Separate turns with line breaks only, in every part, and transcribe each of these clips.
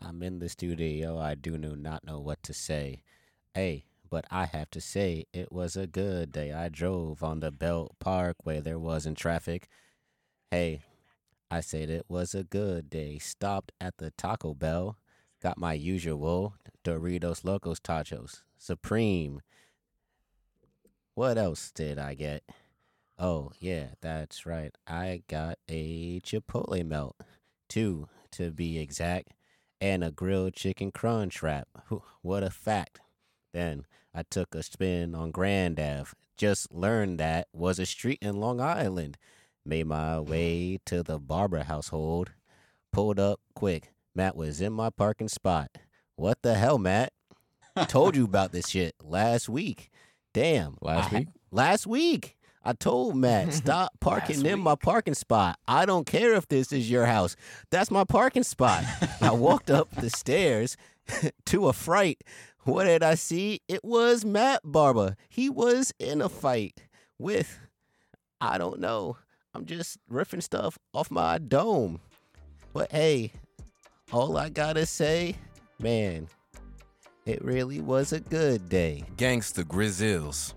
I'm in the studio. I do know not know what to say. Hey, but I have to say it was a good day. I drove on the Belt Parkway. There wasn't traffic. Hey, I said it was a good day. Stopped at the Taco Bell. Got my usual Doritos Locos Tacos, Supreme. What else did I get? Oh, yeah, that's right. I got a Chipotle melt, two to be exact, and a grilled chicken crunch wrap. Whew, What a fact. Then I took a spin on Grand Ave. Just learned that was a street in Long Island. Made my way to the Barber household. Pulled up quick. Matt was in my parking spot. What the hell, Matt? Told you about this shit last week. Damn.
Last
I-
week?
Last week. I told Matt, stop parking
Last
in my parking spot. I don't care if this is your house. That's my parking spot. I walked up the stairs to a fright. What did I see? It was Matt Barber. He was in a fight with, I don't know. I'm just riffing stuff off my dome. But hey, all I gotta say, man, it really was a good day.
Gangsta Grizzles.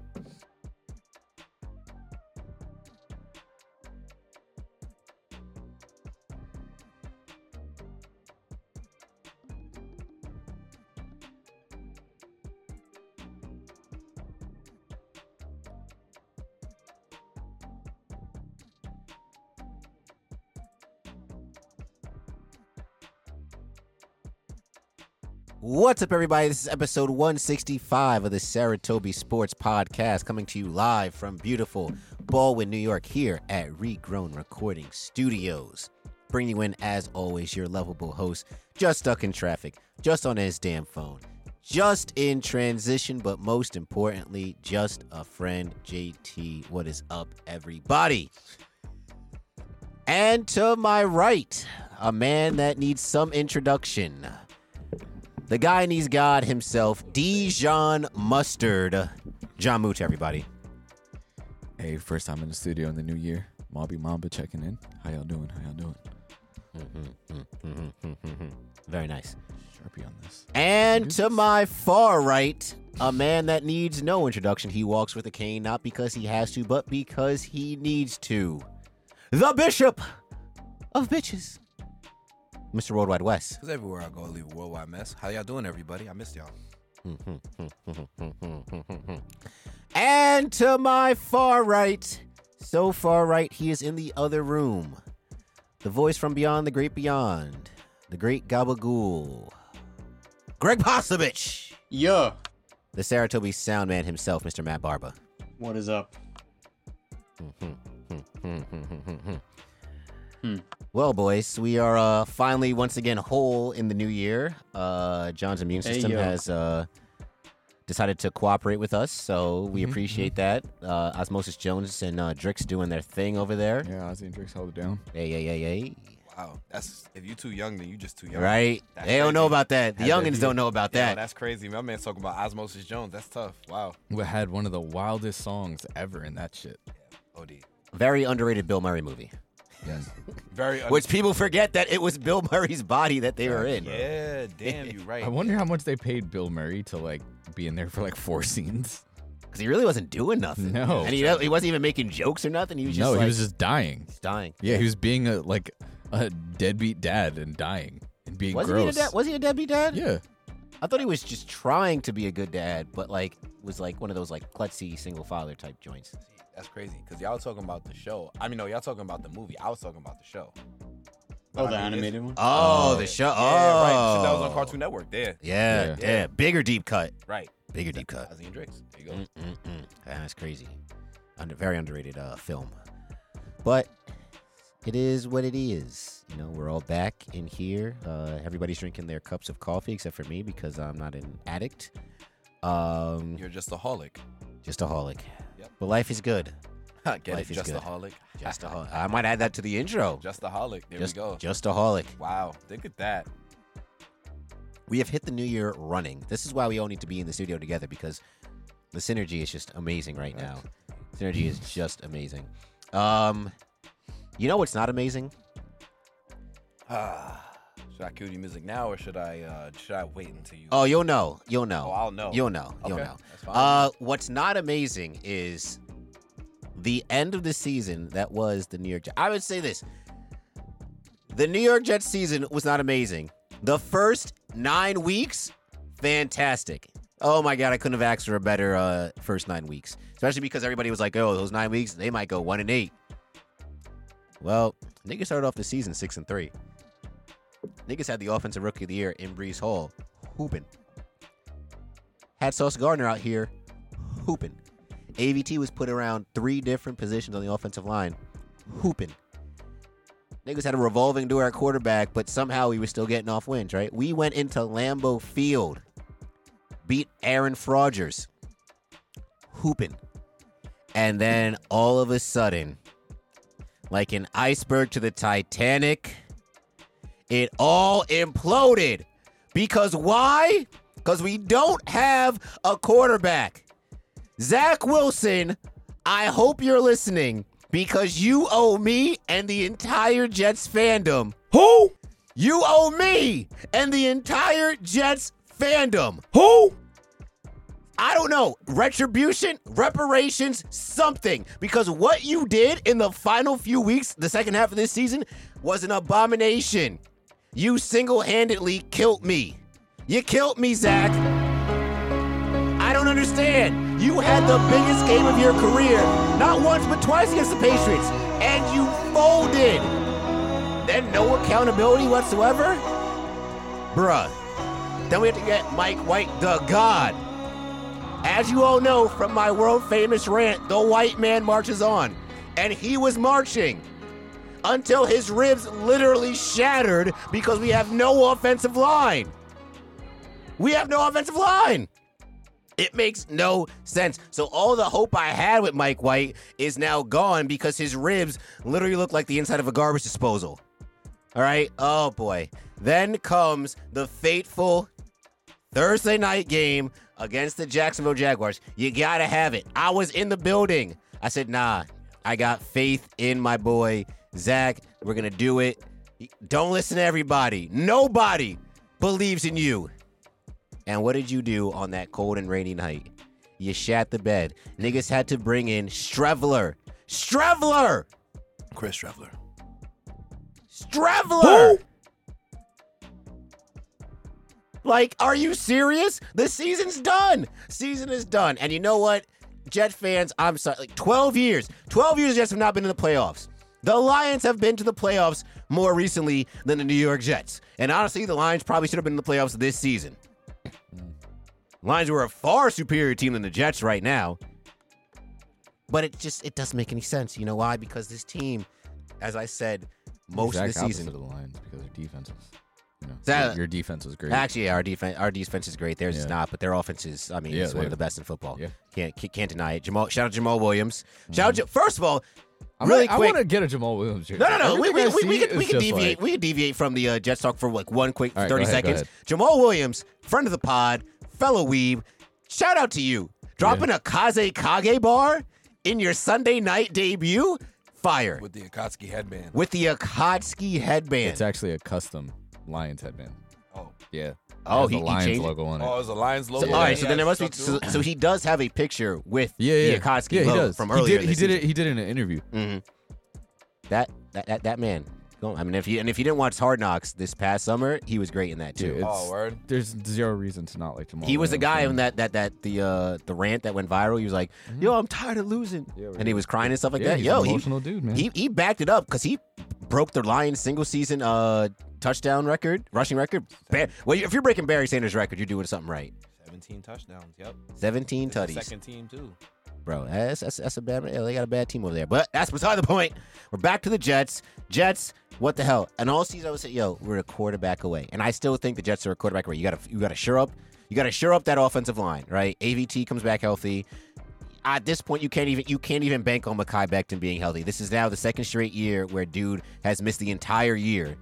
What's up, everybody? This is episode 165 of the Saratobi Sports Podcast, coming to you live from beautiful Baldwin, New York, here at Regrown Recording Studios. Bring you in, as always, your lovable host, just stuck in traffic, just on his damn phone, just in transition, but most importantly, just a friend, JT. What is up, everybody? And to my right, a man that needs some introduction. The guy needs God himself, Dijon Mustard. John Moot, everybody.
Hey, first time in the studio in the new year. Mobby Mamba checking in. How y'all doing? How y'all doing?
Very nice.
Sharpie on this.
And to my far right, a man that needs no introduction. He walks with a cane, not because he has to, but because he needs to. The Bishop of Bitches, Mr. Worldwide West.
Cause everywhere I go, I leave a worldwide mess. How y'all doing, everybody? I missed y'all.
And to my far right, so far right, he is in the other room. The voice from beyond the great beyond, the great Gabagool, Greg Posovich,
Yo,
the Saratobi sound man himself, Mr. Matt Barba.
what is up?
Hmm. Well, boys, we are uh, finally once again whole in the new year. Uh, John's immune
Hey,
system
yo.
has uh, decided to cooperate with us, so we appreciate that. Uh, Osmosis Jones and uh, Drix doing their thing over there.
Yeah, Ozzy and Drake's held it down.
Hey, hey, hey, hey.
Wow, that's if you too young, then you just too young.
Right?
That's
they don't know
crazy.
about that. The
Had that
youngins
view.
don't know about
Yo,
that.
that's crazy. My man talking about Osmosis Jones. That's tough. Wow.
We had one of the wildest songs ever in that shit.
Od.
Very underrated Bill Murray movie,
Yes. Very.
which people forget that it was Bill Murray's body that they were in.
Yeah. Damn. You right.
I wonder how much they paid Bill Murray to like be in there for like four scenes.
Because he really wasn't doing nothing.
No.
And he, he wasn't even making jokes or nothing. He was just
no,
like,
he was just dying.
dying.
Yeah, he was being a like a deadbeat dad and dying and being
Wasn't he, a
gross.
dad? was he a deadbeat dad?
yeah,
I thought he was just trying to be a good dad, but like was like one of those like klutzy single father type joints.
That's crazy. Cause y'all talking about the show. I mean, no, y'all talking about the movie. I was talking about the show.
Oh,
I
the
mean,
animated one.
Oh, the show. Oh,
Yeah. Right. Shit, that was on Cartoon Network. Yeah.
Yeah, yeah,
Yeah.
Bigger deep cut.
Right.
Bigger deep cut.
Ozzy and Drake's. There you go.
Mm-mm-mm. Ah, That's crazy. Under very underrated uh, film, but it is what it is. You know, we're all back in here. Uh, everybody's drinking their cups of coffee except for me because I'm not an addict. Um,
You're just a holic.
just a holic.
Yep.
But life is good.
Get
Life
it?
is
Just a
good.
holic.
Just a holic. I might add that to the intro.
Just a holic. There
just,
we go.
Just a holic.
Wow. Look at that.
We have hit the new year running. This is why we all need to be in the studio together because the synergy is just amazing right now. Synergy is just amazing. Um, you know what's not amazing?
Ah. Should I cue the music now or should I uh should I wait until you?
Oh, you'll know. You'll know.
Oh, I'll know.
You'll know. You'll
Okay,
know.
That's fine.
Uh, what's not amazing is the end of the season that was the New York Jets. I would say this the New York Jets season was not amazing. The first nine weeks, fantastic. Oh my God, I couldn't have asked for a better uh, first nine weeks, especially because everybody was like, oh, those nine weeks, they might go one and eight. Well, niggas started off the season six and three. Niggas had the offensive rookie of the year in Brees Hall, hooping. Had Sauce Gardner out here, hooping. AVT was put around three different positions on the offensive line, hooping. Niggas had a revolving door at quarterback, but somehow we were still getting off wins, right? We went into Lambeau Field, beat Aaron Rodgers, hooping. And then all of a sudden, like an iceberg to the Titanic, it all imploded. Because why? Because we don't have a quarterback. Zach Wilson, I hope you're listening because you owe me and the entire Jets fandom.
Who?
You owe me and the entire Jets fandom.
Who?
I don't know, retribution, reparations, something. Because what you did in the final few weeks, the second half of this season, was an abomination. You single handedly killed me. You killed me, Zach. I don't understand. You had the biggest game of your career, not once, but twice against the Patriots, and you folded. Then no accountability whatsoever? Bruh. Then we have to get Mike White, the God. As you all know from my world famous rant, the white man marches on. And he was marching until his ribs literally shattered because we have no offensive line. We have no offensive line. It makes no sense. So, all the hope I had with Mike White is now gone because his ribs literally look like the inside of a garbage disposal. All right? Oh boy. Then comes the fateful Thursday night game against the Jacksonville Jaguars. You gotta have it. I was in the building. I said, nah, I got faith in my boy, Zach. We're gonna do it. Don't listen to everybody. Nobody believes in you. And what did you do on that cold and rainy night? You shat the bed. Niggas had to bring in Strevler. Strevler!
Chris Traveler.
Strevler! Like, are you serious? The season's done. Season is done. And you know what? Jet fans, I'm sorry. Like 12 years. 12 years Jets have not been in the playoffs. The Lions have been to the playoffs more recently than the New York Jets. And honestly, the Lions probably should have been in the playoffs this season. Lions were a far superior team than the Jets right now. But it just it doesn't make any sense. You know why? Because this team, as I said, most
exact
of the
opposite
season
of the Lions because their defense was. You know,
That-
your, your defense was great.
Actually, our defense, our defense is great. Theirs is
Yeah.
not, but their offense is. I mean,
Yeah,
it's one
they-
of the best in football.
yeah.
Can't ca- can't deny it. Jamal, shout out Jamal Williams. Shout out. Ja- First of all,
I'm
really
like, I
quick.
want to get a Jamal Williams. jersey.
no, no, no.
Everything
We, we,
I
we, we
see
could, we
is
could
just
deviate.
like-
we could deviate from the uh, Jets talk for like one quick
All right, go
thirty
ahead, go
seconds.
ahead.
Jamal Williams, friend of the pod, fellow weeb. Shout out to you dropping a Kaze Kage bar in your Sunday night debut. Fire with,
With the Akatsuki headband.
the Akatsuki headband.
it's actually a custom Lions headband.
Oh.
Yeah.
Oh,
It has
he-
the
he
Lions
changed it?
logo on it.
Oh, it was a Lions logo.
So,
Yeah.
all right, so
Yeah,
then there must be.
stuck
So,
through.
so he does have a picture with
yeah, yeah.
the Akatsuki
yeah, he
logo
does.
from
He
earlier.
did- He did, it. He did it in an interview.
Mm-hmm. That, that that that man. Go on. I mean, if you and if you didn't watch Hard Knocks this past summer, he was great in that too.
Dude, it's-
Oh, word.
There's zero reason to not like Jamal.
he was the guy in
in
that that that the uh the rant that went viral. He was like, "Yo, I'm tired of losing,"
Mm-hmm. Yeah, right.
and he was crying and stuff like
yeah,
that.
he's
Yo,
an
he,
emotional dude, man.
he he backed it up because he broke the Lions single season uh touchdown record, rushing record. Ba- well, if you're breaking Barry Sanders' record, you're doing something right.
17 touchdowns. Yep.
17
It's the
tutties.
Second team too.
bro. That's, that's that's a bad. Yeah, they got a bad team over there. But that's beside the point. We're back to the Jets. Jets, what the hell? And all season I would say, yo, we're a quarterback away. And I still think the Jets are a quarterback away. You gotta you gotta shore up. You gotta shore up that offensive line, right? AVT comes back healthy. At this point, you can't even you can't even bank on Makai Becton being healthy. This is now the second straight year where dude has missed the entire year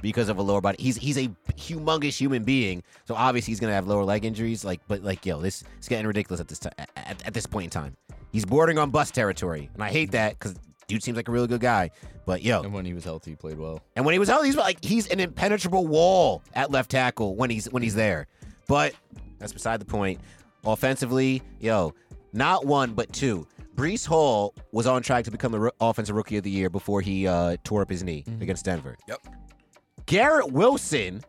because of a lower body. He's he's a humongous human being, so obviously he's gonna have lower leg injuries. Like, but like, yo, this it's getting ridiculous at this time at, at this point in time. He's bordering on bus territory, and I hate that because dude seems like a really good guy. But yo,
And when he was healthy, he played well.
and when he was out, he's like he's an impenetrable wall at left tackle when he's when he's there. But that's beside the point. Offensively, yo, not one but two. Brees Hall was on track to become the ro- offensive rookie of the year before he uh, tore up his knee
Mm-hmm.
against Denver.
Yep.
Garrett Wilson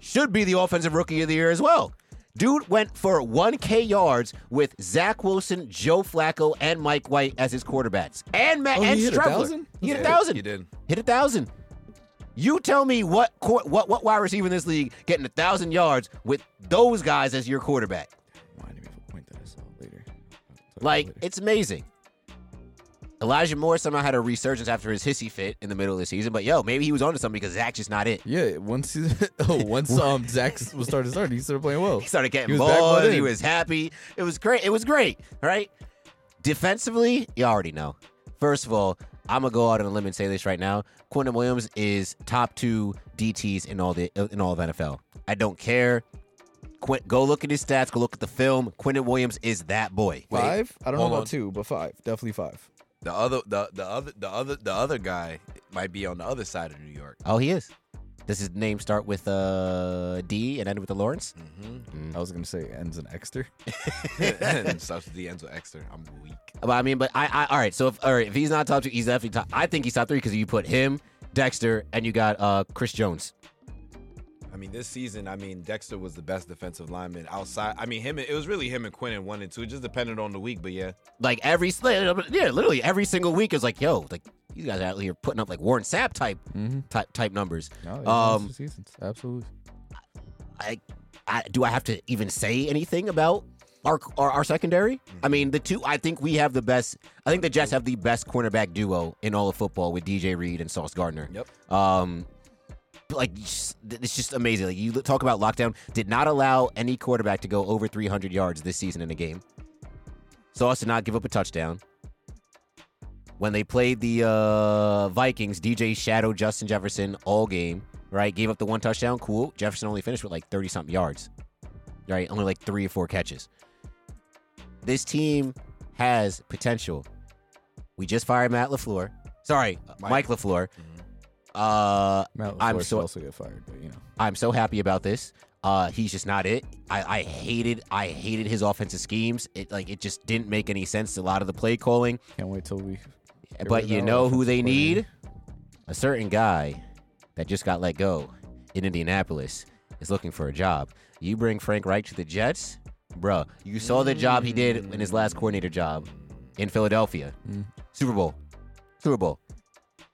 should be the offensive rookie of the year as well. Dude went for 1K yards with Zach Wilson, Joe Flacco, and Mike White as his quarterbacks, and Matt
Oh, he
and
hit a
Streffler.
thousand?
He hit a
Yeah,
thousand
He did.
hit a thousand. You tell me what cor- what what wide receiver in this league getting a thousand yards with those guys as your quarterback?
Reminded me of a point that I saw later. I'll talk about
Like
later.
it's amazing. Elijah Moore somehow had a resurgence after his hissy fit in the middle of the season, but yo, maybe he was onto something because Zach's just not it.
yeah, once he, oh, once um Zach was started starting, he started playing well.
He started getting
He was back
balls.
by
He
then.
was happy. It was great. It was great. All right. Defensively, you already know. First of all, I'm gonna go out on a limb and say this right now. Quentin Williams is top two DTs in all the in all of NFL. I don't care. Quin- go look at his stats. Go look at the film. Quentin Williams is that boy.
Wait,
Five? I don't know
hold
about
on.
two, but five, definitely five.
The other, the the other, the other, the other guy might be on the other side of New York.
Oh, he is. Does his name start with uh, D and end with a Lawrence?
Mm-hmm.
I was gonna say ends in Exter.
and starts with D'Angelo Exter. I'm weak.
But I mean, but I, I all right. So if all right, if he's not top two, he's definitely top. I think he's top three because you put him, Dexter, and you got uh Chris Jones.
I mean, this season, I mean, Dexter was the best defensive lineman outside. I mean, him. and- It was really him and Quinn in one and two. It just depended on the week, but yeah.
Like every yeah, literally every single week is like, yo, like these guys out here putting up like Warren Sapp type
Mm-hmm.
type, type numbers.
No,
Um,
um, seasons. Absolutely.
I, I do I have to even say anything about our our, our secondary? I mean, the two. I think we have the best. I think the Jets have the best cornerback duo in all of football with DJ Reed and Sauce Gardner.
Yep.
Um, like just- it's just amazing. Like you talk about lockdown, did not allow any quarterback to go over 300 yards this season in a game. Sauce did not give up a touchdown. When they played the uh, Vikings, DJ shadow Justin Jefferson all game. Right, gave up the one touchdown. Cool. Jefferson only finished with like 30 something yards. Right, only like three or four catches. This team has potential. We just fired Matt Lafleur. Sorry, Mike,
Mike.
Lafleur. Uh,
Matt
I'm
LaFleur should
so-
also get fired, but you know.
I'm so happy about this. Uh, he's just not it. I, I hated I hated his offensive schemes. It like it just didn't make any sense. A lot of the play calling.
Can't wait till we. Get rid
but
of
you
our
know who
offensive
they
coordinator.
need? A certain guy that just got let go in Indianapolis is looking for a job. You bring Frank Reich to the Jets, bruh. You saw the job he did in his last coordinator job in Philadelphia,
Mm.
Super Bowl, Super Bowl.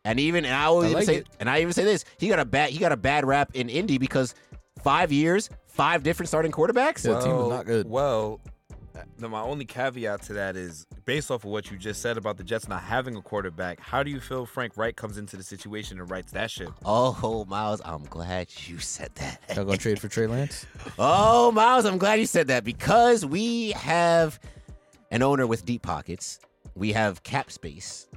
And even and I will
I
even
like
say
it.
and I even say this, he got a bad he got a bad rap in Indy because five years, five different starting quarterbacks.
Yeah. The team was not good.
Well, uh, the, my only caveat to that is based off of what you just said about the Jets not having a quarterback. How do you feel Frank Wright comes into the situation and writes that shit?
Oh, Miles, I'm glad you said that.
Y'all gonna trade for Trey Lance?
Oh, Miles, I'm glad you said that because we have an owner with deep pockets. We have cap space.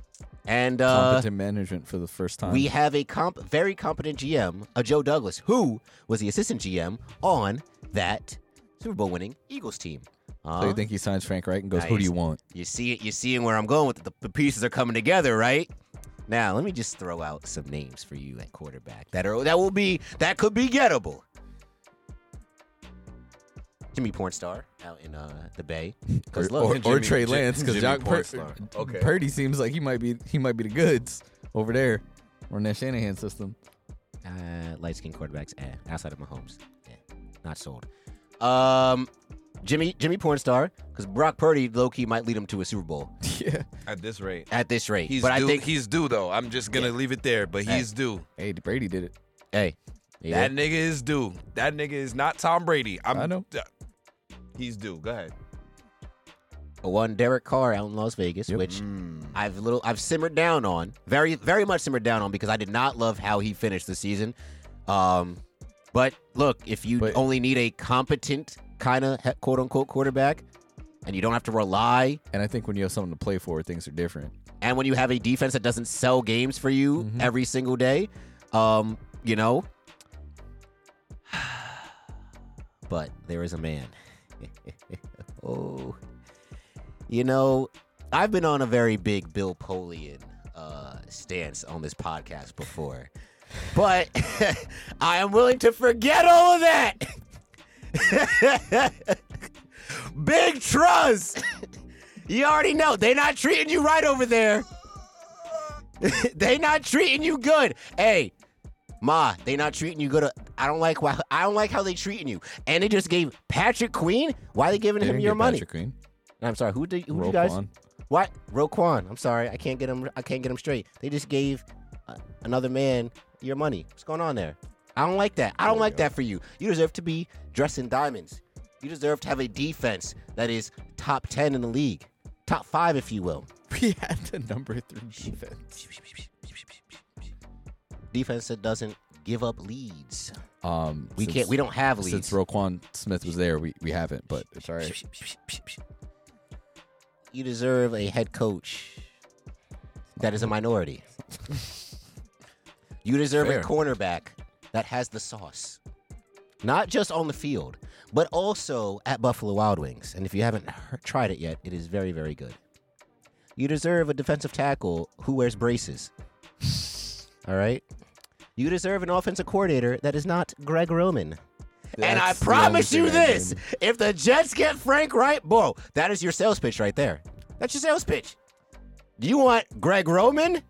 And uh,
Competent management for the first time.
we have a comp- very competent GM, a Joe Douglas, who was the assistant GM on that Super Bowl winning Eagles team. Uh,
so you think he signs Frank Reich and goes, "Who do
Nice.
you want?"
you see it, you're seeing where I'm going with it. The, the pieces are coming together, right? Now, let me just throw out some names for you at quarterback that are that will be that could be gettable. Jimmy Pornstar out in uh, the Bay, because
Or, or,
look,
or
Jimmy-
Trey
Jim-
Lance because
Jimmy
Jock Pur-
Pornstar. Okay.
Purdy seems like he might be he might be the goods over there. Or in that Shanahan system.
uh, light skinned quarterbacks, eh, outside of Mahomes, eh, not sold. Um, Jimmy Jimmy Pornstar, because Brock Purdy low key might lead him to a Super Bowl
Yeah.
At this rate,
at this rate.
he's
but
due,
I think
he's due though. I'm just gonna leave it there. But
Hey.
he's due.
Hey, Brady did it.
hey, yeah.
That nigga is due. That nigga is not Tom Brady. I'm,
I know.
th- He's due. Go ahead.
one Derek Carr out in Las Vegas,
Yep.
which
Mm.
I've little I've simmered down on very very much simmered down on because I did not love how he finished the season. Um, but look, if you
But-
only need a competent kind of quote unquote quarterback, and you don't have to rely,
And I think when you have something to play for, things are different.
and when you have a defense that doesn't sell games for you
Mhm.
every single day, um, you know. But there is a man. oh, you know, I've been on a very big Bill Polian stance on this podcast before, but I am willing to forget all of that. Big trust. you already know they not treating you right over there. they not treating you good. Hey, Ma, they not treating you good. I don't like why I don't like how they treating you. And they just gave Patrick Queen. Why they giving
They
him
didn't
your
get
money?
Patrick Queen.
I'm sorry. Who did who did you
Roquan.
guys? What? Roquan. I'm sorry. I can't get him. I can't get him straight. They just gave uh, another man your money. What's going on there? I don't like that. I don't like that for you. You deserve to be dressed in diamonds. You deserve to have a defense that is top ten in the league, top five, if you will.
We had the number three defense.
Defense that doesn't give up leads.
Um,
We
since-
can't. We don't have leads.
Since Roquan Smith was there, we, we haven't, but it's all right.
you deserve a head coach that is a minority. you deserve
Fair.
a cornerback that has the sauce, not just on the field, but also at Buffalo Wild Wings. And if you haven't he- tried it yet, it is very, very good. You deserve a defensive tackle who wears braces. All right? You deserve an offensive coordinator that is not Greg Roman. and I
That's the
promise
only
you
thing I
this
did.
if the Jets get Frank Wright, bro, that is your sales pitch right there. That's your sales pitch. You want Greg Roman,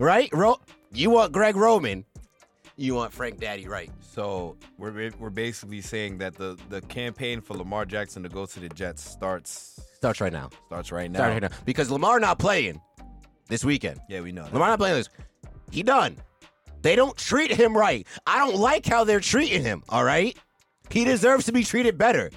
right? Ro- you want Greg Roman. You want Frank Daddy Wright.
So we're ba- we're basically saying that the the campaign for Lamar Jackson to go to the Jets starts
Starts right now.
starts right now.
Starts right now. Because Lamar not playing this weekend.
Yeah, we know. That.
Lamar not playing this. He done. They don't treat him right. I don't like how they're treating him. All right, he deserves to be treated better.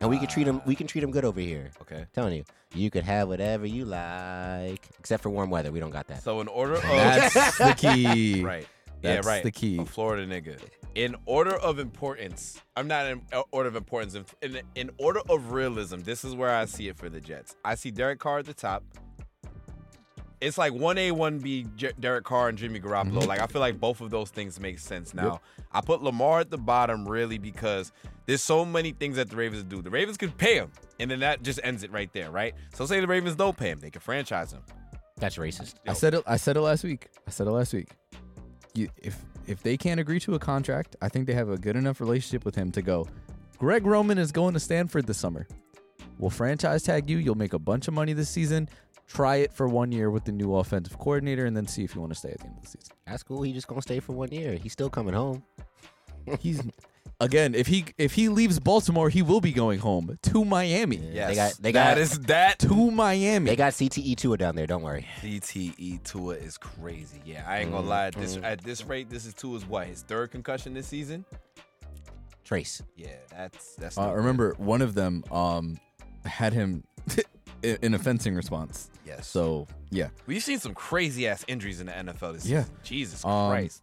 And we can treat him. We can treat him good over here.
Okay.
telling you, you could have whatever you like, except for warm weather. We don't got that.
So in order of
That's the key.
right,
That's
yeah, right.
the key.
A Florida nigga. In order of importance, I'm not in uh, order of importance. In, in in order of realism, this is where I see it for the Jets. I see Derek Carr at the top. It's like one A, one B. Derek Carr and Jimmy Garoppolo.
Mm-hmm.
Like I feel like both of those things make sense now. I put Lamar at the bottom really because there's so many things that the Ravens do. The Ravens could pay him, and then that just ends it right there, right? So say the Ravens don't pay him, they could franchise him.
That's racist.
I said it. I said it last week. I said it last week. You, if if they can't agree to a contract, I think they have a good enough relationship with him to go. Greg Roman is going to Stanford this summer. We'll franchise tag you. You'll make a bunch of money this season. Try it for one year with the new offensive coordinator, and then see if you want to stay at the end of the season.
That's cool. He just gonna stay for one year. He's still coming home.
He's again. If he if he leaves Baltimore, he will be going home to Miami.
Yeah, they got- they
that
got-
is that
To Miami.
They got CTE Tua down there. Don't worry.
DTE Tua E is crazy. Yeah, I ain't gonna
Mm,
lie. At this
mm.
at this rate, this is Tua's what his third concussion this season.
Trace.
Yeah, that's that's.
Uh,
not
I
good.
remember one of them um, had him in in a fencing response.
Yes.
So yeah,
we've seen some crazy ass injuries in the NFL this
Yeah.
season. Jesus
Um,
Christ.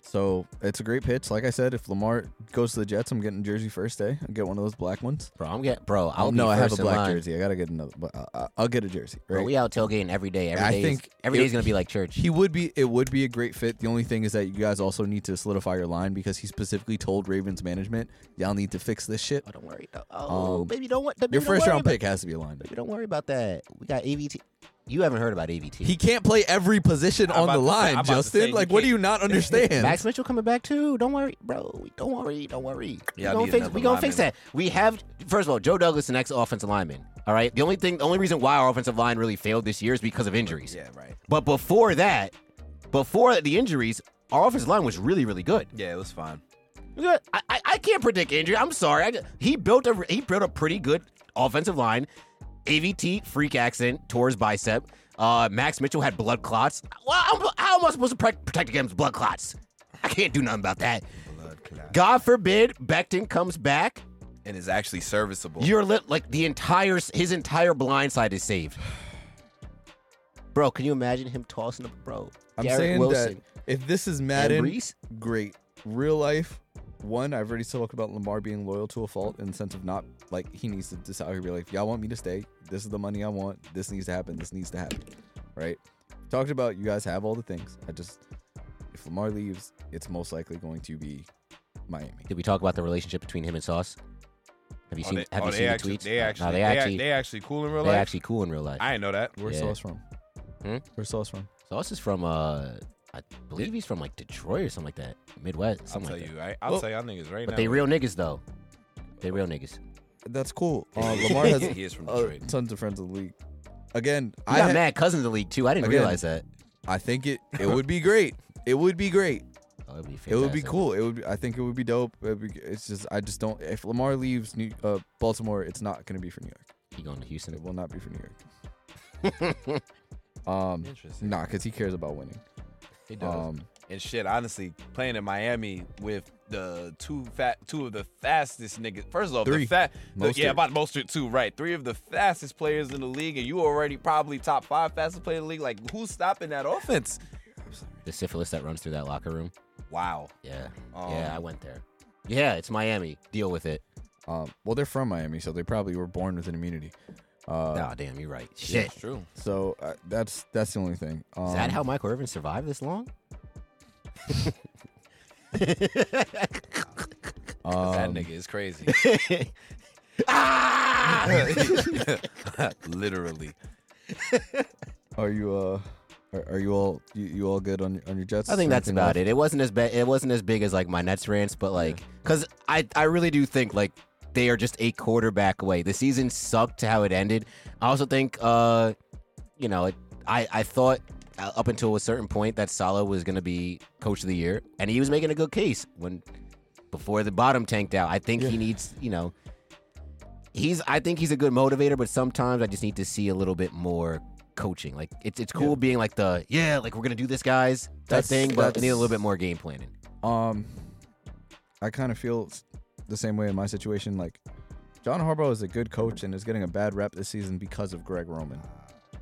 so it's a great pitch. Like I said, if Lamar goes to the Jets, I'm getting jersey first day. I'll get one of those black ones.
Bro, I'm get bro. I'll
Oh
be
no, I have a
first in
black
line.
jersey. I gotta get another. But I- I, I'll get a jersey. Right?
Bro, we out tailgating every day. Every
I
day is-
think
every
it-
day's gonna be like church.
he would be. It would be a great fit. The only thing is that you guys also need to solidify your line because he specifically told Ravens management, "Y'all need to fix this shit."
oh, don't worry. No. Oh,
Um,
baby, don't want. Baby,
Your
don't
first
worry
round
about-
pick has to be a lineman.
Baby, don't worry about that. We got AVT. You haven't heard about AVT.
He can't play every position
I'm
on
about
the
to say- I'm
line,
about to
Justin.
say, you
like, what do
can't-
you not understand?
Max Mitchell coming back too. Don't worry, bro. Don't worry. Don't worry.
Y'all
we gonna
need
fix.
another
We gonna fix
lineman.
that. We have. First of all, Joe Douglas, the next offensive lineman. All right. The only thing, the only reason why our offensive line really failed this year is because of injuries.
Yeah, right.
But before that, before the injuries, our offensive line was really, really good.
Yeah, it was fine.
I, I, I can't predict injury. I'm sorry. I, he built a he built a pretty good offensive line. AVT freak accident tore his bicep. Uh, Max Mitchell had blood clots. Well, I'm, how am I supposed to pre- protect against blood clots? I can't do nothing about that.
Blood clot.
God forbid Becton comes back.
And is actually serviceable.
You're lit, like the entire his entire blind side is saved. Bro, can you imagine him tossing up, bro?
I'm
Garrett
saying
Wilson
that if this is
and
Madden,
Brees.
great. Real life, one, I've already talked about Lamar being loyal to a fault in the sense of not like he needs to just out here be like, y'all want me to stay? This is the money I want. This needs to happen. This needs to happen. Right? Talked about you guys have all the things. I just, if Lamar leaves, it's most likely going to be Miami.
Did we talk about the relationship between him and Sauce? Have you
Oh,
seen?
they-
have
oh,
you
they
seen
actually,
the tweets?
They actually,
no, they,
they, ac-
actually,
they actually cool in real
they
life.
actually cool in real life.
I didn't know that.
Where's
Yeah.
Sauce from?
Hmm?
Where's Sauce from?
Sauce is from uh, I believe he's from like Detroit or something like that, Midwest,
I'll
something
tell
like that.
you, right? I'll
Well-
tell y'all niggas right now.
But they real niggas though. They real niggas.
That's cool. Uh,
Yeah,
Lamar has
he is from
uh,
Detroit.
tons of friends in the league. Again,
You
I
got
ha-
mad cousins in the league too. I didn't
Again.
realize that.
I think it it would be great. It would be great.
Oh, it'd be fantastic.
It would be cool. It would. Be, I think it would be dope. It'd be, it's just I just don't. If Lamar leaves New uh, Baltimore, it's not going to be for New York.
He going to
It
Houston.
will not be for New York. um,
Interesting.
nah, because he cares about winning.
He does.
Um,
and shit, honestly, playing in Miami with the two fat, two of the fastest niggas. First of all,
Three.
the fat, the, yeah,
Mostert.
about Mostert too, right? Three of the fastest players in the league, and you already probably top five fastest player in the league. Like, who's stopping that offense?
The syphilis that runs through that locker room.
Wow.
Yeah.
Um,
yeah, I went there. Yeah, it's Miami. Deal with it.
um, well, they're from Miami, so they probably were born with an immunity. Uh,
Aw, damn, you're right. Shit.
It's true.
so uh, that's that's the only thing. Um,
Is that how Michael Irvin survived this long?
that
um,
nigga is crazy.
ah!
Literally.
Are you uh, are, are you all you, you all good on on your Jets?
I think that's
Anything
about
left?
it. It wasn't as bad. It wasn't as big as like my Nets rants, but like, cause I I really do think like they are just a quarterback away. The season sucked to how it ended. I also think, uh, you know, it, I I thought uh, up until a certain point that Sala was gonna be coach of the year, and he was making a good case when before the bottom tanked out. I think he
Yeah.
needs, you know. He's. I think he's a good motivator, but sometimes I just need to see a little bit more coaching. Like it's it's cool
Yeah.
being like the yeah, like we're gonna do this, guys that
That's-
thing, but I
that's-
need a little bit more game planning.
Um, I kind of feel s- the same way in my situation. Like, John Harbaugh is a good coach and is getting a bad rep this season because of Greg Roman.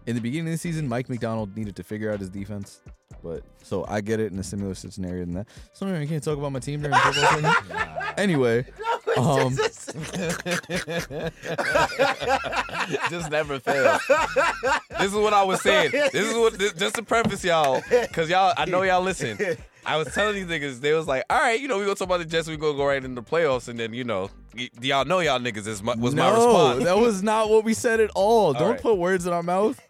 In the beginning of the season, Mike McDonald needed to figure out his defense, but so I get it in a similar scenario than that. So I can't talk about my team during football season. Anyway, um,
just never fails. This is what I was saying. This is what this, just to preface y'all, cause y'all I know y'all listen. I was telling these niggas, they was like, all right, you know, we gonna talk about the Jets, we gonna go right into the playoffs, and then you know, y- y'all know y'all niggas is my, was my
no,
response.
that was not what we said at all. Don't
right.
put words in our mouth.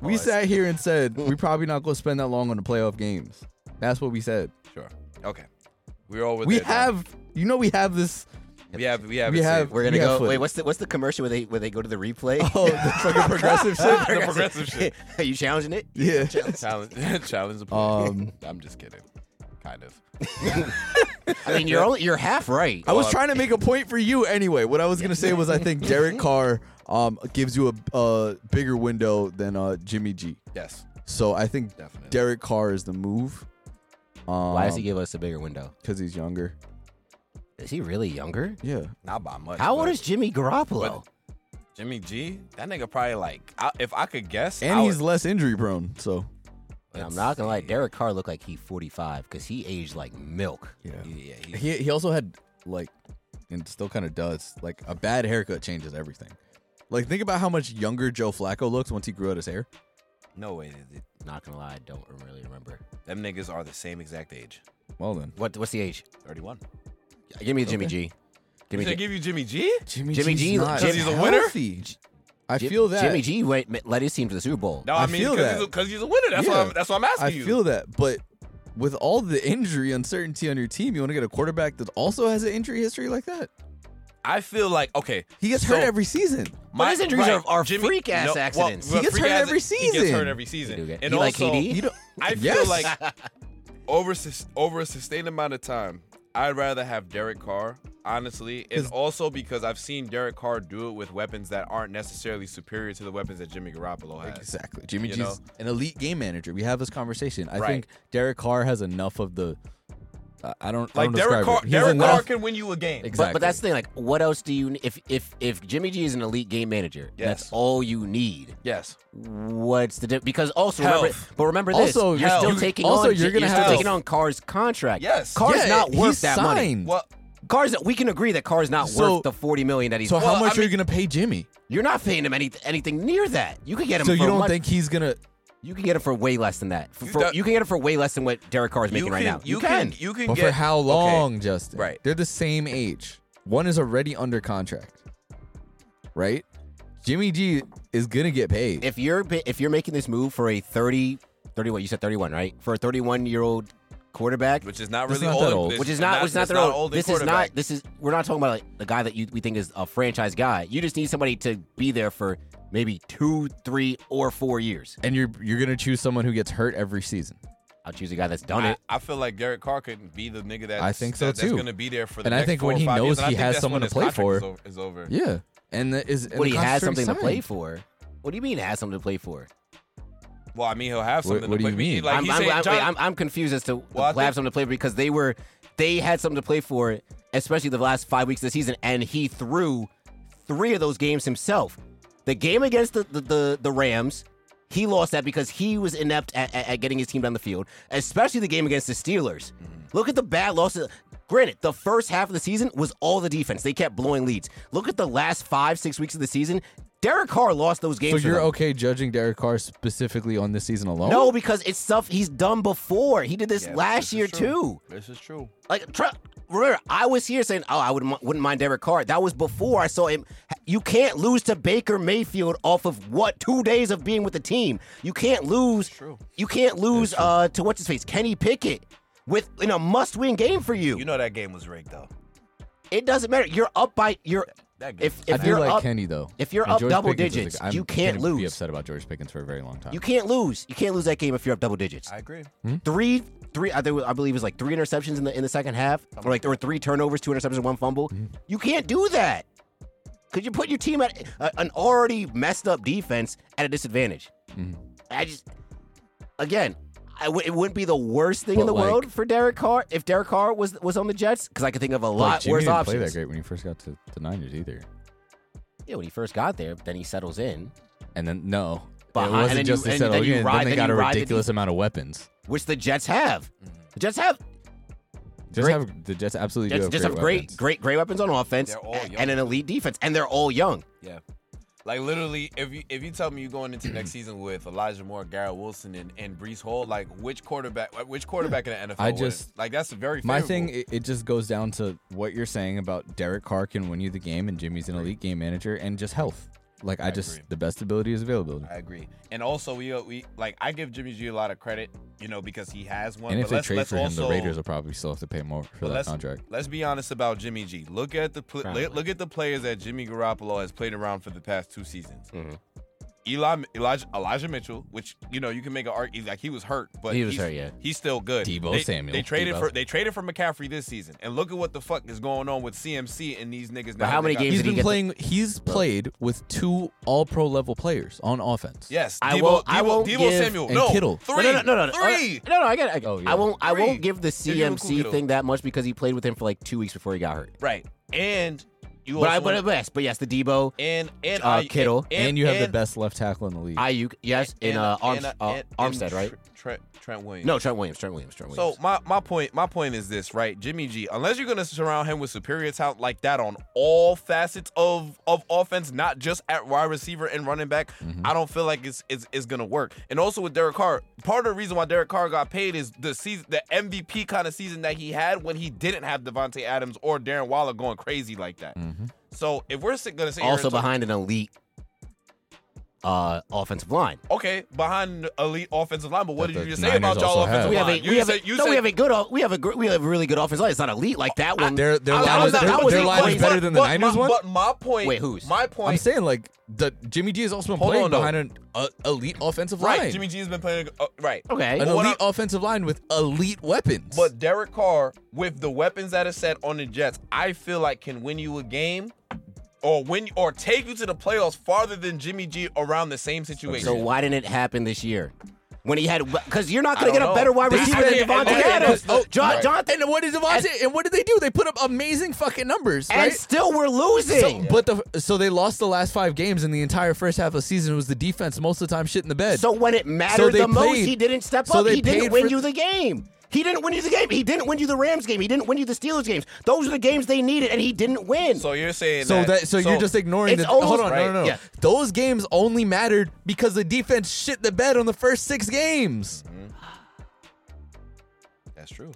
We
Oh, I
sat here and said we probably not going to spend that long on the playoff games. That's what we said.
sure. Okay. We're all with
we
it, man.
have, you know, we have this.
we have we have
we
it,
have-
Sid.
We're gonna
Yeah,
go.
footage.
Wait, what's the what's the commercial where they where they go to the replay?
Oh, the fucking progressive shit.
the progressive shit.
Are you challenging it?
Oh, Yeah.
challenge challenge the
Um,
I'm just kidding. Kind of.
I mean, you're only you're half right.
I was trying to make a point for you anyway. What I was gonna say was I think Derek Carr um gives you a, a bigger window than uh Jimmy G.
Yes,
So I think
definitely.
Derek Carr is the move. Um,
Why does he give us a bigger window?
Because he's younger.
Is he really younger?
Yeah.
Not by much.
How
but-
old is Jimmy Garoppolo?
Jimmy G, that nigga probably like, I, if I could guess,
And
I
he's
would-
less injury prone. So
And I'm
let's
not gonna lie,
see.
Derek Carr looked like he 45 because he aged like milk.
yeah.
yeah, he,
He he also had like, and still kind of does like a bad haircut changes everything. Like think about how much younger Joe Flacco looks once he grew out his hair.
no way. they- they-
Not gonna lie, I don't really remember.
Them niggas are the same exact age.
Well then,
What what's the age?
Thirty-one.
Give me Jimmy G. Give
Did
me
they
J-
give you Jimmy G?
Jimmy,
Jimmy
G's
G-
not
Jimmy- 'Cause he's
a winner?
healthy. I
Jim-
feel that
Jimmy G went led his team to the Super Bowl.
No,
I
I, mean
feel
because
that.
he's, a- 'cause he's a winner. That's
Yeah.
why I'm, that's why I'm asking
I
you.
feel that, but with all the injury uncertainty on your team, you want to get a quarterback that also has an injury history like that.
I feel like okay.
He gets
So-
hurt every season.
But his injuries are- are freak-ass accidents. He
well,
gets hurt
freak-ass-
every
He gets
season.
hurt every
He do
season.
get-
And
he like
also,
KD?
You don't-
I feel
Yes.
like over sus- over a sustained amount of time, I'd rather have Derek Carr, honestly, and
'Cause-
also because I've seen Derek Carr do it with weapons that aren't necessarily superior to the weapons that Jimmy Garoppolo has.
exactly. Jimmy
You
G's
know?
an elite game manager. We have this conversation. I
Right.
think Derek Carr has enough of the. I- I don't
Like
I don't
Derek
describe
Carr,
it. He has
Derek Carr
enough-
can win you a game.
Ex-
But, but that's the thing. Like, what else do you? If if if Jimmy G is an elite game manager, that's
Yes.
all you need.
Yes.
What's the difference? Because also remember,
Health.
but remember this.
Also,
you're
health.
still
You-
taking
also,
on.
you're
You're,
gonna
still
have-
taking on Carr's contract.
Yes.
Carr's
Yeah,
not worth
he's
that money.
signed.
Well,
Carr's. We can agree that Carr's not
So-
worth the forty million that he's.
So how
Well,
much
I
are you going to pay Jimmy?
You're not paying him any, anything near that. You could get him.
So
for
you don't
much-
think he's going to?
you can get him for way less than that? For,
You
for-
don't-
you can get him for way less than what Derek Carr is
you
making
can,
right now.
You, can, You can
But
get
for how
okay,
long, Justin?
Right.
They're the same age. One is already under contract. Right. Jimmy G is going to get paid.
if you're bi- if you're making this move for a 30 31. You said 31, right? For a 31 year old quarterback,
which is not
It's
really
not that old.
old.
which is not, which is not
it's
their own.
old in
This is
quarterback.
not. This is. We're not talking about like the guy that you we think is a franchise guy. You just need somebody to be there for maybe two, three, or four years.
and you're you're gonna choose someone who gets hurt every season.
I'll choose a guy that's done
I,
it.
I feel like Derek Carr couldn't be the nigga that
I think so,
that- that's
too.
going to be there for the
And I
next
think
four
when
or
he
five
knows
years, and I
he
think
has
that's
someone
when his
to play
contract
for.
is over. Is over.
Yeah, and that is and
But
the
he has
contract's already
something to play
signed.
for. What do you mean has something to play for?
Well, I mean, he'll have
What-
something.
what do
to play.
you
He-
mean?
Like
I'm,
he
I'm,
said,
I'm,
John-
wait, I'm, I'm confused as to
Well, I
have
think-
something to play for because they were they had something to play for, especially the last five weeks of the season, and he threw three of those games himself. The game against the the, the, the Rams, he lost that because he was inept at, at, at getting his team down the field, especially the game against the Steelers.
Mm-hmm.
Look at the bad losses. Granted, the first half of the season was all the defense. They kept blowing leads. Look at the last five, six weeks of the season. Derek Carr lost those games.
So
for
you're
them.
okay judging Derek Carr specifically on this season alone?
No, because it's stuff he's done before. He did this
Yeah,
last
this is
year
true.
too.
This is true.
Like, try, remember, I was here saying, "Oh, I would wouldn't mind Derek Carr." That was before I saw him. You can't lose to Baker Mayfield off of what two days of being with the team. You can't lose.
true.
You can't lose uh, to what's his face, Kenny Pickett, with in a must-win game for you.
You know that game was rigged though.
it doesn't matter. You're up by you're
That game.
if
I
if
feel
you're
like
up.
Kenny though.
if you're
and
up
George
double
Pickens is a-
digits,
I'm
you can't
gonna Be
lose.
upset about George Pickens for a very long time.
you can't lose. You can't lose that game if you're up double digits.
I agree.
three three I, think, I believe it was like three interceptions in the in the second half or like or three turnovers two interceptions one fumble
Mm-hmm.
you can't do that because you're putting your team at a, an already messed up defense at a disadvantage
Mm-hmm.
i just again I w- it wouldn't be the worst thing
But,
in the
like-
world for Derek Carr if Derek Carr was was on the Jets because I could think of a
Like,
lot
Jimmy
worse
didn't
options.
play that great when he first got to the Niners either.
Yeah, when he first got there, then he settles in,
And then no,
Behind-
it
and
wasn't
then you-
just they
and then
settled
you
in,
ride-
then they
then
got
you
a
ride the
ridiculous amount of weapons.
which the Jets have.
Mm-hmm.
The Jets have
Just
Great-
have the Jets absolutely do
Jets
have
just
great
have great,
weapons.
great, great weapons on offense
They're all
a-
young.
and an elite defense, and they're all young.
Yeah. Like literally, if you if you tell me you're going into next season with Elijah Moore, Garrett Wilson, and, and Brees Hall, like which quarterback, which quarterback in the NFL?
I
would-
just-
like that's very favorable.
My thing, it, it just goes down to what you're saying about Derek Carr can win you the game, and Jimmy's an elite game manager, and just health. Like I,
I
just
agree.
the best ability is availability.
I agree, and also we we like I give Jimmy G a lot of credit, you know, because he has one.
and
but
if they
let's-
trade
let's
for him, the
also-
Raiders will probably still have to pay more for
but
that
let's-
contract.
Let's be honest about Jimmy G. Look at the pl-
Probably.
look, look at the players that Jimmy Garoppolo has played around for the past two seasons.
Mhm.
Eli, Elijah, Elijah Mitchell, which you know you can make an argument like he was hurt, but
He was
he's-
hurt, yeah.
he's still good.
Debo
they,
Samuel.
They traded
Debo.
for they traded for McCaffrey this season, and look at what the fuck is going on with CMC and these
But
niggas. now
how
that
many
got-
games
He's
did he
been
get the-
playing. he's played with two All-Pro level players on offense.
Yes,
I
Debo,
won't-
Debo,
I won't
Debo
give-
Samuel
And
no
Kittle.
three,
No, no, no, no, no,
three.
no, no, I got it. I,
Oh, yeah.
I won't. I
Three.
won't give the
They're doing cool,
CMC
though.
thing that much because he played with him for like two weeks before he got hurt.
Right, and you
But I,
also
but
want-
yes, but yes, the Debo,
and and
uh,
I-
Kittle.
and, you have
and,
the best left tackle in the league.
Ayuk, yes, in
and,
uh, Arms,
and,
uh,
and-
Armstead,
and
right?
Tr- Trent, Trent Williams.
No, Trent Williams, Trent Williams, Trent
So
Williams.
my, my point my point is this, right? Jimmy G, unless you're gonna surround him with superior talent like that on all facets of of offense, not just at wide receiver and running back,
Mm-hmm.
I don't feel like it's, it's it's gonna work. And also with Derek Carr, part of the reason why Derek Carr got paid is the season the MVP kind of season that he had when he didn't have Devontae Adams or Darren Waller going crazy like that.
Mhm.
So if we're sit- gonna sit here
also
and talk-
behind an elite uh, offensive line.
okay behind elite offensive line, but what
That
did
the
you just say
Niners
about y'all
also have.
offensive
We have a,
line? You
we have
said-
a,
you
no,
said-
we have a good, o- we have a, gr- we have a really good offensive line. It's not elite like that one.
Their their
I- I
line
was
was,
not-
their,
I was
their
not-
line was
but-
better than the
but
Niners
my,
one.
But my point.
Wait, who's?
My
I'm
point.
saying like the Jimmy G has also been
Hold
playing
on, though.
behind an uh, elite offensive
right.
line,
Jimmy G has been playing. Uh, right.
Okay,
an
But what
elite offensive line with elite weapons.
But Derek Carr, with the weapons that are set on the Jets, I feel like can win you a game, or win, or take you to the playoffs farther than Jimmy G around the same situation.
so why didn't it happen this year? When he had, because you're not going
I
to
don't
get a
know.
better wide
They
receiver than
spent-
Devontae
and- and-
Adams.
oh,
John,
right.
Jonathan,
and what did Devontae? And, what did they do? They put up amazing fucking numbers,
and
right?
still we're losing.
So, but the so they lost the last five games, and the entire first half of the season was the defense most of the time shit in the bed.
So when it
So
mattered
they
the most,
played-
he didn't step
so
up.
they
He didn't
paid
win
for-
you the game. He didn't win you the game. He didn't win you the Rams game. He didn't win you the Steelers games. Those are the games they needed, and he didn't win.
So you're saying
so
that,
that so, you're just ignoring
It's
the hold
almost-
on no
right,
no no
yeah.
those games only mattered because the defense shit the bed on the first six games.
that's true.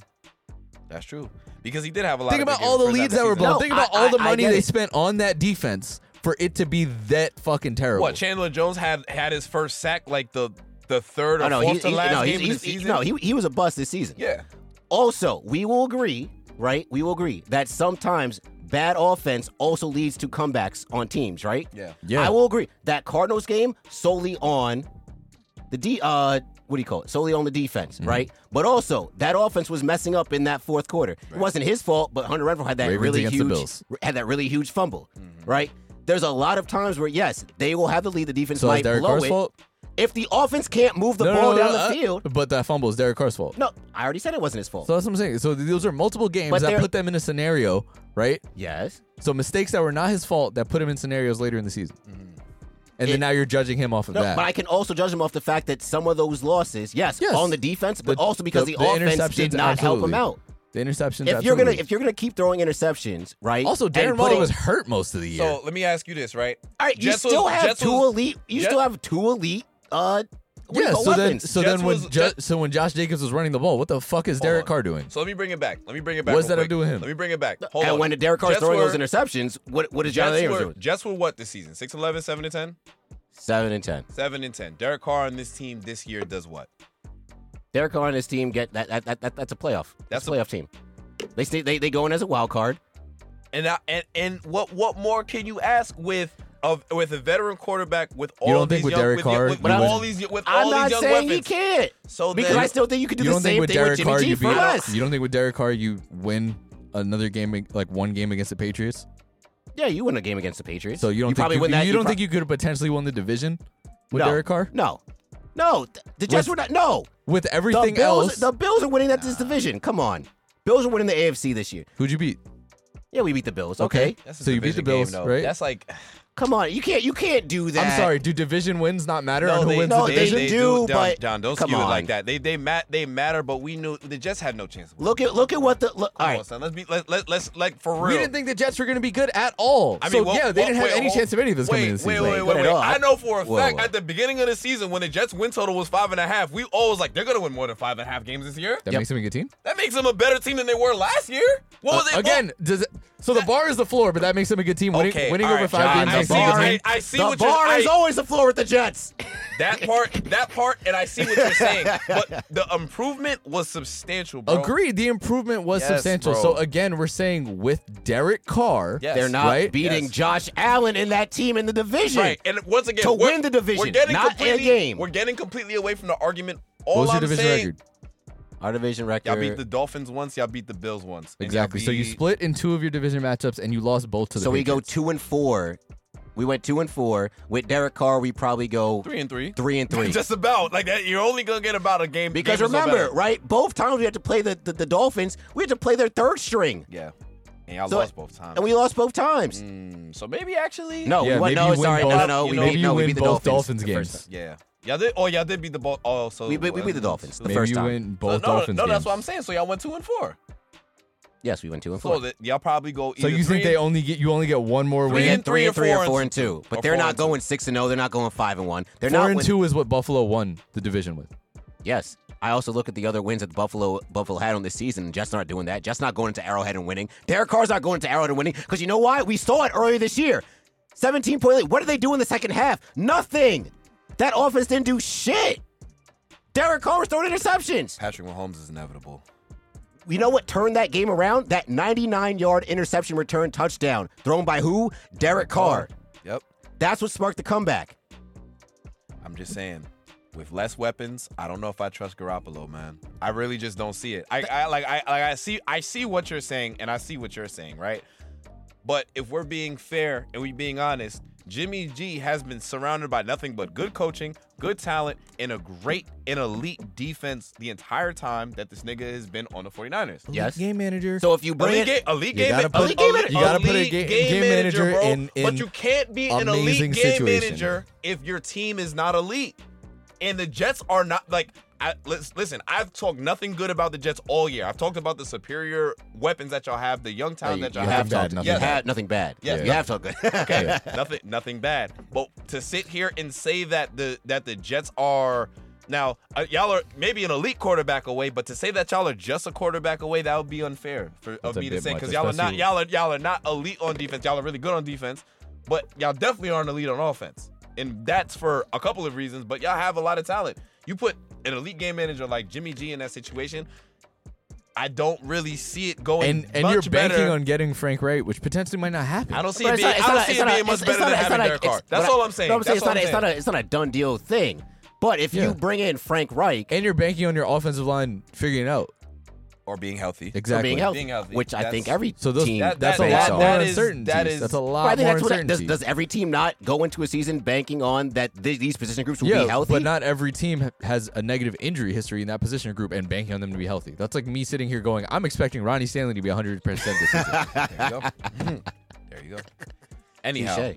That's true because he did have a lot.
Think
of
about all the leads that were blown.
No,
Think about
I-
all the
I- I
money
get
they
it.
spent on that defense for it to be that fucking terrible.
What Chandler Jones had had his first sack like the the third or
Oh, no,
fourth
he's,
to
he's-
last
no, he's,
game of the
he's, he-
season.
no, he, he was a bust this season.
yeah,
Also, we will agree, right? We will agree that sometimes bad offense also leads to comebacks on teams, right?
yeah.
Yeah.
I will agree. That Cardinals game solely on the D uh what do you call it? Solely on the defense,
Mm-hmm.
right? But also, that offense was messing up in that fourth quarter. It wasn't his fault, but Hunter Renfro had that
Ravens
really
against the
huge
Bills.
had that really huge fumble, right? There's a lot of times where yes, they will have the lead, the defense
so is
might
Derek
blow
Carr's
it.
fault?
If the offense can't move the ball down the
uh,
field,
But that fumble is Derek Carr's fault.
no, I already said it wasn't his fault.
So that's what I'm saying. So th- those are multiple games
But
that
they're-
put them in a scenario, right?
yes.
So mistakes that were not his fault that put him in scenarios later in the season. And
Mm-hmm. It-
then now you're judging him off of
No,
that.
but I can also judge him off the fact that some of those losses, yes,
Yes.
on the defense, but
The-
also because
the-
the,
the
offense did
interceptions,
not help
absolutely.
him out.
the interceptions.
If you're gonna
absolutely.
if you're gonna keep throwing interceptions, right?
also Darren
and
Waller
putting-
was hurt most of the year.
So let me ask you this, right?
all right, you
Jets was-
still have
Jets
two
was-
elite. You
Jet-
still have two elite. Uh, what do you
yeah.
call
So then,
weapons?
so
Jets
then when
was-
jo- so when Josh Jacobs was running the ball, what the fuck is Derek
on.
Carr doing?
So let me bring it back. Let me bring it back.
What does
real
that
quick.
have to do with him?
Let me bring it back. Hold
and
on.
when Derek Carr's
Jets
throwing
were-
those interceptions, what what is Jonathan
Jets
Abrams
were,
doing?
Jets were what this season? 6 11, 7 and 10?
Seven and ten.
7 and 10. Derek Carr on this team this year does what?
Derek Carr and his team get that. that, that, that that's a playoff. That's
That's
a
a-
playoff team. They stay. They they go in as a wild card.
And I, and and what what more can you ask with of with a veteran quarterback with all
You don't
of
think
these
with
young,
Derek
with,
Carr,
your, with,
you
all
wouldn't-
these with
I'm
all
not
these young
saying
weapons?
he can't
So
because
then,
I still think you could do
you
the
don't
same
think with
thing
Derek
with Jimmy
Carr
G
you
for
beat,
us.
you don't think with Derek Carr you win another game like one game against the Patriots?
yeah, you win a game against the Patriots.
So you don't think
probably
you,
win that.
you don't
prob-
think you could have potentially won the division with
no,
Derek Carr?
No, no. th- The Jets
With-
were not. No,
With
the
everything
Bills.
else,
The Bills are winning that this division. Come on, Bills are winning the AFC this year.
who'd you beat?
Yeah, we beat the Bills. Okay,
That's a
so you beat the
division game,
Bills,
though.
right?
That's like
come on. You can't. You can't do that.
I'm sorry. Do division wins not matter
no,
on who
they,
wins
no,
the
they-
division?
they do,
Don,
but
Don, don't
come
skew it like
on.
that. They they mat they matter, but we knew the Jets had no chance. Come
Look at look at what the look, all
on,
right.
son. Let's be let, let let's like for real.
We didn't think the Jets were going to be good at all.
I mean,
so
what-
yeah, they
what-
didn't have
wait,
any
hold-
chance of any of this coming
wait,
into the
Wait,
season.
wait, wait,
Not
wait.
at all.
I know for a
Whoa,
fact
whoa.
at the beginning of the season when the Jets win total was five and a half, we always like they're gonna win more than five and a half games this year.
That
Yep.
makes him a good team.
That makes them a better team than they were last year. What was
Uh,
it
again, does it, so the bar is the floor, but that makes him a good team. Winning,
Okay,
winning
all
over
right,
five
John,
games
I
makes
see
him a
what
good
I-
team.
I see
the
what you're-
bar
I-
is always the floor with the Jets.
That part, that part, and I see what you're saying. But the improvement was substantial, bro.
Agreed. The improvement was
Yes,
substantial.
bro.
So again, we're saying with Derek Carr,
Yes.
They're not
Right?
beating
Yes.
Josh Allen in that team in the division.
Right, and once again,
To
we're-
win the division,
we're getting
not a
completely-
game.
We're getting completely away from the argument.
what
All
was your
I'm
division
saying,
record?
Our division record.
y'all beat the Dolphins once, y'all beat the Bills once, and y'all
Exactly. So you
beat-
split in two of your division matchups, and you lost both to the.
so we go
Patriots.
two and four. We went two and four with Derek Carr. We probably go
three and three,
three and three.
just about like that. You're only gonna get about a game
because
game or so
remember,
better.
right? Both times we had to play the, the, the Dolphins. We had to play their third string,
yeah, and y'all
So-
lost both times.
and we lost both times.
Mm, so maybe actually,
No,
Yeah,
oh, we won.
maybe
No,
you win
sorry,
both-
no, no,
you
we
know,
beat,
maybe
no,
you
we
win
beat the
both
Dolphins,
Dolphins
the first
games.
time.
yeah, y'all did. Oh, y'all did beat the ball. Oh, so
We, beat- we beat the Dolphins the
Maybe
first
you
time.
win
So
both
no,
Dolphins.
no, that's
games.
what I'm saying. So y'all went two and four.
Yes, we went two and four.
So that y'all probably go.
So
either
you think
three
they only get you only get one more
we
three
win?
had
and
three and three or four and
two.
two,
Or
but they're
four
not
and two.
going six and zero. They're not going five and one. They're
Four
not
and
win-
two is what Buffalo won the division with.
Yes. I also look at the other wins that the Buffalo Buffalo had on this season. Jets not doing that. Jets not going to Arrowhead and winning. Derek Carr's not going to Arrowhead and winning because you know why? We saw it earlier this year. 17 point lead. What did they do in the second half? Nothing. That offense didn't do shit. Derek Carr was throwing interceptions.
Patrick Mahomes is inevitable.
You know what turned that game around? That 99 yard interception return touchdown thrown by who? Derek Carr.
Yep.
That's what sparked the comeback.
I'm just saying. With less weapons, I don't know if I trust Garoppolo, man. I really just don't see it. I, I like I like I see I see what you're saying and I see what you're saying, right? But if we're being fair and we being honest, Jimmy G has been surrounded by nothing but good coaching, good talent, and a great and elite defense the entire time that this nigga has been on the 49ers.
Yes.
Game manager.
So if you bring
Elite
it,
game, elite
You
game,
gotta put-
elite game,
you gotta put a
elite
ga- game manager
bro.
in- in
but you can't be an
amazing
elite game
situation.
manager if your team is not elite, and the Jets are not like. I, lis- listen, I've talked nothing good about the Jets all year. I've talked about the superior weapons that y'all have, the young talent
you,
that y'all
you
have.
have
bad,
talked.
nothing
you
bad.
have nothing bad.
Yeah.
You have talked good.
Okay, nothing, nothing bad. But to sit here and say that the that the Jets are now uh, y'all are maybe an elite quarterback away, but to say that y'all are just a quarterback away, that would be unfair for
That's
of
a
me to
bit
say
much,
because y'all are not
especially-
y'all are y'all are not elite on defense. Y'all are really good on defense, but y'all definitely aren't elite on offense, and that's for a couple of reasons. But y'all have a lot of talent. You You put an elite game manager like Jimmy G in that situation. I don't really see it going
And and
much
you're banking
better.
on getting Frank Wright, which potentially might not happen.
I don't see
But
it
it's
being.
not- it's
I
not
don't
a-
see
it's
it
not a-
being much
it's-
better
it's
than
not a-
having
it's-
Derek Carr.
it's-
That's
but
all
I-
I'm saying.
No, I'm saying
That's
it's
all
not, a,
I'm
it's not a, it's not a done deal thing. But if you
Yeah.
bring in Frank Reich
and you're banking on your offensive line figuring it out.
Or being healthy.
for
Exactly.
being healthy,
Being healthy.
which I think
That's-
every
so those,
team
That-
that's a
that-
banks
lot
that-
on.
more
that is-
uncertainties.
that is-
that's a
But I
lot
think
more
that's what does,
uncertainty.
does every team not go into a season banking on that th- these position groups will
yeah,
be healthy?
but not every team ha- has a negative injury history in that position group and banking on them to be healthy. That's like me sitting here going, I'm expecting Ronnie Stanley to be 100 percent this season.
There you go. there you go. Anyhow,
Touche.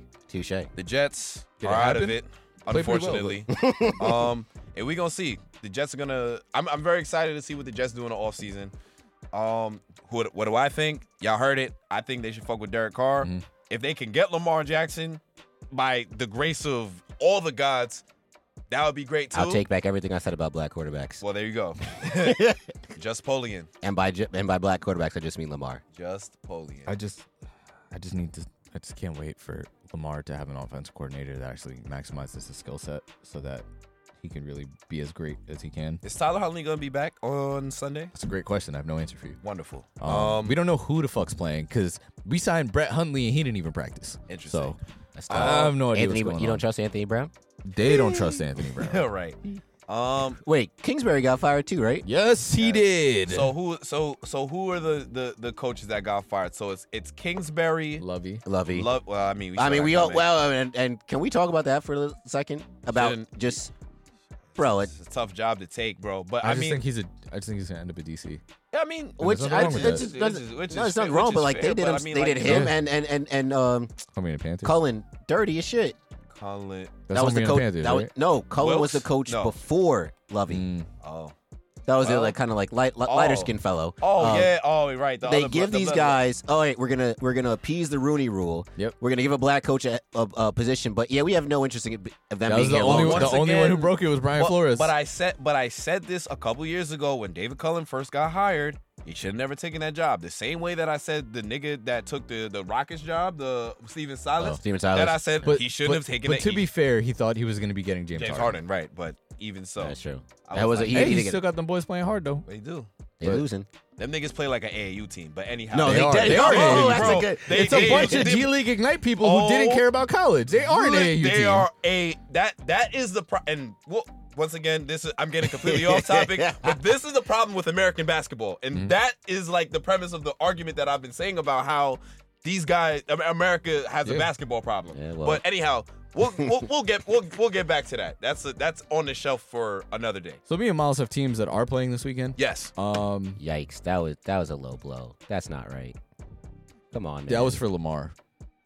Touche.
the Jets
Did it
are out of
happen?
it,
Played pretty well,
unfortunately. um, and we're gonna see. The Jets are gonna. I'm, I'm very excited to see what the Jets do in the offseason. Um, who, what do I think? Y'all heard it. I think they should fuck with Derek Carr.
Mhm.
If they can get Lamar Jackson by the grace of all the gods, that would be great too.
I'll take back everything I said about black quarterbacks.
Well, there you go. Just Polian.
And by ju- and by black quarterbacks, I just mean Lamar.
Just Polian.
I just, I just need to. I just can't wait for Lamar to have an offense coordinator that actually maximizes his skill set so that he can really be as great as he can.
Is Tyler Huntley gonna be back on Sunday?
That's a great question. I have no answer for you.
Wonderful.
Um, we don't know who the fuck's playing because we signed Brett Huntley and he didn't even practice.
Interesting.
So
That's
I have no idea
Anthony,
what's going
you
on.
don't trust Anthony Brown?
they don't trust Anthony Brown.
All right. Um.
Wait, Kingsbury got fired too, right?
yes, he did.
So who? So so who are the the the coaches that got fired? So it's it's Kingsbury.
Lovey.
Lovey.
Love. Well, I mean, we
I
saw
mean,
that
we all
coming.
well, and, and can we talk about that for a little second about
Shouldn't-
just, bro? It,
It's a tough job to take, bro. But
I,
I,
just
mean,
think he's a. I just think he's gonna end up at DC.
I mean,
there's
which
nothing
I,
wrong
it
with that.
just
Which
doesn't.
is- which is
no, it's nothing
fair-
wrong,
which
but
is
like they
fair,
did
but
him,
I mean,
they
like,
did
you
him
know-
and and and and um,
I mean, the Panthers.
Cullen dirty as shit.
Colin.
That's
that was the
Homie and
coach.
Panthers,
that was,
right?
No, Cullen was the
Wilkes?
coach
No.
before Lovey.
Mm.
Oh.
That was the
Well,
like kind of like light, li- lighter
oh.
skinned fellow.
Oh
Um,
yeah. Oh, you're right. The
they
other
give
blo- the
these
blo-
guys. Oh, wait, we're gonna we're gonna appease the Rooney Rule.
Yep.
We're gonna give a black coach a, a, a position, but yeah, we have no interest in it- of them
That
being
was the
here
only
long
one, the
term.
Once
only one who
again-
broke it was Brian
But-
Flores.
But I said, but I said this a couple years ago when David Cullen first got hired. He should have never taken that job. The same way that I said the nigga that took the the Rockets job, the Steven Silas.
Steven
That
Silas.
I said he shouldn't have taken
Oh, But
it.
to
He-
be fair, he thought he was going to be getting James,
James Harden,
Harden.
right? But even so,
That's true.
I
That was a-
like,
he-
Hey,
"Hey,
he
didn't
still got them boys playing hard though.
they do.
They
But-
losing.
Them niggas play like an AAU team, but anyhow,
No,
they are-
dead-
they are
Oh,
AAU,
that's
bro.
a good.
They-
It's a
they-
bunch of
they-
G League Ignite people who
Oh,
didn't care about college. They are an AAU
They
team.
are a that that is the pro- and well, once again, this is I'm getting completely off topic, but this is the problem with American basketball, and
Mm-hmm.
that is like the premise of the argument that I've been saying about how these guys Am- America has
Yeah.
a basketball problem.
Yeah, well.
But anyhow, we'll, we'll we'll get we'll we'll get back to that. That's a, that's on the shelf for another day.
So me and Miles have teams that are playing this weekend.
Yes.
Um,
Yikes! That was that was a low blow. That's not right. Come on, man.
that was for Lamar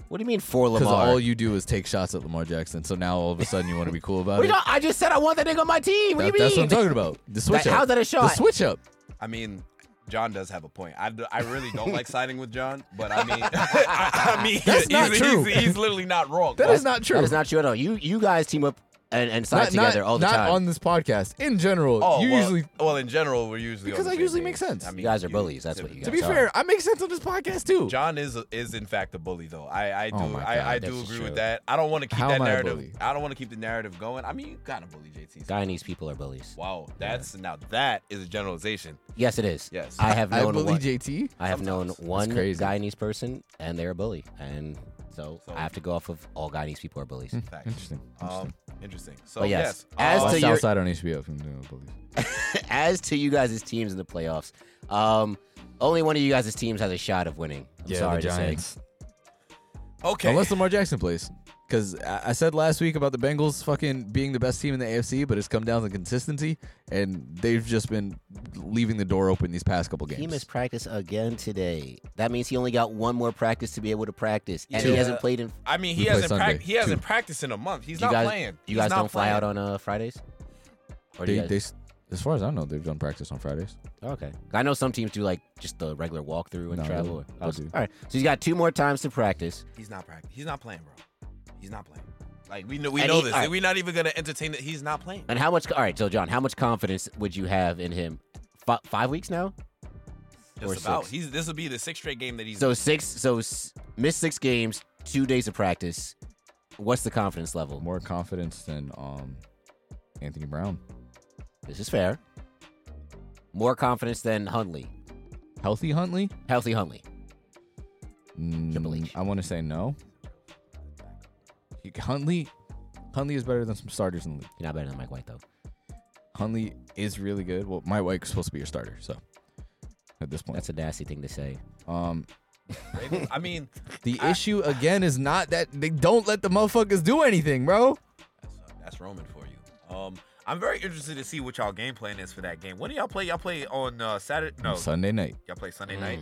What do you mean for
because
Lamar?
all you do is take shots at Lamar Jackson. So now all of a sudden you want to be cool about
What
it.
do you know? I just said I want that nigga on my team. What
That-
do you
that's
mean?
what I'm talking about. The switch
That-
up.
how's that a
The
shot?
switch up.
I mean, John does have a point. I, d- I really don't like siding with John, but I mean, I, I mean,
That's
he's,
not
he's,
true.
He's, he's literally not wrong.
That is not true.
That is not true at all. You you guys team up and, and side
Not- not-
together all the
not
time.
on this podcast. In general,
Oh,
you
well,
usually.
well in general we're usually
Because
on the
I
same
usually
page.
make sense.
I
You guys are bullies, that's what you
To
guys
be
Sorry.
fair, I make sense on this podcast too.
John is is in fact a bully though. I I do
Oh my God,
I, I do
that's
agree
true.
with that. I don't want to keep
How
that
am I a
narrative.
bully?
I don't want to keep the narrative going. I mean, you got to bully JT.
Guyanese people are bullies.
Wow, that's now that is a generalization.
Yes, it is.
Yes.
I have
I
known
bully
one.
JT.
I have known one
crazy.
Guyanese person, and they're a bully, and so,
So-
I have to go off of all Guyanese people are bullies.
Fact.
Interesting.
Um, interesting. So
But
yes,
yes, as
um,
to your-
Southside on HBO. If you know, I believe.
As to you guys' teams in the playoffs, um, only one of you guys' teams has a shot of winning. I'm sorry to say.
okay.
Unless Lamar Jackson plays. Because I I said last week about the Bengals fucking being the best team in the AFC, but it's come down to consistency, and they've just been leaving the door open these past couple games.
He missed practice again today. That means he only got one more practice to be able to practice, and he
Yeah.
hasn't played in.
I mean, he
We play
hasn't prac-
Sunday,
he hasn't
too.
practiced in a month. He's
you
not
guys,
playing.
you
He's
guys
not
don't fly
playing.
out on uh, Fridays, or do
They,
you guys?
they, s- as far as I know, they've done practice on Fridays.
Okay. I know some teams do like just the regular walkthrough and
No,
travel.
they'll-
I was-
they'll do.
All right. So he's got two more times to practice.
He's not practicing. He's not playing, bro. He's not playing. Like we know, we
And
know
he-
this.
all right.
We're not even gonna entertain it. He's not playing.
And how much? All right. So John, how much confidence would you have in him? Fi five weeks now. Or
Just about.
six.
He's this will be the sixth straight game that he's.
So six. So s- missed six games, two days of practice. What's the confidence level?
More confidence than um, Anthony Brown.
This is fair. More confidence than Huntley.
Healthy Huntley?
Healthy Huntley.
Mm,
H.
I want to say no. He- Huntley, Huntley is better than some starters in the league.
You're not better than Mike White though.
Huntley is really good. Well, my White's supposed to be your starter, so at this point,
That's a nasty thing to say.
um,
Ravens- I mean,
the issue again is not that they don't let the motherfuckers do anything, bro.
that's Roman for you. Um, I'm very interested to see what y'all game plan is for that game. When do y'all play? Y'all play on uh, Saturday? No,
Sunday night.
y'all play Sunday
Mm,
night.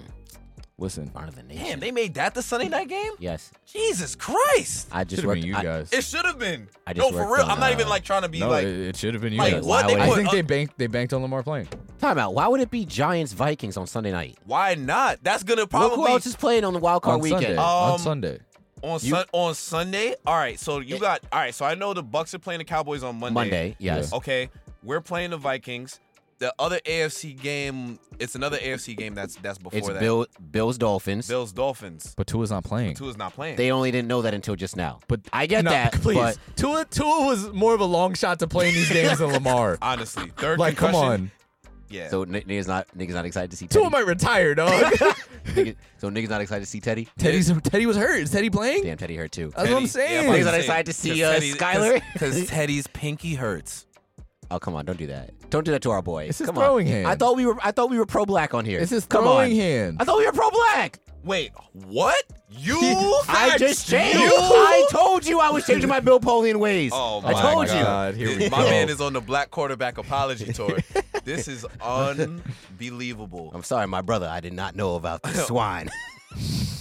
Listen,
Front of the nation.
Damn, they made that the Sunday night game.
yes,
Jesus Christ!
I just
should have
worked.
been you
I-
guys.
It should have been.
I just
no, for
worked
real.
on,
I'm not even
uh,
like trying to be
no,
like.
it, it should have been you
like, uh,
guys.
what? They
I
put
think
up-
they banked. They banked on Lamar playing.
Time out. Why would it be Giants Vikings on Sunday night?
why not? That's gonna
Look
probably
who else is playing on the wild card
on
weekend.
Sunday.
Uh,
on
Um,
Sunday.
on
You-
sun, on Sunday. All right, so you
It-
got all right. So I know the Bucks are playing the Cowboys on Monday.
Monday. Yes.
Oh,
Okay, we're playing the Vikings. The other AFC game, it's another AFC game that's that's before
it's
that.
Bill Bills Dolphins.
Bills Dolphins.
But Tua's not playing.
Two is not playing.
They only didn't know that until just now.
But
I get
No,
that.
Please,
But
Tua Tua was more of a long shot to play in these games than Lamar.
Honestly, third
Like, come
concussion,
on,
Yeah.
so n- niggas not niggas not excited to see Teddy.
Tua might retire, dog.
Niggas- so niggas not excited to see Teddy.
Teddy's Teddy was hurt. Is Teddy playing?
Damn, Teddy hurt too.
That's what
Teddy-
I'm
yeah,
saying.
I'm
Niggas
about
are excited to
say, 'cause
see, uh,
Teddy- 'cause-
Skyler.
'cause Teddy's pinky hurts.
Oh come on, don't do that. Don't do that to our boy.
It's his
come
throwing
on.
hand.
I thought we were I thought we were pro black on here.
it's his
come
throwing
on.
hand.
I thought we were pro black.
Wait, what? You?
I
fact-
just changed.
You?
I told you I was changing my Bill Polian ways.
Oh
I
my
told
God.
you.
Here
Dude,
we
my
go.
man is on the black quarterback apology tour. this is unbelievable.
I'm sorry, my brother. I did not know about the swine.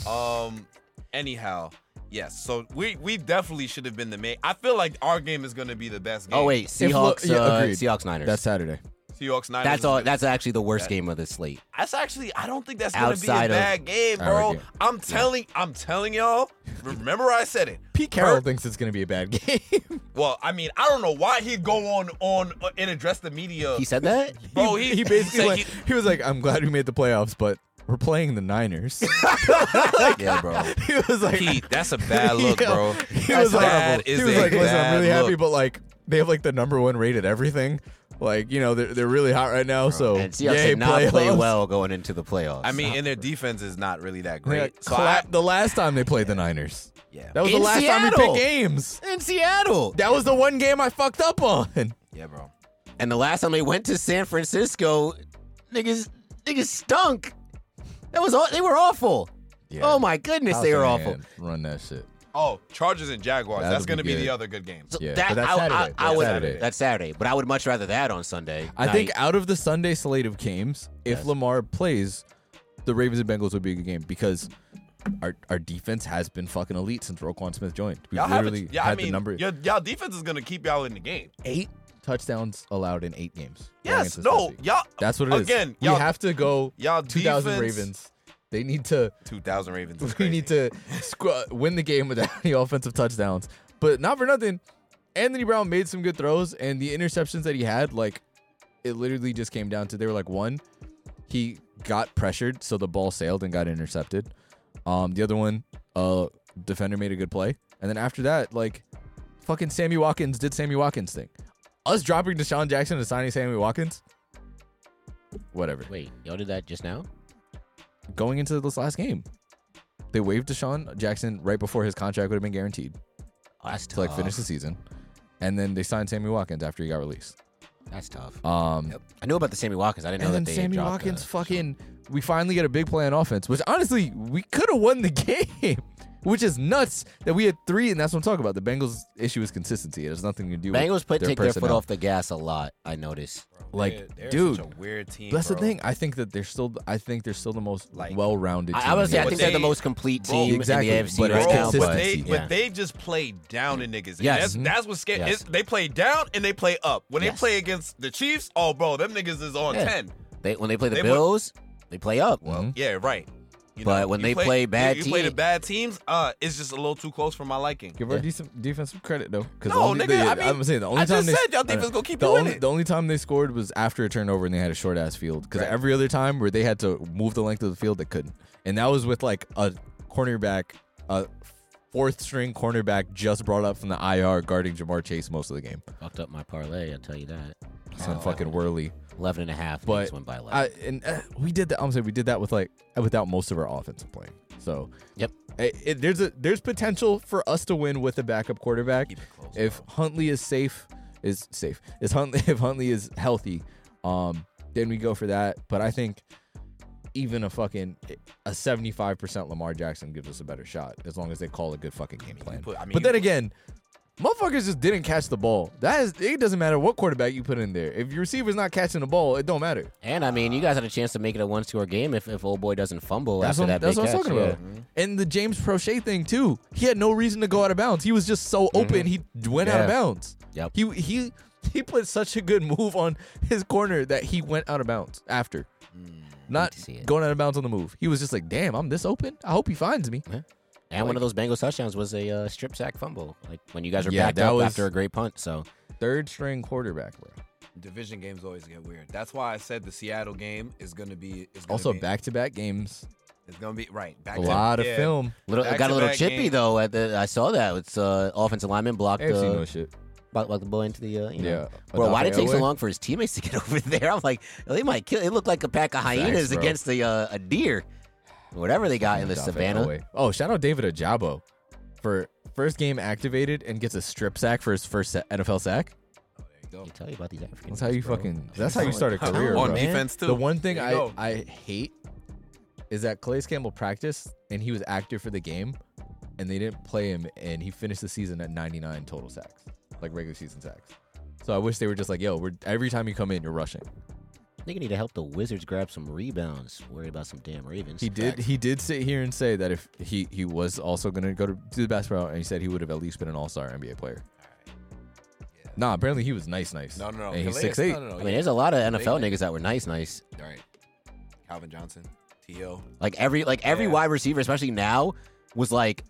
Um, anyhow, yes. So we we definitely should have been the main. I feel like our game is gonna be the best game.
oh wait,
If look-
Seahawks.
yeah,
uh,
agreed.
Seahawks Niners.
That's Saturday.
Seahawks Niners.
That's
is
all.
good.
That's actually the worst game of the slate.
That's actually. I don't think that's gonna
Outside
be
of
a bad game,
our
bro.
game.
I'm telling. I'm telling y'all. Remember, I said it.
Pete Carroll thinks it's gonna be a bad game.
Well, I mean, I don't know why he'd go on on uh, and address the media.
He said that.
bro, Oh, he,
he basically
said
like,
he-
he was like, I'm glad we made the playoffs, but we're playing the Niners.
yeah, bro.
he was like,
Pete, that's a bad look,
Yeah.
bro.
He
That's
was like,
bad
he
is
was
a
like, listen,
bad
I'm really happy,
look."
but like they have like the number one rated everything. Like you know, they're they're really hot right now. So
And Seahawks
yay,
did not play
playoffs.
well going into the playoffs. Uh,
I mean, and their defense is not really that
Yeah,
great. so
cla-
I,
the last time they played the Niners,
yeah,
that was
In
the last time
Seattle.
we picked games.
in Seattle.
That was the one game I fucked up on.
yeah, bro.
And the last time they went to San Francisco, niggas, niggas stunk. That was all. They were awful. Oh my goodness, they were awful.
Run that shit.
Oh, Chargers and Jaguars.
That'll
that's
be
gonna be,
good.
the other good game.
So
Yeah,
that,
but that's
I, I-
Saturday.
I
That's
would,
Saturday.
That's Saturday. But I would much rather that on Sunday.
I
night.
think out of the Sunday slate of games, if
Yes.
Lamar plays, the Ravens and Bengals would be a good game because our our defense has been fucking elite since Roquan Smith joined. We
Y'all
have
have a-
literally
yeah, I
had
mean,
the number
Y'all, y'all defense is gonna keep y'all in the game.
eight touchdowns allowed in eight games. going
Yes,
into
no,
Cincy.
y'all.
That's what it is.
again,
we
y'all-
have to go
y'all
2000
defense-
Ravens. They need to
Two thousand Ravens. is
we
crazy.
need to squ- win the game without any offensive touchdowns. But not for nothing, Anthony Brown made some good throws and the interceptions that he had like it literally just came down to they were like one he got pressured so the ball sailed and got intercepted. Um the other one uh defender made a good play and then after that like fucking Sammy Watkins did Sammy Watkins thing. Us dropping Deshaun Jackson and signing Sammy Watkins whatever
Wait, y'all did that just now?
going into this last game. They waived Deshaun Jackson right before his contract would have been guaranteed
Oh, that's tough.
to like finish the season, and then they signed Sammy Watkins after he got released.
That's tough.
Um,
I knew about the Sammy Watkins. I didn't know
and then
that they had
Sammy
dropped
Watkins
the-
fucking. We finally get a big play on offense, which honestly we could have won the game, which is nuts that we had three, and that's what I'm talking about. The Bengals' issue is consistency. It has nothing to do.
Bengals
with
put
their
take their
personnel.
foot off the gas a lot. I noticed.
Like,
They're- they're
dude,
such a weird team.
That's the
bro.
thing. I think that they're still. I think they're still the most
Like-
well-rounded.
I,
team
I
in
would say
the
I
But
think
NFL.
they're the
they-
most complete
Bro,
team
exactly,
in the AFC
but
right
it's
now.
but
But
they,
consistency.
Yeah.
but they just play down in niggas. And
Yes.
that's, that's what's scary.
Yes.
It's- They play down and they play up. When they
Yes.
play against the Chiefs, oh, bro, them niggas is on
Yeah.
ten.
Mm-hmm.
they, when they play the
they would-
Bills, they play up.
Mhm.
Yeah, right. You
But when
you
they play bad
you, you play the
team-
bad teams. Uh, it's just a little too close for my liking.
Give our decent defense some credit though, because
No,
only,
nigga,
they,
I mean,
am saying the only
I
time
just
they,
said y'all
I know.
defense gonna keep
the
you in
only,
it.
The only time they scored was after a turnover and they had a short ass field. Because
Right.
every other time where they had to move the length of the field, they couldn't, and that was with like a cornerback, a fourth string cornerback just brought up from the IR guarding Jamar Chase most of the game.
Fucked up my parlay. I'll tell you that.
some
Oh,
fucking whirly.
11 and a half
But
minutes went by 11.
I, and uh, we did that. I'm saying we did that with like without most of our offensive playing. So
Yep.
it, it, there's a there's potential for us to win with a backup quarterback
Keep it close,
if Huntley is safe is safe is Huntley if Huntley is healthy. Um, then we go for that. But I think even a fucking a 75% Lamar Jackson gives us a better shot as long as they call a good fucking game plan.
put- I mean,
but
you-
then again, motherfuckers just didn't catch the ball. That is, it doesn't matter what quarterback you put in there. If your receiver's not catching the ball, it don't matter.
and I mean, you guys had a chance to make it a one score game if, if old boy doesn't fumble
That's
after that
what, that's
big
what I was
catch,
talking about.
yeah.
And the James Prochet thing too. He had no reason to go out of bounds. He was just so open. He went out of
Mm-hmm. Yeah.
bounds.
Yep.
He he he put such a good move on his corner that he went out of bounds after. Not
Mm, to see it.
going out of bounds on the move. He was just like, "Damn, I'm this open. I hope he finds me."
And one of those Bengals touchdowns was a uh, strip sack fumble, like when you guys were
Yeah,
backed
that
up
was-
after a great punt. So
Third string quarterback, bro.
Division games always get weird. That's why I said the Seattle game is gonna be is gonna
Also
be,
back to back games.
It's gonna be right. Back
A
to-
lot of
yeah.
film.
little, it got a little
Back-to-back
chippy
game.
though. At the, I saw that it's uh, offensive lineman blocked
AFC no
the
shit.
blocked, blocked the ball into the uh, you know.
Yeah.
Bro, why did it take so
Adolphe Elway?
long for his teammates to get over there? I'm like, they might kill. It looked like a pack of hyenas
bro.
against the uh, a deer, whatever they got in the
Adolphe
savannah.
Elway. Oh, shout out David Ajabo for first game activated and gets a strip sack for his first sa- NFL sack.
Oh,
I tell you about these African.
That's how you
bro.
fucking. That's how you
Solid
start a
talent.
career.
On
bro.
defense too.
The one thing
There
I
you go.
I hate is that Clay's Campbell practiced and he was active for the game, and they didn't play him, and he finished the season at 99 total sacks, like regular season sacks. So I wish they were just like, yo, we're every time you come in, you're rushing.
Nigga need to help the Wizards grab some rebounds. Worry about some damn Ravens.
He did. He did sit here and say that if he he was also going to go to do the basketball, and he said he would have at least been an All Star NBA player. Nah, apparently he was nice, nice.
No, no, no.
And he's
Calais-
six eight.
No, no, no.
I mean, there's a lot of NFL
They-
niggas that were nice, nice.
All right. Calvin Johnson, T.O.
Like every like every
Yeah.
wide receiver, especially now, was like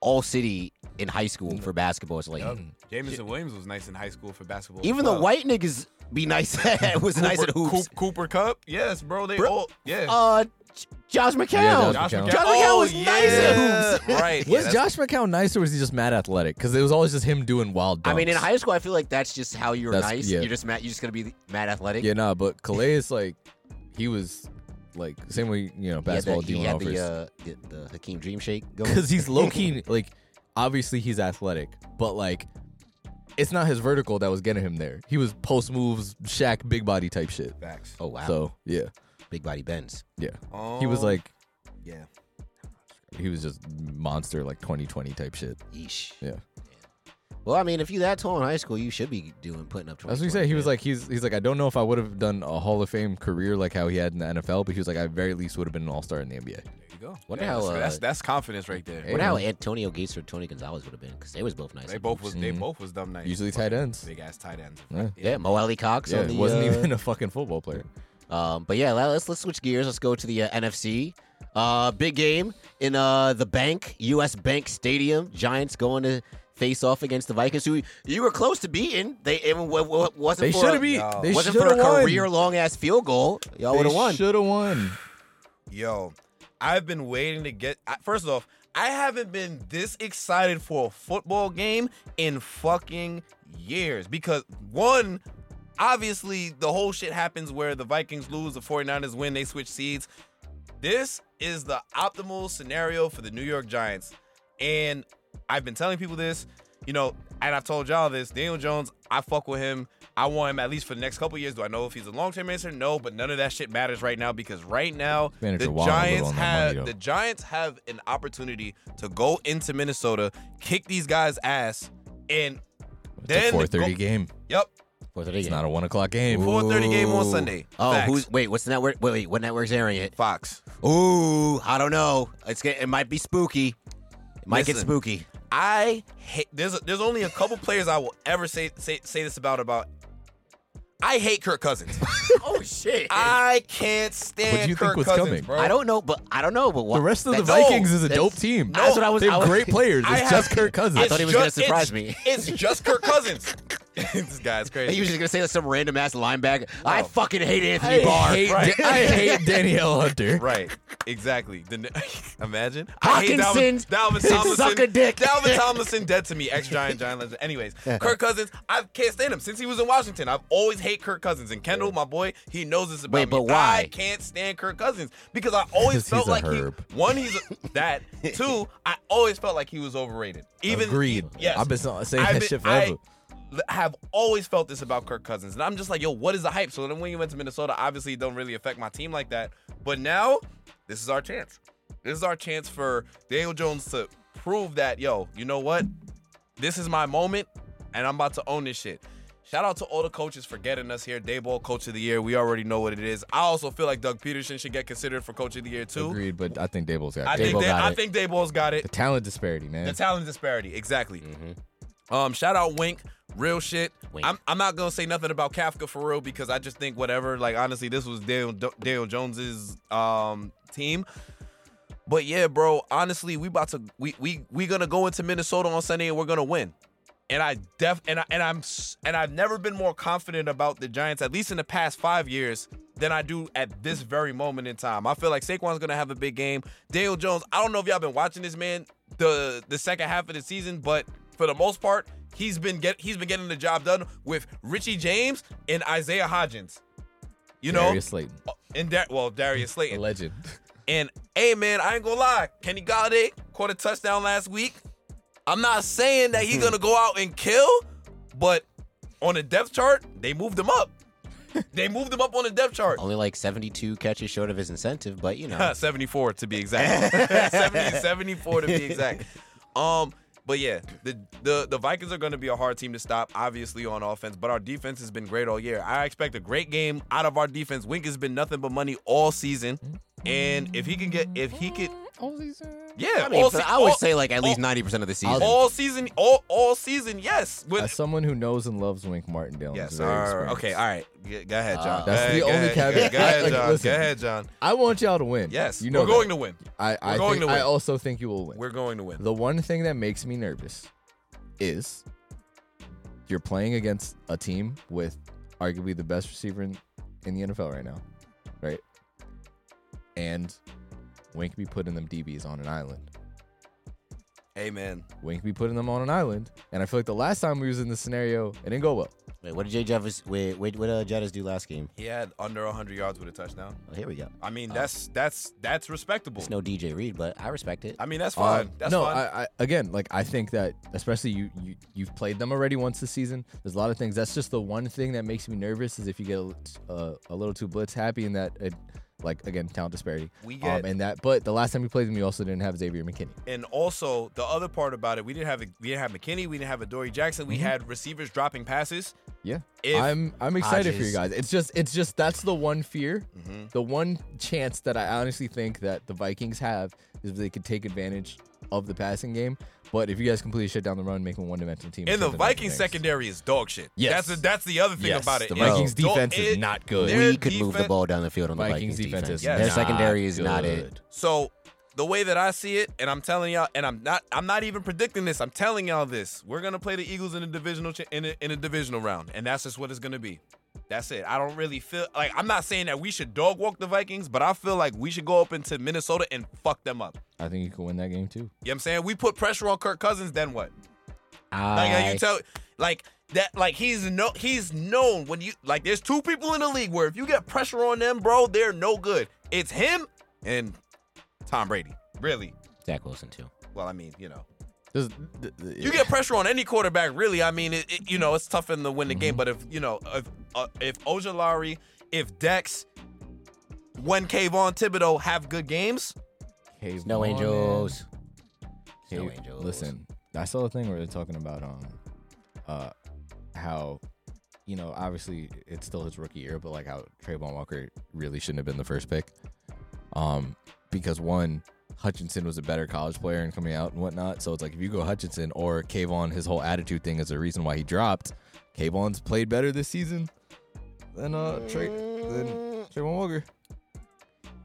all city in high school for basketball. It's like
Jamison Williams was nice in high school for basketball. as
even the
well.
white niggas be nice. was
Cooper,
nice at hoops.
Coop- Cooper Cup, yes, bro. They
Bro-
all yeah.
Uh, J- Josh McCown.
Yeah,
Josh
McCown.
McCown,
Josh McCown
oh,
was
yeah.
nice at
hoops. Right. yeah,
Was
that's-
Josh McCown nice or was he just mad athletic? Because it was always just him doing wild. Dumps.
I mean, in high school, I feel like that's just how you're
That's-
nice.
yeah.
You're just mad. You're just gonna be mad athletic.
yeah, nah. But Calais is like, he was like same way
He
you know
had the,
basketball
he
dealing
had
offers
the, uh, the the Hakeem Dream Shake going.
because he's low key like obviously he's athletic, but like it's not his vertical that was getting him there. He was post moves, Shaq, big body type shit.
Facts.
Oh wow,
So yeah,
big body bends.
yeah.
Oh,
He was like
yeah.
he was just monster like 2020 type shit.
Yeesh.
Yeah.
Well, I mean, if you that tall in high school, you should be doing putting up. 20,
That's what he said. He was like, he's he's like, I don't know if I would have done a Hall of Fame career like how he had in the NFL, but he was like, I very least would have been an All Star in the NBA.
There you go.
Wonder
yeah,
how,
that's,
uh,
that's that's confidence right there.
Wonder how Antonio Gates or Tony Gonzalez would have been because they was both nice.
They
at
both
hoops.
was they both was dumb nice.
Usually tight ends.
Big ass tight ends.
Yeah.
yeah. Mo Ali Cox.
Yeah,
on the,
he wasn't
uh,
even a fucking football player.
Um, but yeah, let- let's let's switch gears. Let's go to the uh, NFC. Uh, big game in uh, the bank, U.S. Bank Stadium. Giants going to face off against the Vikings, who you were close to beating. They it wa- wa- wasn't
They
for
should
a-
have beat.
no.
They should
wasn't for a
have won.
career long ass field goal. Y'all would have won.
They should have won.
Yo, I've been waiting to get. I- First off, I haven't been this excited for a football game in fucking years because one, obviously, the whole shit happens where the Vikings lose, the 49ers win, they switch seeds. This is the optimal scenario for the New York Giants. And I've been telling people this, you know, and I've told y'all this. Daniel Jones, I fuck with him. I want him at least for the next couple years. Do I know if he's a long term answer? No, but none of that shit matters right now because right now
Manager
the
wild a little
Giants
on that
have
money, though.
the Giants have an opportunity to go into Minnesota, kick these guys ass, and
It's a
then
4:30
go-
game.
Yep,
Fourth of the
It's
game.
not a one o'clock game.
four thirty game on
Ooh.
Sunday.
Oh,
Facts.
who's wait? What's the network? Wait, wait, what network's airing it?
Fox?
Ooh, I don't know. It's get, it might be spooky. It might get
Listen.
spooky.
I hate. There's there's only a couple players I will ever say say say this about about. I hate Kirk Cousins.
oh shit! I,
I can't stand
What do you
Kirk
think was
Cousins,
coming?
bro.
don't know, but I don't know, but what,
The rest of the
that's-
no,
Vikings is a
that's-
dope team.
that's what I was-
They
I
have
was-
great players.
I
It's
have-
just Kirk Cousins.
I thought he was
It's
gonna surprise
it's-
me.
It's just Kirk Cousins. this guy's
Hey,
crazy.
you was just gonna say that some random ass linebacker. I
No.
fucking hate Anthony Barr.
hate,
right.
Da- I hate Danielle Hunter.
Right, exactly. The, imagine. I hate
Hawkinson
Dalvin,
should
Dalvin Tomlinson.
suck a dick.
Dalvin Tomlinson dead to me. Ex Giant, Giant legend. Anyways, Kirk Cousins. I can't stand him since he was in Washington. I've always hate Kirk Cousins. And Kendall, my boy, he knows this about
Wait,
me.
but why?
I can't stand Kirk Cousins because I always
'Cause
felt
he's a
like he,
herb.
one he's a, that two I always felt like he was overrated. Even
Agreed.
Yes.
I've been saying
I've
that
been-
shit
I
forever.
l- have always felt this about Kirk Cousins, and I'm just like, yo, what is the hype? So then when you went to Minnesota, obviously it don't really affect my team like that. But now, this is our chance. This is our chance for Daniel Jones to prove that, yo, you know what? This is my moment, and I'm about to own this shit. Shout out to all the coaches for getting us here. Dayball Coach of the Year. We already know what it is. I also feel like Doug Peterson should get considered for Coach of the Year too.
Agreed, but I think Dable's got
I
it.
think
Daboll
they,
got
I
it.
think Dayball's got it.
the talent disparity, man.
The talent disparity, exactly.
Mhm.
Um, shout out Wink, real shit.
Wink.
I'm, I'm not gonna say nothing about Kafka for real because I just think whatever. Like honestly, this was Daniel, Daniel Jones's um team. But yeah, bro. Honestly, we about to we we we gonna go into Minnesota on Sunday and we're gonna win. And I def and I and I'm s- and I've never been more confident about the Giants, at least in the past five years, than I do at this very moment in time. I feel like Saquon's gonna have a big game. Daniel Jones. I don't know if y'all been watching this man the the second half of the season, but for the most part, he's been get he's been getting the job done with Richie James and Isaiah Hodgins. You know, Uh,
Darius Slayton,
and Dar- well Darius
a
Slayton.
legend.
And hey, man, I ain't gonna lie. Kenny Galladay caught a touchdown last week. I'm not saying that he's gonna go out and kill, but on the depth chart, they moved him up. they moved him up on the depth chart.
Only like 72 catches short of his incentive, but you know.
74 to be exact. 70, 74 to be exact. Um, but yeah, the, the the Vikings are going to be a hard team to stop, obviously on offense. But our defense has been great all year. I expect a great game out of our defense. Wink has been nothing but money all season, and if he can get, if he could, yeah,
I, mean,
all
for-
se-
I would
all-
say like at least
all-
90% of the season.
all season, all all season, yes. With,
As someone who knows and loves Wink Martindale,
yes,
very
all right,
experienced.
okay, all right. G- Go ahead, John.
Uh,
that's
Go
the
ahead,
only
go ahead,
caveat.
Go ahead,
Like,
John.
listen.
Go ahead, John.
I want y'all to win.
Yes,
you know
we're going
that.
to win.
I, I,
we're going
think-
to win.
I also think you will win.
We're going to win.
The one thing that makes me nervous is you're playing against a team with arguably the best receiver in, in the NFL right now, right? And Wink be putting them DBs on an island.
Amen.
Wink be putting them on an island. And I feel like the last time we was in this scenario, it didn't go well.
Wait, what did Jay Jeffers wait, wait, what did uh, Jettas do last game?
He had under 100 yards with a touchdown.
Oh, here we go.
I
Uh,
mean, that's that's that's respectable.
It's no DJ Reed, but I respect it.
I mean, that's fine.
Um,
that's
no,
fine.
I, I again, like I think that especially you, you you've played them already once this season. There's a lot of things. That's just the one thing that makes me nervous is if you get a, a, a little too blitz happy and that it, like again talent disparity.
We get-
um, and that, but the last time we played them, you also didn't have Xavier McKinney.
and also the other part about it, we didn't have we didn't have McKinney, we didn't have Adoree Jackson. We had receivers dropping passes.
Mm-hmm. Yeah,
If-
I'm I'm excited for you
just-
guys. It's just it's just that's the one fear,
Mm-hmm.
the one chance that I honestly think that the Vikings have is if they could take advantage of the passing game. But if you guys completely shut down the run, make them one dimensional team.
And the
turn them into
Vikings
things.
secondary is dog shit.
Yes.
that's the, that's the other thing
Yes,
about it.
the
It's
Vikings'
dog-
defense is
it-
not good.
their
we could move the
defen-
ball down the field on the Vikings, defense.
Yes.
Their
not
secondary is not it.
So the way that I see it, and I'm telling y'all, and I'm not, I'm not even predicting this. I'm telling y'all this. We're gonna play the Eagles in a divisional cha- in a, in a divisional round, and that's just what it's gonna be. That's it. I don't really feel like I'm not saying that we should dog walk the Vikings, but I feel like we should go up into Minnesota and fuck them up.
I think you can win that game too.
You know what I'm saying? We put pressure on Kirk Cousins, then what? Like how
I,
you tell like that like he's no he's known when you like there's two people in the league where if you get pressure on them, bro, they're no good. It's him and Tom Brady. Really.
Zach Wilson too.
Well, I mean, you know.
There's- th- th-
You get pressure on any quarterback, really. I mean, it, it, you know, it's tough in the win the
Mm-hmm.
game, but if, you know, if uh, if Ojolari, if Dex, when Kayvon Thibodeau have good games,
Cave
No
on in.
angels. No
Cave-
angels.
Listen, I saw a thing where they're talking about um, uh, how, you know, obviously it's still his rookie year, but like how Trayvon Walker really shouldn't have been the first pick, um, because one. Hutchinson was a better college player and coming out and whatnot. So it's like if you go Hutchinson or Kayvon, his whole attitude thing is the reason why he dropped. Kayvon's played better this season than uh Trey than Trayvon Walker.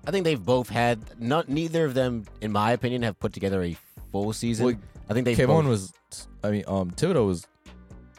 I think they've both had not neither of them, in my opinion, have put together a full season.
Well,
I think they
Kayvon
both,
was, I mean, um, Thibodeau was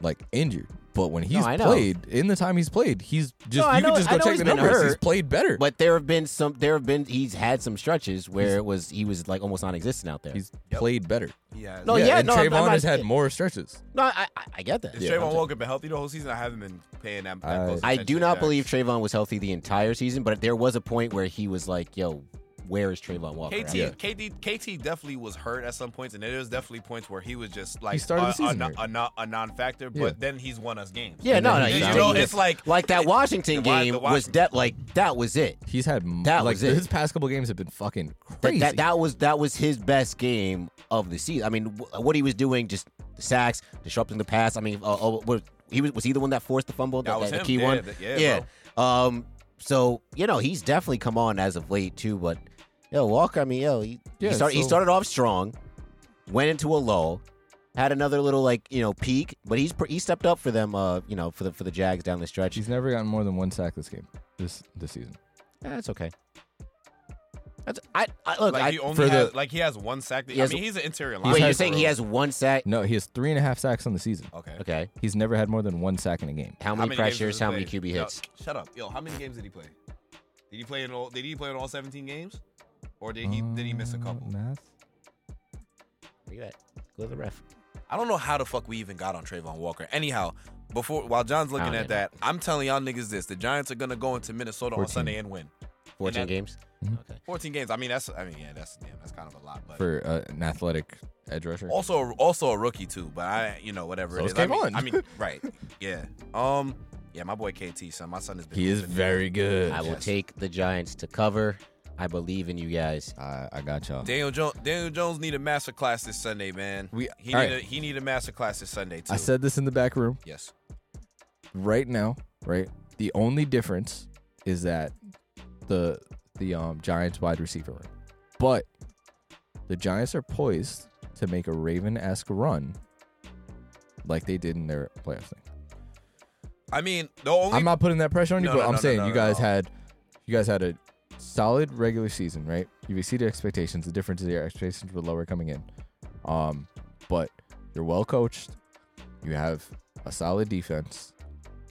like injured, but when he's
I know.
played, in the time he's played, he's just
I
you
know-
can just
I
go
know
check
he's
the
been
numbers. He's
hurt,
played better.
But there have been some. There have been. He's had some stretches where it was he was like almost non-existent out there.
he's played better.
Yeah.
No, yeah,
and
no, I'm-
Trayvon
I'm not-
has had more stretches.
no, I, I, I get that.
If
Yeah,
Trayvon
I'm-
Walker been healthy the whole season, I haven't been paying that, that
I-
close
I
attention
do
to
not
that.
believe Trayvon was healthy the entire season, but there was a point where he was like, "Yo, where is Trayvon Walker?"
KT,
Yeah.
KD, KT definitely was hurt at some points, and there was definitely points where he was just like
started the
a,
season
a,
hurt.
a, non- a non-factor. But
Yeah.
then he's won us games.
Yeah,
And
no,
then
no,
he
he's
got
you know,
injured.
taking
it's
it.
like
like that Washington
Wi- the
game was
Washington-
that like that was it.
He's had m-
That
like
was it.
his past couple games have been fucking
That,
crazy.
that that was that was his best game of the season. I mean, wh- what he was doing, just the sacks, disrupting the pass. I mean, uh, oh, what, he was was he the one that forced the fumble?
That was
the
him.
key
Yeah,
one.
that- yeah,
Um. So you know he's definitely come on as of late too. But yo Walker, I mean yo, he, he
Yeah,
started he
so-
started off strong, went into a lull, had another little like you know peak, but he's pr- he stepped up for them. Uh, you know for the for the Jags down the stretch.
He's never gotten more than one sack this game, this this season.
Eh, That's okay. That's I, I look.
like
I,
he
wait,
only
for the-
has, like he has one sack. That,
He has-
I mean, he's an interior
Wait,
lineman.
you're saying he has one sack?
No, he has three and a half sacks on the season.
okay.
Okay.
He's never had more than one sack in a game.
How
How
many,
many games
pressures?
does he
How many
play?
QB
Yo,
hits?
shut up, yo. How many games did he play? Did he play in all? Did he play in all 17 games? Or did he did he miss a
Uh,
Um,
couple?
Math?
Look at that. Go to the ref.
I don't know how the fuck we even got on Trayvon Walker. Anyhow, before while John's
I
looking
don't
at
even
that, I'm telling y'all niggas this: the Giants are gonna go into Minnesota on
14.
Sunday and win.
14
that-
games.
Mhm.
Okay.
14 games. I mean, that's I mean, yeah, that's damn, that's kind of a lot. But
for uh, an athletic edge rusher.
also also a rookie too. But I, you know, whatever.
So
it
it's
is. I
game
mean,
on.
I mean, right? Yeah. Um. Yeah, my boy KT. Son, my son has been.
He is
been-
very good.
I will
Yes.
take the Giants to cover. I believe in you guys.
I, I got y'all.
Daniel Jones. Daniel Jones need a master class this Sunday, man.
We-
he need
all right.
a, he need a master class this Sunday too.
I said this in the back room
yes.
right now, right? The only difference is that the the um Giants wide receiver room. But the Giants are poised to make a Raven-esque run like they did in their playoff thing.
I mean, the only
I'm not putting that pressure on you,
No,
but
no,
I'm
no, no,
saying
no,
you
no,
guys
no.
had you guys had a solid regular season, right? You've exceeded expectations. The difference is your expectations were lower coming in. Um, but you're well coached. You have a solid defense.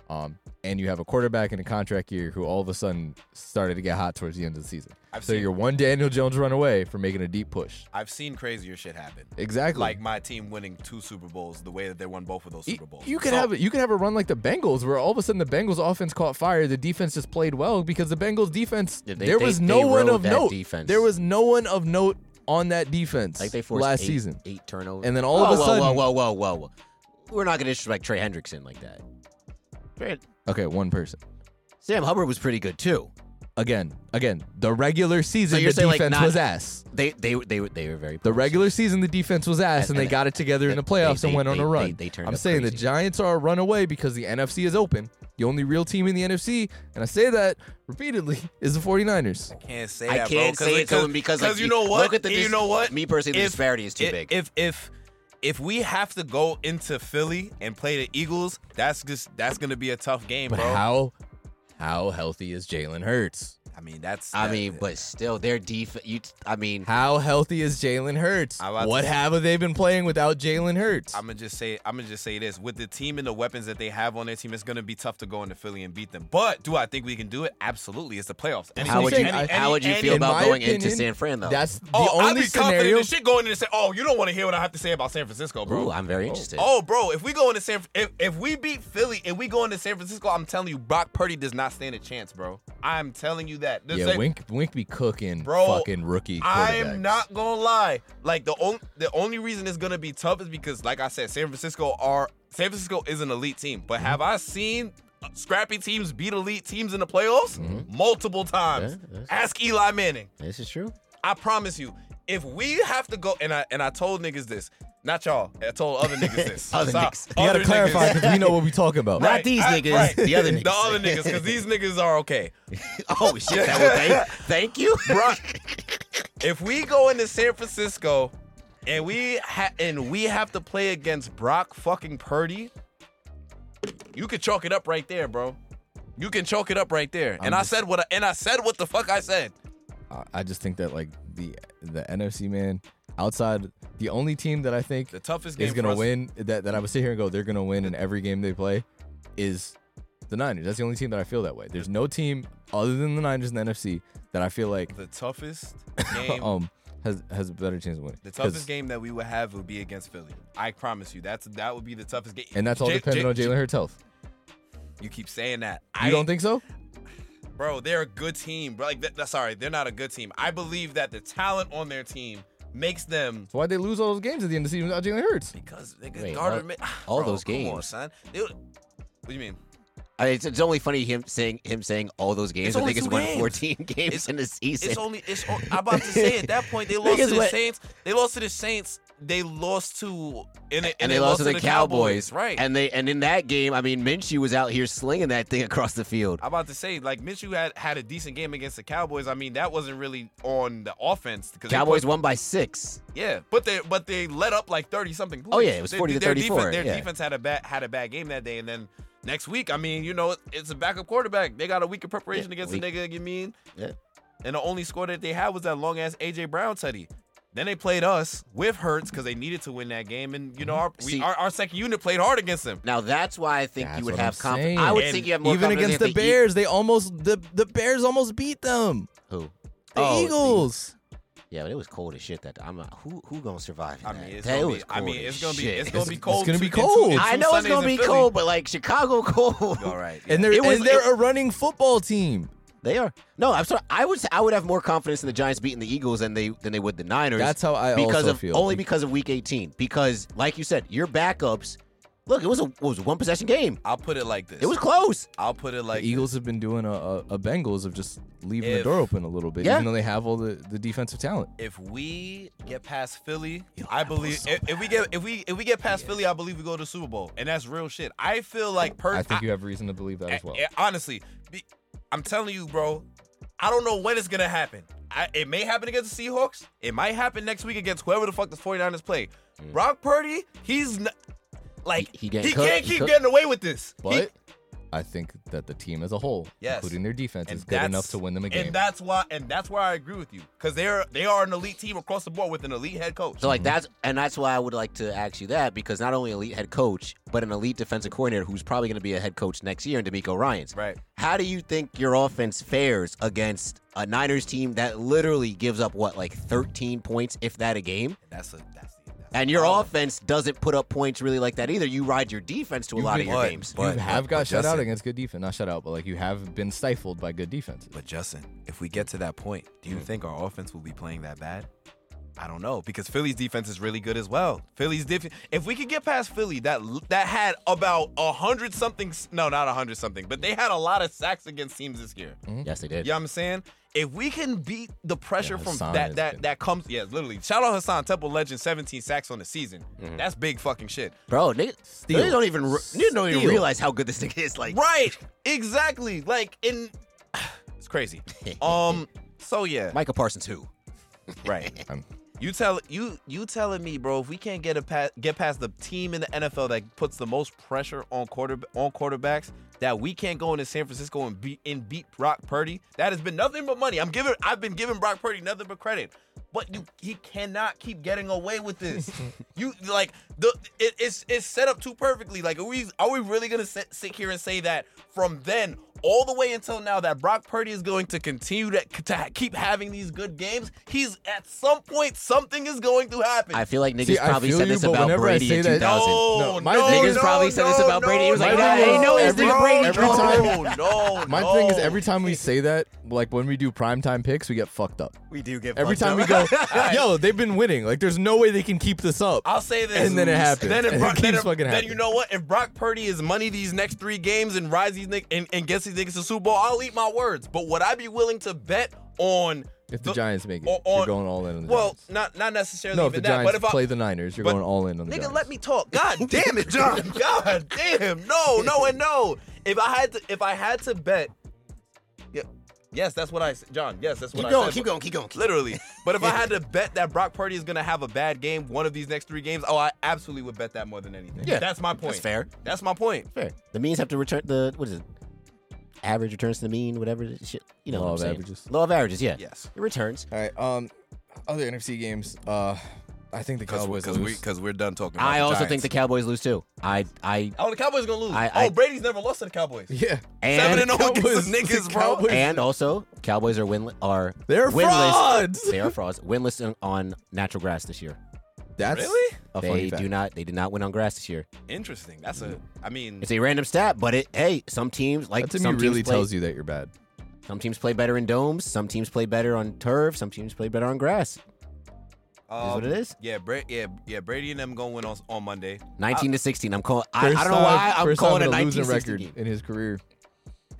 Um, and you have a quarterback in a contract year who all of a sudden started to get hot towards the end of the season.
I've
so
seen-
you're one Daniel Jones run away from making a deep push.
I've seen crazier shit happen.
Exactly.
Like my team winning two Super Bowls the way that they won both of those
Y-
Super Bowls.
You could
So-
have you could have a run like the Bengals, where all of a sudden the Bengals offense caught fire. The defense just played well because the Bengals defense
Yeah, they-
there
they-
was
they
no one
rode
of
that
note.
defense.
There was no one of note on that defense.
Like they forced
last
eight,
season,
eight turnovers.
and then all of
Whoa,
a sudden,
whoa, whoa, whoa, whoa, whoa. We're not going to disrespect Trey Hendrickson like that. Trey-
okay, one person
Sam Hubbard was pretty good too.
again, again. The regular season,
So you're
the
saying,
defense
like, not-
was ass.
They they they were they were very
The
close.
regular season, the defense was ass, and,
And-
they
and
got it together in
they-
the playoffs
they-
and went on
they-
a run.
they- they turned
I'm
up
saying the
crazy.
Giants are a runaway because the NFC is open. The only real team in the NFC, and I say that repeatedly, is the 49ers.
can't say
I
that,
can't
bro,
say it to him because like,
you know what?
Look at the
you
dis-
know what?
Me personally, the
If-
disparity is too
if,
big.
If if if we have to go into Philly and play the Eagles, that's just that's gonna be a tough game,
But
bro.
how how healthy is Jalen Hurts?
I mean, that's.
I
that-
mean, but still, their defense. You, t- I mean,
How healthy is Jalen Hurts?
I'm about to
What
say-
have they been playing without Jalen Hurts?
I'm gonna just say I'm gonna just say this with the team and the weapons that they have on their team, it's gonna be tough to go into Philly and beat them. But do I think we can do it? Absolutely, it's the playoffs. Any-
how would you
saying. I-
any-
how
any-
would you
any-
feel
in
about
my
going into
opinion,
San Fran though?
That's the
Oh, I'd
only
be confident
scenario.
as shit going in and say, "Oh, you don't want to hear what I have to say about San Francisco, bro."
Ooh, I'm very interested.
Oh, bro, if we go into San, if, if we beat Philly and we go into San Francisco, I'm telling you, Brock Purdy does not stand a chance, bro. I'm telling you that. This
yeah,
ain't-
Wink Wink be cooking
Bro,
fucking rookie. quarterbacks.
I'm not gonna lie. Like the only the only reason it's gonna be tough is because, like I said, San Francisco are San Francisco is an elite team.
Mm-hmm.
But have I seen uh, scrappy teams beat elite teams in the playoffs multiple times?
Mm-hmm. Yeah, that's-
Ask Eli Manning.
this is true.
I promise you, if we have to go, and I and I told niggas this, not y'all. I told other niggas this.
Other
So-
niggas.
You gotta
other
clarify
niggas.
because we know what we talking about.
Not these niggas, the other
The
niggas.
other niggas, because these niggas are okay.
Oh shit! That was, thank, thank you.
If we go into San Francisco and we ha- and we have to play against Brock fucking Purdy, you can chalk it up right there, bro. You can chalk it up right there. and
just-
I said what I, and I said what the fuck I said.
I- I just think that like the the NFC man outside The only team that I think
The toughest game
is going
for
to
us-
win that, that I would sit here and go, they're going to win in every game they play is the Niners. That's the only team that I feel that way. There's no team other than the Niners in the NFC that I feel like
The toughest
Oh,
game.
um has has a better chance of winning.
The
'Cause-
toughest game that we would have would be against Philly. I promise you, that's that would be the toughest game.
And that's all
J-
dependent
J-
on Jalen Hurts' health.
You keep saying that.
You
I
don't think so?
bro? They're a good team. Bro, like, th- th- sorry, they're not a good team. I believe that the talent on their team makes them
So why'd they lose all those games at the end of the season without Jalen Hurts?
because they
Wait,
could Gardner.
all-
Ma-
all
Bro,
those
come on,
games.
son. They- what do you mean?
I, it's, it's only funny him saying him saying all those games.
It's
I
only
think it's
two
won
games.
14 games
It's-
in a season.
It's only it's. on- I'm about to say at that point they lost
Niggas
to the
went-
Saints. They lost to the Saints. They lost to and, they- and,
and they, lost to the, Cowboys,
Right.
And they and in that game, I mean, Minshew was out here slinging that thing across the field.
I'm about to say, like Minshew had had a decent game against the Cowboys. I mean, that wasn't really on the offense. 'cause they
Cowboys
put-
won by six.
yeah, but they but they let up like thirty something.
Oh, yeah, it was 40 to
their defense-
34,
Their
yeah.
defense had a bad had a bad game that day, and then next week, I mean, you know, it's a backup quarterback. They got a week of preparation
Yeah,
against
week.
the nigga. You mean?
Yeah.
And the only score that they had was that long ass AJ Brown tutty. Then they played us with Hurts because they needed to win that game, and you know our, we,
Mm-hmm. See-
our our second unit played hard against them.
Now that's why I think
That's
you would
what I'm
have confidence. I
saying.
would
And
think you have more
Even
confidence E-
against the
if they eat-
Bears, they almost the the Bears almost beat them.
Who?
The
Oh,
Eagles.
Yeah, but it was cold as shit. That I'm. Not, who who gonna survive? in
I
that?
mean, it's
That
gonna
was
be, I mean,
cold
it's
as
gonna be
shit.
it's gonna be
It's
cold.
gonna be
two- in two-
cold.
in two
I know it's
Sundays
gonna
in
be
Philly.
cold, but like Chicago cold.
All right.
and they're
It was-
and they're
it-
a running football team.
They are. No, I'm sorry. I would say I would have more confidence in the Giants beating the Eagles than they than they would the Niners.
That's how I
because
also
of
feel.
only because of Week 18. Because like you said, your backups. Look, it was a it was a one possession game.
I'll put it like this.
It was close.
I'll put it like
the Uh, Eagles have been doing a, a, a Bengals of just leaving the
If-
door open a little bit,
Yeah.
even though they have all the, the defensive talent.
If we get past Philly,
Yo,
I
Apple's
believe
so
if, if we get if we if we get past Philly, I believe we go to the Super Bowl, and that's real shit. I Eh, feel like per-
I think you have reason to believe that as well.
I- I- honestly, be, I'm telling you, bro. I don't know when it's gonna happen. I, it may happen against the Seahawks. It might happen next week against whoever the fuck the 49ers play. Brock Purdy, he's n- like
Mm. He- he
he,
getting cooked,
can't
he
keep
cooked.
getting away with this. He-
But I think that the team as a whole,
Yes.
including their defense,
And
is good enough
that's-
to win them a game.
and that's why and that's why I agree with you because they're they are an elite team across the board with an elite head coach.
Mm-hmm.
So like that's and that's why I would like to ask you that because not only elite head coach but an elite defensive coordinator who's probably going to be a head coach next year in D'Amico Ryan's.
right.
How do you think your offense fares against a Niners team that literally gives up what like 13 points if that a game?
That's a that's the that's
And your
Oh.
off.
offense doesn't put up points really like that either. You ride your defense to a
You've
lot of
been-
your
but-
games.
but-
you have got
but
shut out
Justin-
against good defense. Not shut out, but like you have been stifled by good defenses.
But Justin, if we get to that point, do
Hmm.
you think our offense will be playing that bad? I don't know because Philly's defense is really good as well. Philly's defense. If we could get past Philly, that that had about a hundred something. s- No, not a hundred something, but they had a lot of sacks against teams this year.
Mm-hmm.
Yes, they did.
You know what I'm saying? If we can beat the pressure
Yeah,
from
Hassan
that
has
that
been-
that comes, yeah, literally. Shout out Hassan Temple Legend, 17 sacks on the season.
Mm-hmm.
That's big fucking shit.
Bro, nigga,
Steal.
they don't even re- they don't even
Steal.
realize how good this thing is. Like,
Right, exactly. Like in, it's crazy. Um, so yeah,
Michael Parsons, who?
right.
Um,
You tell you you telling me, bro, if we can't get a pa- get past the team in the NFL that puts the most pressure on quarter on quarterbacks, that we can't go into San Francisco and beat and beat Brock Purdy. That has been nothing but money. I'm giving I've been giving Brock Purdy nothing but credit. But you he cannot keep getting away with this. you like the it, it's it's set up too perfectly. Like are we are we really gonna sit, sit here and say that from then all the way until now that Brock Purdy is going to continue to, to ha- keep having these good games? He's at some point something is going to happen.
I feel like niggas
See, I
probably
feel
said
you,
this
but
about
whenever I
Brady
say
in
that-
2000.
no,
No, my
no,
thing is-
no,
probably said this
no,
about Brady. He was
no,
like,
no,
"Nah, I ain't know this
every-
nigga Brady,
Every
bro."
time, no,
My
no.
thing is, every time we say that, like when we do primetime picks, we get fucked up.
We do get
Every time we go, yo, they've been winning. Like, there's no way they can keep this up.
I'll say this,
And then it happens.
Then, if
And it
Brock- then,
keeps
if-
fucking
then
happening.
you know what? If Brock Purdy is money these next three games and rides these niggas and, and gets these niggas to Super Bowl, I'll eat my words. But would I be willing to bet on
if the, Giants make it,
on-
you're
on-
going all in on the
Well,
Giants.
not not necessarily
No, if
even
the
that.
Giants
But if I
play the Niners, you're
but-
going all in on the
Nigga,
Giants.
let me talk. God damn it, John. God damn. No, no, and no. If I had to, if I had to bet, yeah, yes, that's what I said, John. Yes, that's what
Keep
I
going,
said.
keep going, keep going. keep-
Literally. But if I had to bet that Brock Purdy is gonna have a bad game one of these next three games, oh, I absolutely would bet that more than anything.
Yeah,
that's my point.
That's fair.
That's my point.
Fair. The means have to return the what is it? Average returns to the mean, whatever the shit. You know
Law
what I'm
of
saying.
averages.
Law of averages, yeah.
Yes.
It returns.
All right. Um, other NFC games. Uh, I I think the Cowboys
because we
lose.
because we're done talking. About
I
the
also think
Giants.
the Cowboys lose too. I I
Oh, the Cowboys gonna lose.
I-
oh,
I-
Brady's never lost to the Cowboys.
yeah,
Seven
and
and zero against the
Cowboys-
niggas,
the
bro.
Cowboys-
and also Cowboys are win are
they're
winless.
frauds.
They are frauds. Winless on- on natural grass this year.
That's
Really?
a funny
They
fact.
do not. They did not win on grass this year.
Interesting. That's a. I mean,
It's a random stat, but it. Hey, some teams like
that to me
some
really
teams play,
tells you that you're bad.
Some teams play better in domes. Some teams play better on turf. Some teams play better on grass.
um,
what it is.
Yeah, Bra- yeah, yeah. Brady and them gonna win on, on Monday.
Nineteen to sixteen. I'm calling. I,
First
I don't know
time-
why I'm
first time
calling
with
a
losing
nineteen
record
game.
in his career.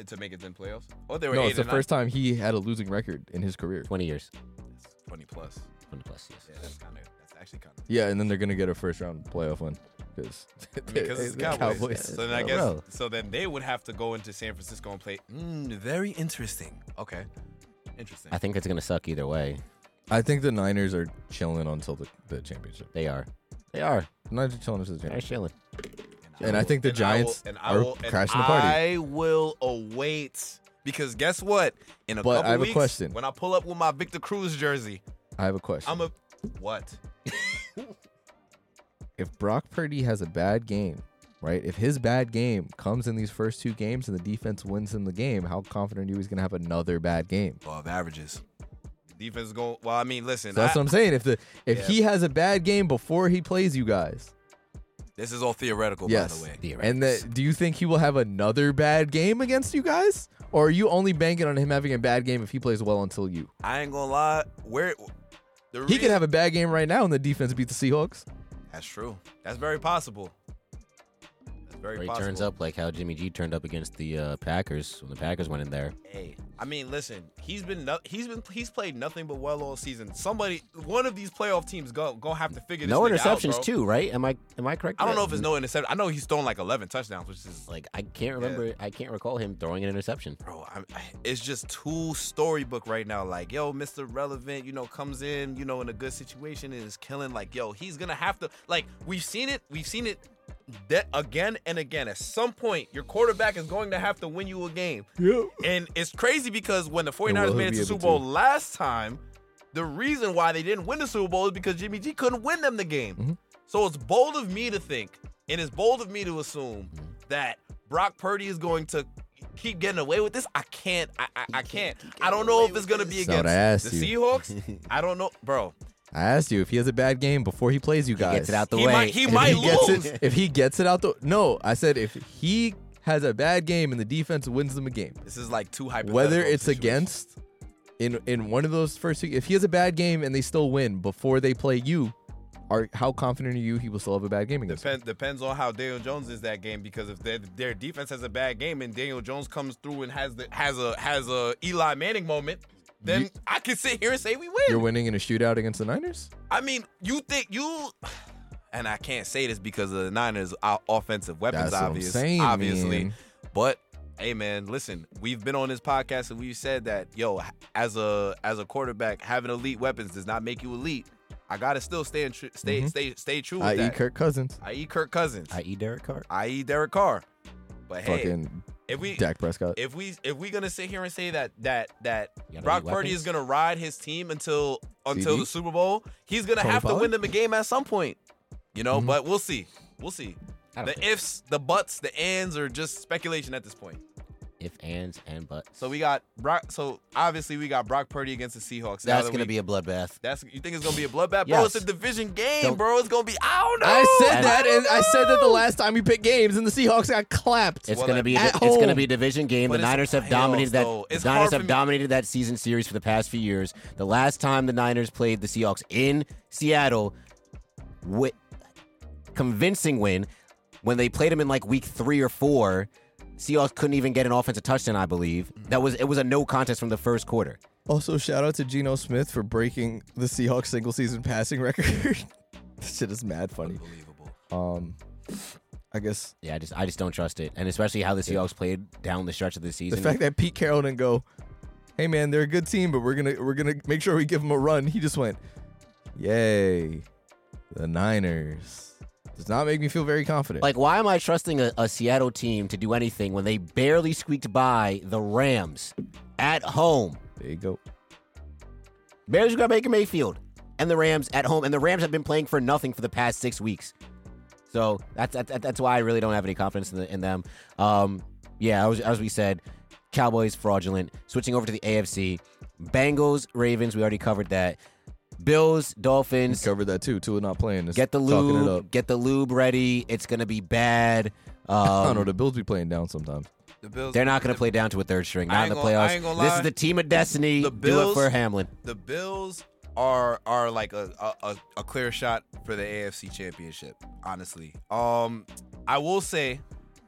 to make it in playoffs. Oh, they were
No,
eight
it's the
and nine.
first time he had a losing record in his career.
Twenty years.
That's Twenty plus.
Twenty plus years.
Yeah, that's kind of. That's actually kind of.
Yeah, and then they're gonna get a first round playoff win because
Because it's Cowboys. So then I guess. So then they would have to go into San Francisco and play. Mm, very interesting. Okay. Interesting.
I think it's gonna suck either way.
I think the Niners are chilling until the, the championship.
They are. They are.
The Niners are chilling until the
They're
championship.
chilling.
And I think the Giants are crashing the party.
I will await because guess what? In a
But I
couple
have a
weeks,
question.
When I pull up with my Victor Cruz jersey,
I have a question.
I'm a what?
if Brock Purdy has a bad game, right? If his bad game comes in these first two games and the defense wins him the game, how confident are you he's gonna have another bad game?
Law of averages. Defense going. Well, I mean, listen.
So that's
I-
what I'm saying. If the if
Yeah.
he has a bad game before he plays you guys,
this is all theoretical,
yes.
by the way.
And that do you think he will have another bad game against you guys? Or are you only banking on him having a bad game if he plays well until you?
I ain't gonna lie. Where the
He could
reason-
have a bad game right now and the defense beat the Seahawks.
That's true. That's very possible. That's very
Or he
possible.
turns up like how Jimmy G turned up against the uh, Packers when the Packers went in there.
Hey, I mean, listen. He's been no, he's been he's played nothing but well all season. Somebody, one of these playoff teams, go gonna have to figure this
No
nigga out,
interceptions
bro.
too, right? Am I am I correct?
I don't know if
there?
it's no interception. I know he's thrown like 11 touchdowns, which is
like I can't remember. I can't recall him throwing an interception.
bro. I'm, it's just too storybook right now. Like, yo, Mr. Relevant, you know, comes in, you know, in a good situation and is killing. Like, yo, he's gonna have to. Like, we've seen it. We've seen it. That again and again. At some point, your quarterback is going to have to win you a game.
Yep.
And it's crazy because when the
will
49ers
he
made it
be
to
able
Super Bowl
to?
last time, the reason why they didn't win the Super Bowl is because Jimmy G couldn't win them the game.
Mhm.
So it's bold of me to think, and it's bold of me to assume
Mm-hmm.
that Brock Purdy is going to keep getting away with this. I can't. I, I, I can't. I don't know if it's going to be
That's what I
against
asked
the
you.
Seahawks. I don't know, bro.
I asked you if he has a bad game before he plays you guys.
He gets it out the
He
way.
might- he
and
might
then
gets
lose.
it, if he gets it out the no, I said if he has a bad game and the defense wins them a game,
This is like too hypothetical.
whether it's
situation.
against in in one of those first two, if he has a bad game and they still win before they play you, are how confident are you he will still have a bad game against? you?
Depend, depends on how Daniel Jones is that game because if their, their defense has a bad game and Daniel Jones comes through and has the has a has a Eli Manning moment, then
You-
I can sit here and say we
You're
win.
winning in a shootout against the Niners.
I mean, you think you and I can't say this because of the Niners' o- offensive weapons,
That's what I'm
obvious,
saying,
obviously.
man.
But hey, man, listen, we've been on this podcast and we said that yo, as a as a quarterback, having elite weapons does not make you elite. I gotta still stay in tr- stay
Mhm.
stay stay true. With
I.e.
that.
Kirk Cousins,
I.e. Kirk Cousins
I.e. E Derek Carr.
i.e. E Derek Carr. But hey,
fucking
if we
Dak Prescott.
if we if we gonna sit here and say that that that
You got
Brock
any
Purdy is
weapons?
gonna ride his team until until
CD?
the Super Bowl, he's gonna
Tony
have to
Pollard?
win them a game at some point. You know,
Mhm.
but we'll see. We'll see.
Mm-hmm. I don't
The
think
ifs, the buts, the ands are just speculation at this point.
if ands and buts.
So we got Brock. So obviously we got Brock Purdy against the Seahawks. Now
that's
that
gonna
we-
be a bloodbath.
That's you think it's gonna be a bloodbath, bro?
Yes.
It's a division game,
Don't-
bro. It's gonna be. I don't know.
I said
I-
that, and I said that the
don't know.
last time we picked games, and the Seahawks got clapped.
It's
Well,
gonna
at-
be a,
at
it's gonna
home.
be a division game.
But
the
it's
Niners have
playoffs,
dominated that.
though. It's
the
hard
Niners
for
have
me-
dominated that season series for the past few years. The last time the Niners played the Seahawks in Seattle, with convincing win. When they played them in like week three or four, Seahawks couldn't even get an offensive touchdown. I believe
Mm-hmm.
that was it was a no contest from the first quarter.
Also, shout out to Geno Smith for breaking the Seahawks single season passing record. this shit is mad funny.
Unbelievable.
Um, I guess
Yeah, I just I just don't trust it, and especially how the Seahawks played down the stretch of the
the
season.
fact that Pete Carroll didn't go, "Hey man, they're a good team, but we're gonna we're gonna make sure we give them a run." He just went, "Yay, the Niners." Does not make me feel very confident.
like, why am I trusting a, a Seattle team to do anything when they barely squeaked by the Rams at home?
there you go.
Barely got Baker Mayfield and the Rams at home, and the Rams have been playing for nothing for the past six weeks. So that's that's, that's why I really don't have any confidence in, the, in them. Um, yeah, as, as we said, Cowboys fraudulent. Switching over to the AFC, Bengals Ravens. We already covered that. Bills Dolphins.
Covered that too. Tua not playing. It's
Get the
talking it up.
lube. Get the lube ready. It's gonna be bad.
I don't know.
Um,
The Bills be playing down sometimes.
The Bills.
they're not gonna play down to a third string.
I
Not in
ain't
the
gonna- I
playoffs.
ain't gonna
This is
lie.
the team of destiny.
The
Do it
Bills-
for Hamlin.
The Bills are are like a, a, a, a clear shot for the AFC Championship. Honestly, um, I will say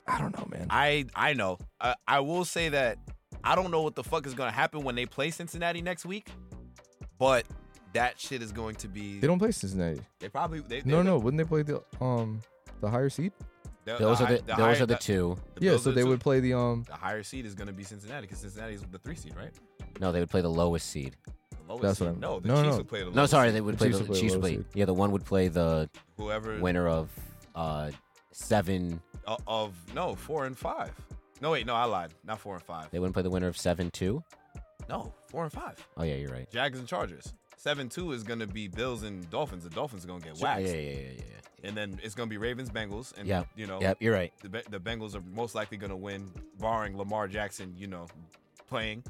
I don't know, man.
I I know. I, I will say that I don't know what the fuck is gonna happen when they play Cincinnati next week, but that shit is going to be.
They don't play Cincinnati.
They probably. They, they,
No, no. Wouldn't they play the um the higher seed?
Uh, the-
Those
hi-
are the, those
higher-
are the two.
the
Yeah.
Bills
So
are
they
two.
would play the um.
The higher seed is gonna be Cincinnati because Cincinnati is the three seed, right?
No, they would play the lowest seed.
The lowest
That's
seed.
what I meant.
No, the
No,
Chiefs
no.
would play the lowest
No, sorry,
seed.
they would play
Chiefs
the
would play
Chiefs.
lowest
Would play
seed.
yeah, the one would play the
whoever
winner of uh seven.
o- of no four and five. No, wait, no, I lied. Not four and five.
They wouldn't play the winner of seven two.
No, four and five.
Oh yeah, you're right.
Jags and Chargers. Seven two is gonna be Bills and Dolphins. The Dolphins are gonna get
Yeah,
waxed,
yeah, yeah, yeah, yeah.
and then it's gonna be Ravens Bengals, and
Yep.
you know,
Yep, you're right.
the, Be- the Bengals are most likely going to win, barring Lamar Jackson, you know, playing.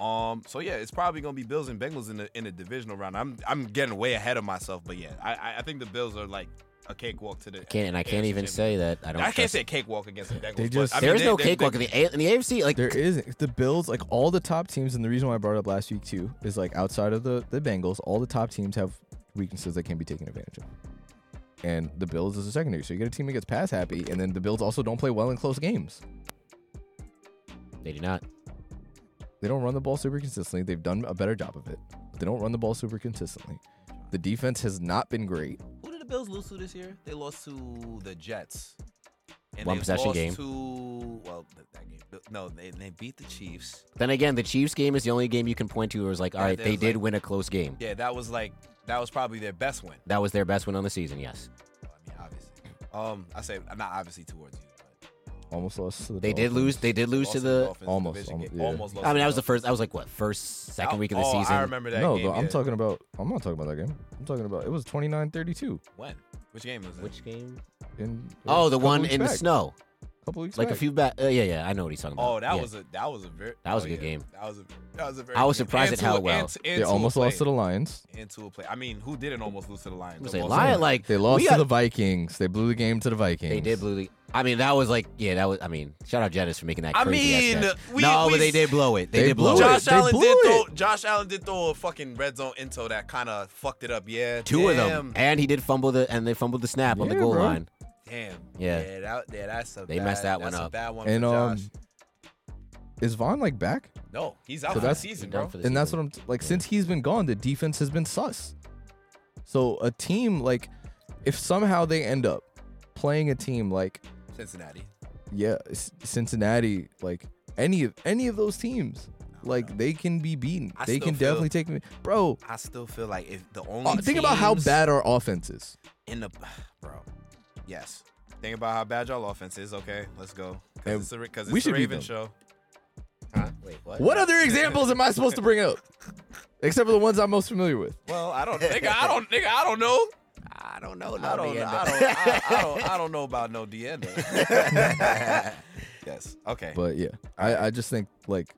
Um, so yeah, it's probably going to be Bills and Bengals in the in the divisional round. I'm I'm getting way ahead of myself, but yeah, I I- I think the Bills are like a cakewalk to the.
Can't and I can't even say that I don't.
I can't
trust-
say cakewalk against the Bengals.
They
but,
just-
I mean,
there is
they-
no
they-
cakewalk
they-
in the A- in the AFC. Like
There isn't. The Bills, like all the top teams, and the reason why I brought it up last week too is like outside of the the Bengals, all the top teams have weaknesses that can be taken advantage of. And the Bills is a secondary, so you get a team that gets pass happy, and then the Bills also don't play well in close games.
they do not.
They don't run the ball super consistently. They've done a better job of it, but they don't run the ball super consistently. The defense has not been great.
Who did the Bills lose to this year? They lost to the Jets. And
One
they
possession
lost
game.
To well, th- that game. No, they, they beat the Chiefs.
Then again, the Chiefs game is the only game you can point to where it's like, all
Yeah,
right,
that
they
was
did
like-
win a close game.
Yeah, that was like that was probably their best win.
That was their best win on the season. Yes,
Well, I mean, obviously. Um, I say not obviously towards you. But
Almost lost to the
they did
Dolphins.
lose. They did lose
lost
to
the
the.
Dolphins
Almost,
division
almost,
game.
yeah.
Almost lost
I mean,
to
that was the
Dolphins.
first. That was like what first, second week of the
oh,
season.
I remember that.
No,
game,
but I'm
yeah.
talking about. I'm not talking about that game. I'm talking about it was 29-32
when? Which game was it?
Which game?
in. uh,
Oh, the
couple
one
weeks
in the
back.
snow.
couple weeks
Like a
back.
few back. Uh, yeah, yeah. I know what he's talking about.
oh, that
Yeah.
was a that was a very
That was a
oh,
good
yeah.
game.
That was a that was a very.
I was
good game.
surprised
And
at how
to-
well.
and to- and
They
to
almost
a play.
lost to the Lions.
into a play. I mean, who didn't almost lose to the Lions?
I was gonna say,
Almost
Lion,
lost.
like
They lost
we
to
got-
the Vikings. They blew the game to the Vikings.
They did blow the. I mean, that was like, yeah, that was. I mean, shout out Jettis for making that
I
crazy. ass
mean,
catch.
we-
no,
we
but they
s-
did blow it. They,
They
did blow
blew
it.
it.
Josh
They
Allen
blew
did
it.
throw. Josh Allen did throw a fucking red zone into that kind of fucked it up. Yeah,
Two of them,
damn,
and he did fumble the, and they fumbled the snap on the
Yeah,
goal
bro.
line.
Damn.
Yeah.
yeah, that, yeah that's a
They
bad,
messed that one
that's
up.
A bad one
And
for
um,
Josh.
is Vaughn like back?
no, he's out
so
for the
that's-
season,
He's done
bro.
for the
And that's what
season.
I'm t- like. Since he's been gone, the defense has been sus. So a team like, if somehow they end up playing a team like
Cincinnati.
yeah, C- Cincinnati, like any of any of those teams, like they can be beaten.
I
they
still
can
feel-
definitely take me, bro.
I still feel like if the only
uh, think about how
teams
bad our offense is.
in the bro. Yes. Think about how bad y'all offense is. Okay, let's go.
And
Because it's, a, 'cause it's
we
the
should beat
Raven
them.
show.
Wait, what?
What other examples am I supposed to bring up, except for the ones I'm most familiar with?
Well, I don't, nigga, I don't, nigga, I don't know.
I don't
Oh,
know.
I don't, I don't, I, I don't, I don't know about no Deanda. yes. Okay.
But yeah, I, I just think like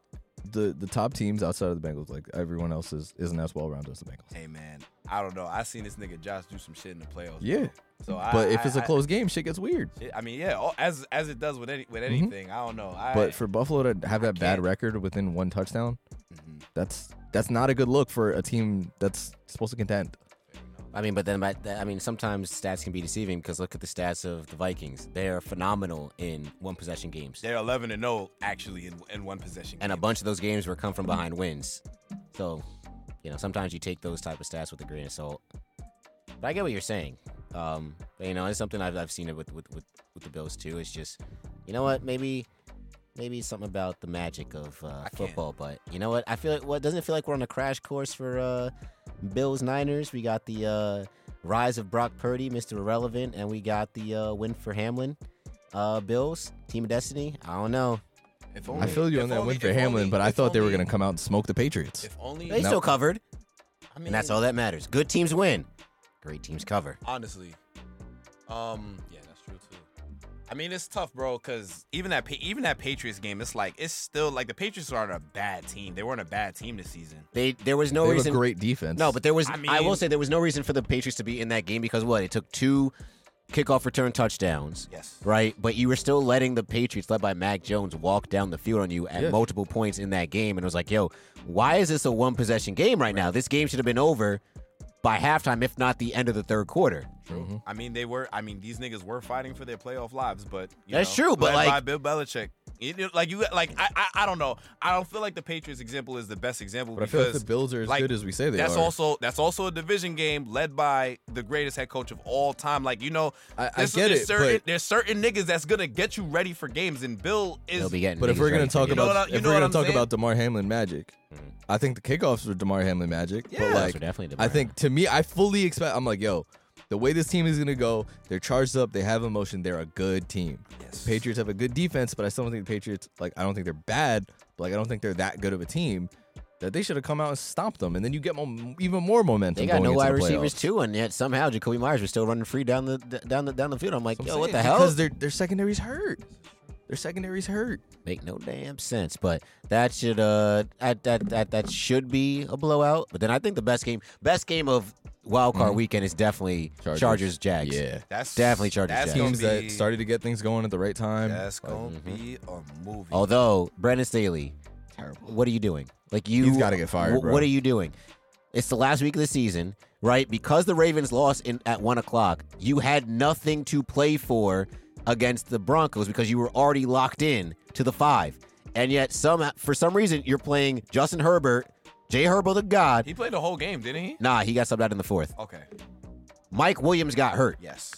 the the top teams outside of the Bengals, like everyone else is isn't as well rounded as the Bengals.
hey man, I don't know. I seen this nigga Josh do some shit in the playoffs.
Yeah,
So I,
but if it's
a
a close game, shit gets weird.
I, I mean, yeah, all- as as it does with any with anything. I don't know. I,
Mm-hmm. But for Buffalo to have that bad
can't-
record within one touchdown,
Mhm.
that's that's not a good look for a team that's supposed to contend.
I mean, but then, but that- I mean, sometimes stats can be deceiving because look at the stats of the Vikings. They are phenomenal in one possession games,
they're eleven and zero actually in, in one possession.
and a
game.
bunch of those games were come from behind wins. So, you know, sometimes you take those type of stats with a grain of salt. But I get what you're saying. Um, but, you know, it's something I've, I've seen it with, with with with the Bills too. It's just, you know what, maybe. Maybe something about the magic of uh,
can't.
football, but you know what? I feel like what doesn't it feel like we're on a crash course for uh, Bills Niners. We got the uh, rise of Brock Purdy, Mr. Irrelevant, and we got the uh, win for Hamlin. Uh, Bills, Team of Destiny. I don't know.
If
I
only-
feel you
if
on that
only-
win for
if
Hamlin,
only-
but I
if
thought they were
only-
gonna come out and smoke the Patriots.
If only
They
No.
still covered.
I I mean,
and that's all that matters. Good teams win. Great teams cover.
honestly. Um, yeah, that's true too. I mean, it's tough, bro, because even that Pa- even that Patriots game, it's like it's still like the Patriots aren't a bad team. They weren't a bad team this season.
They there was no
they have a
reason.
great defense.
no, but there was. I,
I
will
mean-
say there was no reason for the Patriots to be in that game because what it took two kickoff return touchdowns.
Yes.
Right, but you were still letting the Patriots, led by Mac Jones, walk down the field on you at
Yes.
multiple points in that game, and it was like, "Yo, why is this a one possession game right now? This game should have been over by halftime, if not the end of the third quarter."
True.
mm-hmm.
I mean, they were. I mean, these niggas were fighting for their playoff lives, but you
That's
know,
true, but,
led by
like-
Bill Belichick, You know, like you, like I, I, I don't know. I don't feel like the Patriots example is the best example
But I feel
because
like the Bills are as
like,
good as we say they
that's
are.
also that's also a division game led by the greatest head coach of all time. Like you know,
I- I
this-
get
there's
it,
Certain,
but-
there's certain niggas that's gonna get you ready for games, and Bill
They'll
is.
be getting.
But if
niggas
we're
ready
gonna
for
talk
games.
know
about
what I- you
if
know
we're
what
gonna
I'm
talk
saying?
about Demar Hamlin magic,
Mhm.
I think the kickoffs were Demar Hamlin magic.
Yeah.
But
Those
like,
were definitely the
I
brand.
think to me, I fully expect. I'm like, yo, the way this team is gonna go, they're charged up, they have emotion, they're a good team.
Yes.
Patriots have a good defense, but I still don't think the Patriots like. I don't think they're bad, but like I don't think they're that good of a team that they should have come out and stopped them, and then you get mo- even more momentum.
They got
going
no
into
wide
the
receivers
playoffs.
too, and yet somehow Jacoby Myers was still running free down the down the down the field. I'm like,
That's
yo,
I'm
what the
saying,
hell?
Because their their secondary's hurt. Their secondary's hurt.
Make no damn sense. But that should uh that that that, that should be a blowout. But then I think the best game best game of wild card weekend is definitely
Mm-hmm. Chargers.
Chargers Jags.
Yeah.
That's
Definitely Chargers
That's
Jets.
gonna
Teams
be-
that started mm-hmm. to get things going at the right time.
That's gonna be a movie.
Although Brendan Staley,
terrible.
what are you doing? Like you,
He's gotta get fired,
wh-
bro.
What are you doing? It's the last week of the season, right? Because the Ravens lost in at one o'clock, you had nothing to play for against the Broncos because you were already locked in to the five, and yet some for some reason you're playing Justin Herbert, Jay Herbo the God.
he played the whole game, didn't he?
Nah, he got subbed out in the fourth.
Okay.
Mike Williams got hurt.
Yes.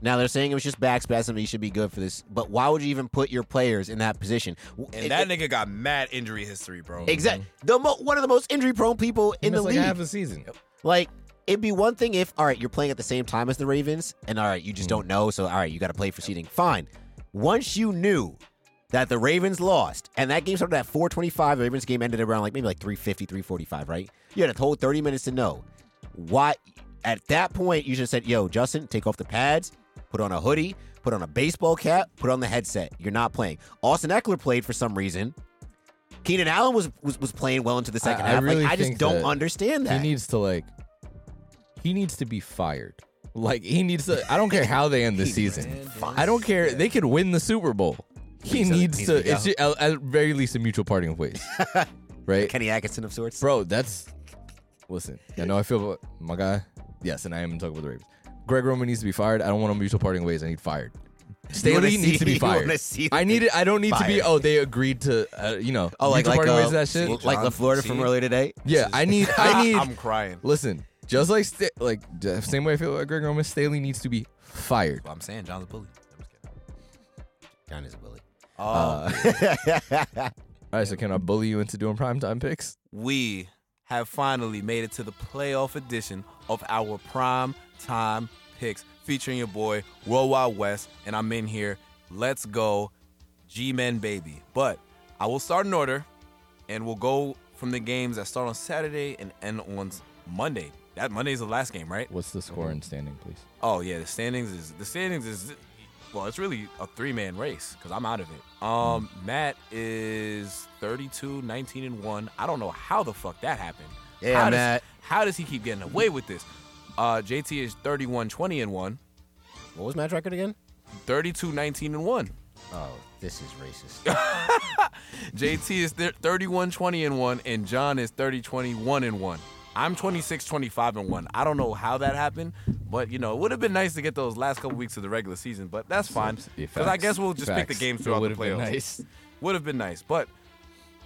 Now they're saying it was just back spasm. He should be good for this, but why would you even put your players in that position? W-
And
it-
that
it-
nigga got mad injury history, bro.
exact the mo- one of the most injury prone people in the
like
league.
half a season.
Like, it'd be one thing if, all right, you're playing at the same time as the Ravens, and all right, you
Mm.
just don't know, so all right, you got to play for seeding. Fine. Once you knew that the Ravens lost, and that game started at 425, the Ravens game ended around like maybe like 350, 345, right? You had a whole 30 minutes to know. Why, at that point, you should have said, yo, Justin, take off the pads, put on a hoodie, put on a baseball cap, put on the headset. You're not playing. Austin Eckler played for some reason. Keenan Allen was, was was playing well into the second
I
half.
really
like I just
think
don't
that
understand that.
He needs to like. He needs to be fired. Like he needs to. I don't care how they end the season. I don't care. They could win the Super Bowl. He
Needs to-
needs
needs
to.
to go.
It's ju- at, at very least a mutual parting of ways, right,
Kenny Atkinson of sorts.
bro? That's. Listen, I know I feel about my guy. Yes, and I am talking about the Ravens. Greg Roman needs to be fired. I don't want a mutual parting of ways. I need fired. Staley
see-
needs to be
you wanna
fired.
see
I need it. I don't need to be.
fired.
Oh, they agreed to. Uh, you know.
Oh, like
mutual
like
parting
uh,
ways. That shit.
like La Florida from
See?
earlier today.
Yeah, I need. I need.
I'm crying.
Listen, just like Sta- like j- same way I feel about Greg Roman, Staley needs to be fired.
I'm saying John's a bully. I'm just kidding.
John is a bully.
Oh,
Uh,
Uh, All right, so can I bully you into doing primetime picks?
we have finally made it to the playoff edition of our prime time picks featuring your boy Worldwide West, and I'm in here. Let's go, G-Men baby. But I will start in order, and we'll go from the games that start on Saturday and end on Monday. That Monday's the last game, right?
What's the score and standing, please?
Oh yeah, the standings is the standings is well, it's really a three-man race cuz I'm out of it. Um
Mm.
Matt is 32 19 and 1. I don't know how the fuck that happened.
Yeah,
how
Matt.
Does, how does he keep getting away with this? Uh JT is 31 20 and 1,
what was Matt's record again?
32 19 and 1.
Oh, this is racist.
JT is thir- 31 20 and 1 and John is 30 21 and 1. I'm 26 25 and 1. I don't know how that happened, but you know, it would have been nice to get those last couple weeks of the regular season, but that's fine. Cuz I guess we'll just pick the games throughout the playoffs. Would have been nice, but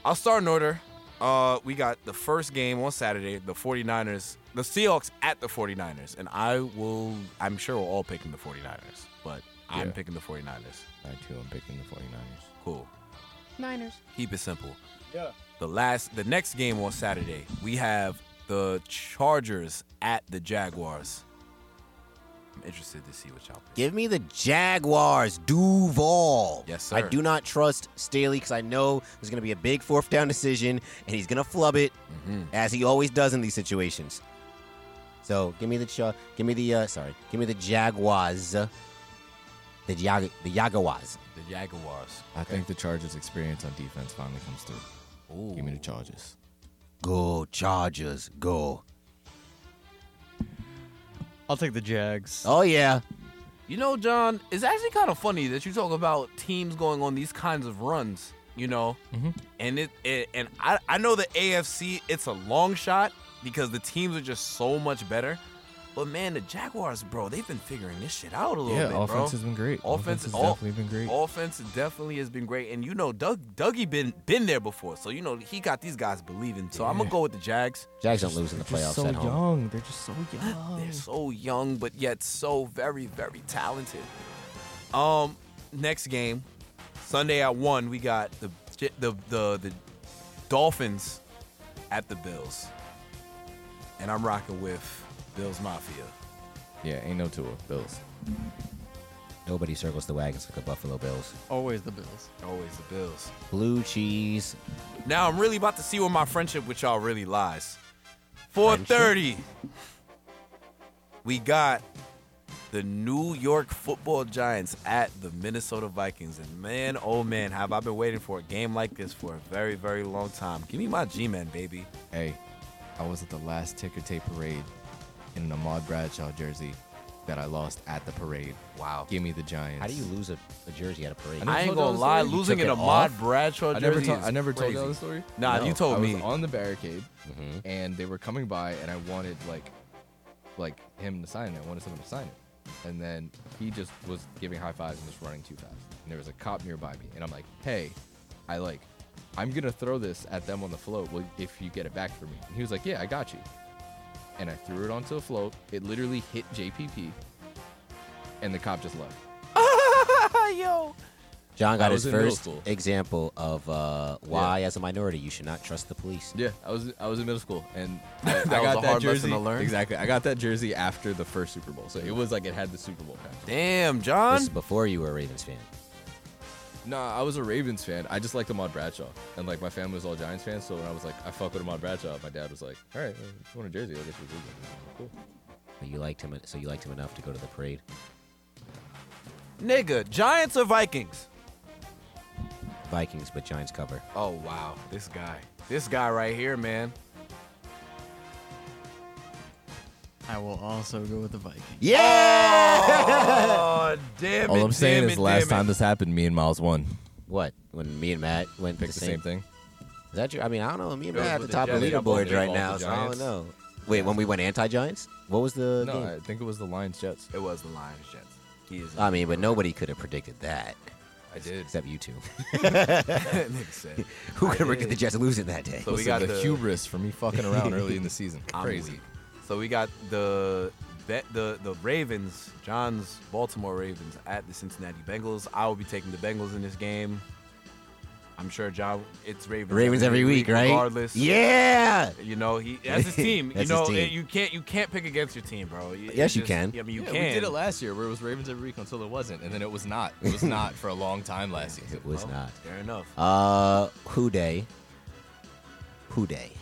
I'll start in order. Uh, we got the first game on Saturday, the 49ers, the Seahawks at the 49ers, and I will I'm sure we're all picking the 49ers, but I'm
Yeah.
picking the 49ers.
I too am picking the 49ers.
Cool. Niners. Keep it simple. Yeah. The last, the next game on Saturday, we have the Chargers at the Jaguars. interested to see what y'all pick.
Give me the Jaguars, Duval.
Yes,
I
sir.
do not trust Staley because I know there's going to be a big fourth down decision, and he's going to flub it
hmm
as he always does in these situations. So give me the cha- give me the uh, sorry, give me the Jaguars, the Jag the Jaguars.
The Jaguars.
I think the Chargers' experience on defense finally comes through.
Ooh.
Give me the Chargers.
Go Chargers, go!
I'll take the Jags.
Oh yeah,
You know, John, it's actually kind of funny that you talk about teams going on these kinds of runs. You know,
Mm-hmm.
and it, it and I I know the AFC it's a long shot because the teams are just so much better. But man, the Jaguars, bro, they've been figuring this shit out a little
Yeah,
bit,
offense
bro.
has been great.
Offense-
Offense, has
all-
definitely been great.
Offense definitely has been great, and you know, Doug Dougie been been there before, so you know he got these guys believing. So I'm gonna
Yeah.
go with the Jags.
Jags don't lose in the
They're
playoffs
just so
at home.
young. They're just so young.
They're so young, but yet so very, very talented. Um, next game, Sunday at one, we got the the the, the Dolphins at the Bills, and I'm rocking with Bills Mafia.
Yeah, ain't no Tua. Bills.
Nobody circles the wagons like the Buffalo Bills.
Always the Bills.
Always the Bills.
Blue cheese.
Now I'm really about to see where my friendship with y'all really lies. 4:30. We got the New York Football Giants at the Minnesota Vikings, and man, oh man, have I been waiting for a game like this for a very, very long time. Give me my G-man, baby.
Hey, I was at the last ticker tape parade in an Ahmad Bradshaw jersey that I lost at the parade.
Wow.
Give me the Giants.
How do you lose a, a jersey at a parade?
I
I ain't
told y'all
gonna
the
lie,
story? You
losing
took
in a
it
Mod
off?
Bradshaw
I
jersey
never, to-
is
I never told
crazy.
y'all the story.
Nah, you told
I was
me. Mm-hmm.
on the barricade,
Mhm.
and they were coming by, and I wanted like, like him to sign it. I wanted someone to sign it, and then he just was giving high fives and just running too fast. And there was a cop nearby me, and I'm like, hey, I like, I'm gonna throw this at them on the float. Well, if you get it back for me, and he was like, yeah, I got you. And I threw it onto the float. It literally hit JPP, and the cop just left.
Yo.
John got
I was
his
in middle
first
school.
example of uh, why, as a minority, you should not trust the police.
Yeah, I was I was in middle school, and I, I
That was a
got that
hard lesson
jersey.
to learn.
Exactly, I got that jersey after the first Super Bowl, so it was like it had the Super Bowl patch.
Damn, John.
This is before you were a Ravens fan.
Nah, I was a Ravens fan. I just liked Ahmad Bradshaw, and like my family was all Giants fans. So when I was like, I fuck with Ahmad Bradshaw, my dad was like, "All right, well, if you want a jersey? I guess you do." that." Cool.
But you liked him, uh, so you liked him enough to go to the parade.
Nigga, Giants or Vikings?
Vikings, but Giants cover.
Oh wow, this guy. This guy right here, man.
I will also go with the Vikings.
Yeah!
Oh damn it.
All I'm
damn
saying
it,
is,
damn
last
it.
time this happened, me and Miles won.
what? When me and Matt went
Pick
the, same,
thing.
Is that true? I mean, I don't know. Me and
It was
Matt at the
with the
top of the
Jets. They got
both-
leaderboard
they
right
got
now,
both the
so I don't
Giants.
know. Wait, when we went anti-Giants? What was the
No, I
game?
think it was the Lions Jets.
It was the Lions Jets. He is.
I mean, but nobody could have predicted that.
I did.
Except you two.
Nigga said.
Who could have predicted the Jets losing that day?
So we
Listen,
got
the,
the-
hubris for me fucking around early in the season.
I'm
Crazy.
weak. So we got the bet the the Ravens, John's Baltimore Ravens at the Cincinnati Bengals. I will be taking the Bengals in this game. I'm sure John. It's Ravens.
Ravens every week, right?
Regardless.
Yeah!
You know he that's his team.
That's
you
his
know eh,
team.
you can't you can't pick against your team, bro. You,
Yes, you
just-
can.
I mean you
yeah,
can.
we did it last year where it was Ravens every week until it wasn't, and then it was not. It was not for a long time last season.
It was
Oh,
not.
Fair enough.
Uh, who day? Who day?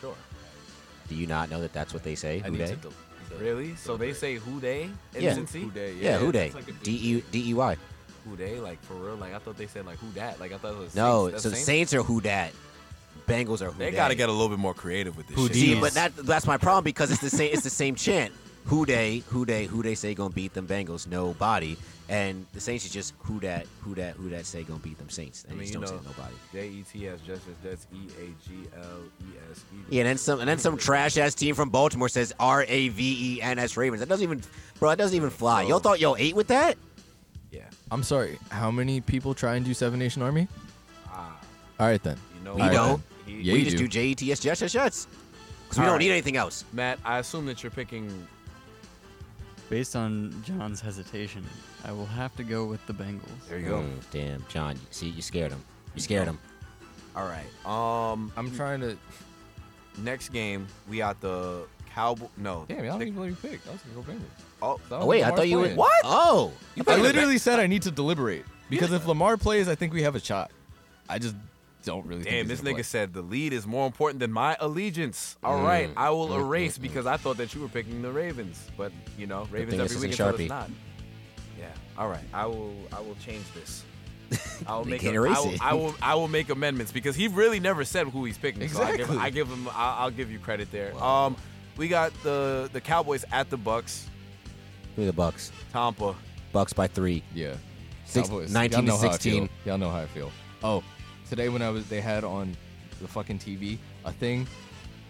Sure.
Do you not know that that's what they say?
I
Who
need
day?
to del- to
Really? So they
celebrate.
say who they in
Yeah.
Cincy?
Who day,
Yeah, who day?
it's like a
D E D E Y.
Who they? Like for real? Like I thought they said like who that? Like I thought it was
No,
Saints.
so
That's
the
Saints?
Saints are who dat. Bengals are who.
They
dat.
got to get a little bit more creative with this
Who
shit.
See,
Jeez.
but that, that's my problem because it's the same. It's the same chant. Who they? Who they? Who they say gonna beat them Bengals? Nobody. And the Saints is just who dat? Who dat? Who dat say gonna beat them Saints? They
I mean,
just
you
don't
know,
say nobody.
J E T S justice. That's E A G L E S.
Yeah, and then some, and then some trash ass team from Baltimore says R A V E N S Ravens. That doesn't even, bro. That doesn't even fly. Y'all thought y'all ate with that?
Yeah.
I'm sorry. How many people try and do Seven Nation Army? All right then.
You know.
We
what?
don't.
He-
Yeah,
we
you
just do
do.
J E T S Jets Jets Jets because we
All
don't
right.
need anything else.
Matt, I assume that you're picking.
Based on John's hesitation, I will have to go with the Bengals.
There you go.
Mm, damn, John. See, you scared him.
Mm-hmm.
You scared him.
All right. Um,
I'm trying to.
next game we got the Cowboy. No.
Damn, I don't
the-
even let you pick. I was gonna go Bengals.
Oh,
That
Oh
was
wait, I
Lamar's
thought you were
plan.
what? Oh,
I literally said I need to deliberate because if Lamar plays, I think we have a shot. I just don't really.
Damn,
think he's
this
gonna
nigga said the lead is more important than my allegiance. All right, I will erase because I thought that you were picking the Ravens, but you know, Ravens
thing
every
this
week
isn't
until it's
Sharpie.
not. Yeah. All right, I will. I will change this. I will
You
make.
can't
a-
erase
I, will,
it.
I will. I will make amendments because he really never said who he's picking. So
Exactly.
I give, I give him. I'll, I'll give you credit there. Um, we got the the Cowboys at the Bucks.
who the Bucks?
Tampa.
Bucks by three.
Yeah.
Six-
Cowboys.
19
Y'all
to
know how I
16.
feel. Y'all know how I feel. Oh, today when I was, they had on the fucking TV a thing.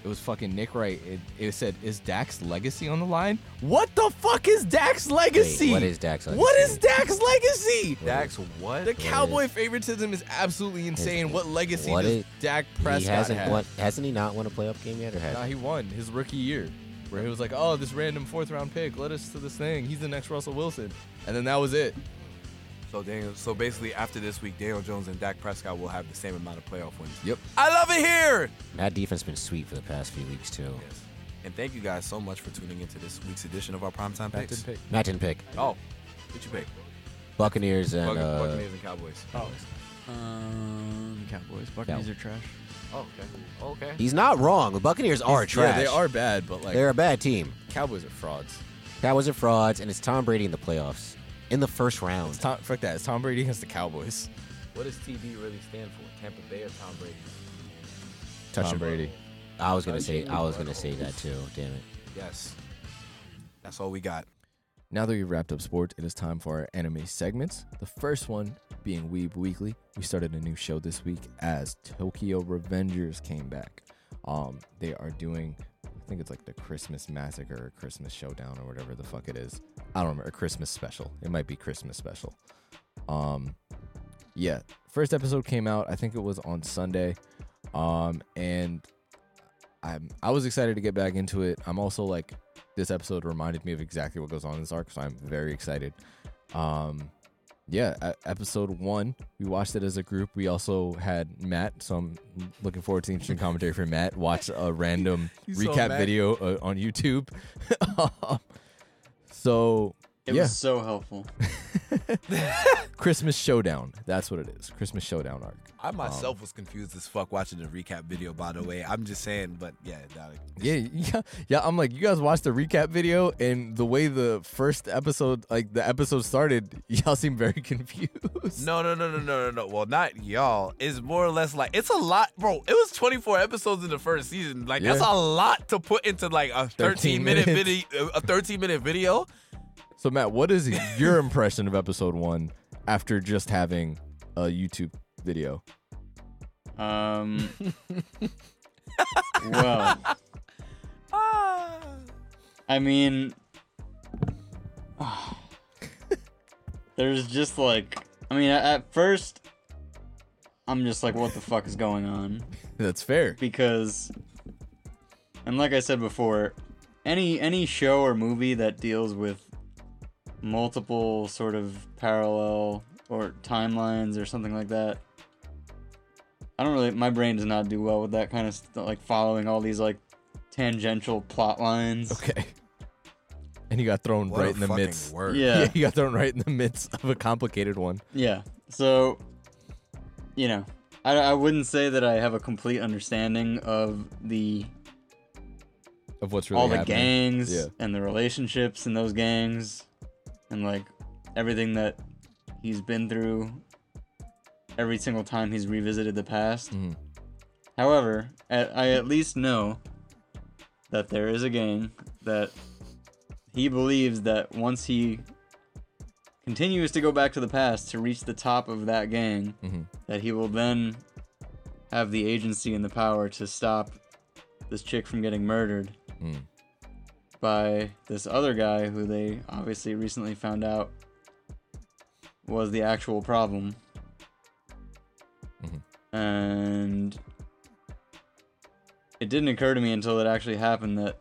It was fucking Nick Wright. It, it said, "Is Dak's legacy on the line?" What the fuck is Dak's legacy?
what is Dak's
What
legacy?
is Dak's legacy?
Dax. What?
The Cowboy
is-
favoritism is absolutely insane. what legacy
what
does
is-
Dak Prescott
he hasn't
have?
won. Hasn't he not won a playoff game yet, or has?
Nah,
he?
he won his rookie year, where he was like, "Oh, this random fourth round pick led us to this thing. He's the next Russell Wilson," and then that was it.
So Daniel. So basically, after this week, Daniel Jones and Dak Prescott will have the same amount of playoff wins.
Yep.
I love it here.
That defense been sweet for the past few weeks too.
Yes. And thank you guys so much for tuning into this week's edition of our primetime
Back
picks.
to pick.
Matt didn't pick
Oh, what you pick?
Buccaneers and
Buc-
uh,
Buccaneers and Cowboys.
Oh.
Um, Cowboys. Buccaneers are trash.
Oh, okay. Okay.
he's not wrong. The Buccaneers are trash.
Yeah, they are bad, but like
They're a bad team.
Cowboys are frauds.
Cowboys are frauds, and it's Tom Brady in the playoffs in the first round.
It's Tom, fuck that. It's Tom Brady against the Cowboys.
What does TB really stand for? Tampa Bay or Tom Brady?
Touch
Tom
him.
Brady.
I was gonna say. I was gonna say that too. Damn it.
Yes. That's all we got.
Now that we've wrapped up sports, it is time for our anime segments. The first one being Weeb Weekly. We started a new show this week as Tokyo Revengers came back. Um, they are doing, I think it's like the Christmas Massacre or Christmas Showdown or whatever the fuck it is. I don't remember. Or Christmas Special. It might be Christmas Special. Um, yeah, first episode came out. I think it was on Sunday. Um, and I'm I was excited to get back into it. I'm also like this episode reminded me of exactly what goes on in this arc, so I'm very excited. Um, yeah, e- episode one, we watched it as a group. We also had Matt, so I'm looking forward to the interesting commentary from Matt. Watch a random recap video uh, on YouTube. Um, so
It
yeah.
was so helpful.
Christmas Showdown, that's what it is. Christmas Showdown arc.
I myself was confused as fuck watching the recap video, by the way. I'm just saying, but yeah. That,
Yeah, yeah, yeah. I'm like, you guys watched the recap video, and the way the first episode, like the episode started, y'all seem very confused.
no, no, no, no, no, no, no. Well, not y'all. It's more or less like, it's a lot, bro. It was 24 episodes in the first season. Like, that's
Yeah.
a lot to put into like a 13,
13
minute
minutes.
video, a 13 minute video.
So, Matt, what is your impression of episode one after just having a YouTube video?
Um. well,
Ah.
I mean, there's just like, I mean, at first, I'm just like, what the fuck is going on?
That's fair.
because and like I said before, any any show or movie that deals with multiple sort of parallel or timelines or something like that I don't really my brain does not do well with that kind of st- like following all these like tangential plot lines.
Okay. And you got thrown
What a
right in the
fucking
midst.
word.
Yeah.
yeah, you got thrown right in the midst of a complicated one.
Yeah. So, you know, I, I wouldn't say that I have a complete understanding of the
Of what's really
all the
happening.
gangs
Yeah.
and the relationships in those gangs and like everything that he's been through every single time he's revisited the past.
Mhm.
However, at, I at least know that there is a gang that he believes that once he continues to go back to the past to reach the top of that gang,
Mhm.
that he will then have the agency and the power to stop this chick from getting murdered
Mm.
by this other guy who they obviously recently found out was the actual problem.
Mhm.
And it didn't occur to me until it actually happened that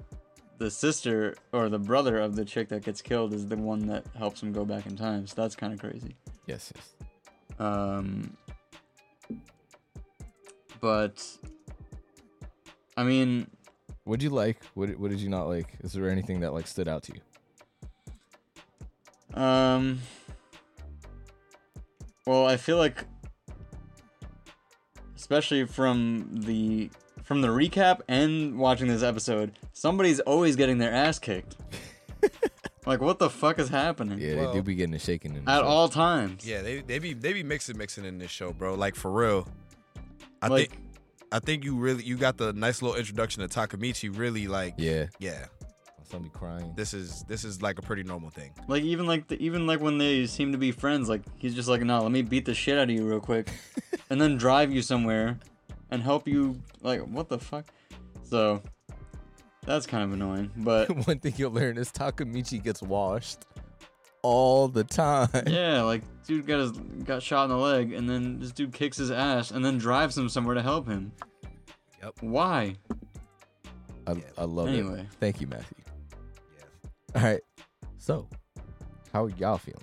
the sister or the brother of the chick that gets killed is the one that helps him go back in time. So that's kind of crazy.
Yes, yes.
Um, but I mean,
What'd you like? What What did you not like? Is there anything that like stood out to you?
Um. Well, I feel like, especially from the from the recap and watching this episode, somebody's always getting their ass kicked. like, what the fuck is happening
Yeah,
Well-
they do be getting a shaking. And
at all times?
Yeah, they they be they be mixing mixing in this show, bro. Like for real. I
Like-
think I think you really you got the nice little introduction to Takamichi. Really like
Yeah.
yeah.
Some be crying.
This is this is like a pretty normal thing.
Like even like the, even like when they seem to be friends, like he's just like, no, let me beat the shit out of you real quick, and then drive you somewhere, and help you. Like, what the fuck? So, that's kind of annoying. But
One thing you'll learn is Takamichi gets washed all the time.
Yeah, like dude got his got shot in the leg, and then this dude kicks his ass, and then drives him somewhere to help him.
Yep.
Why?
I, I love it.
Anyway.
Thank you, Matthew. All right. So, how are y'all feeling?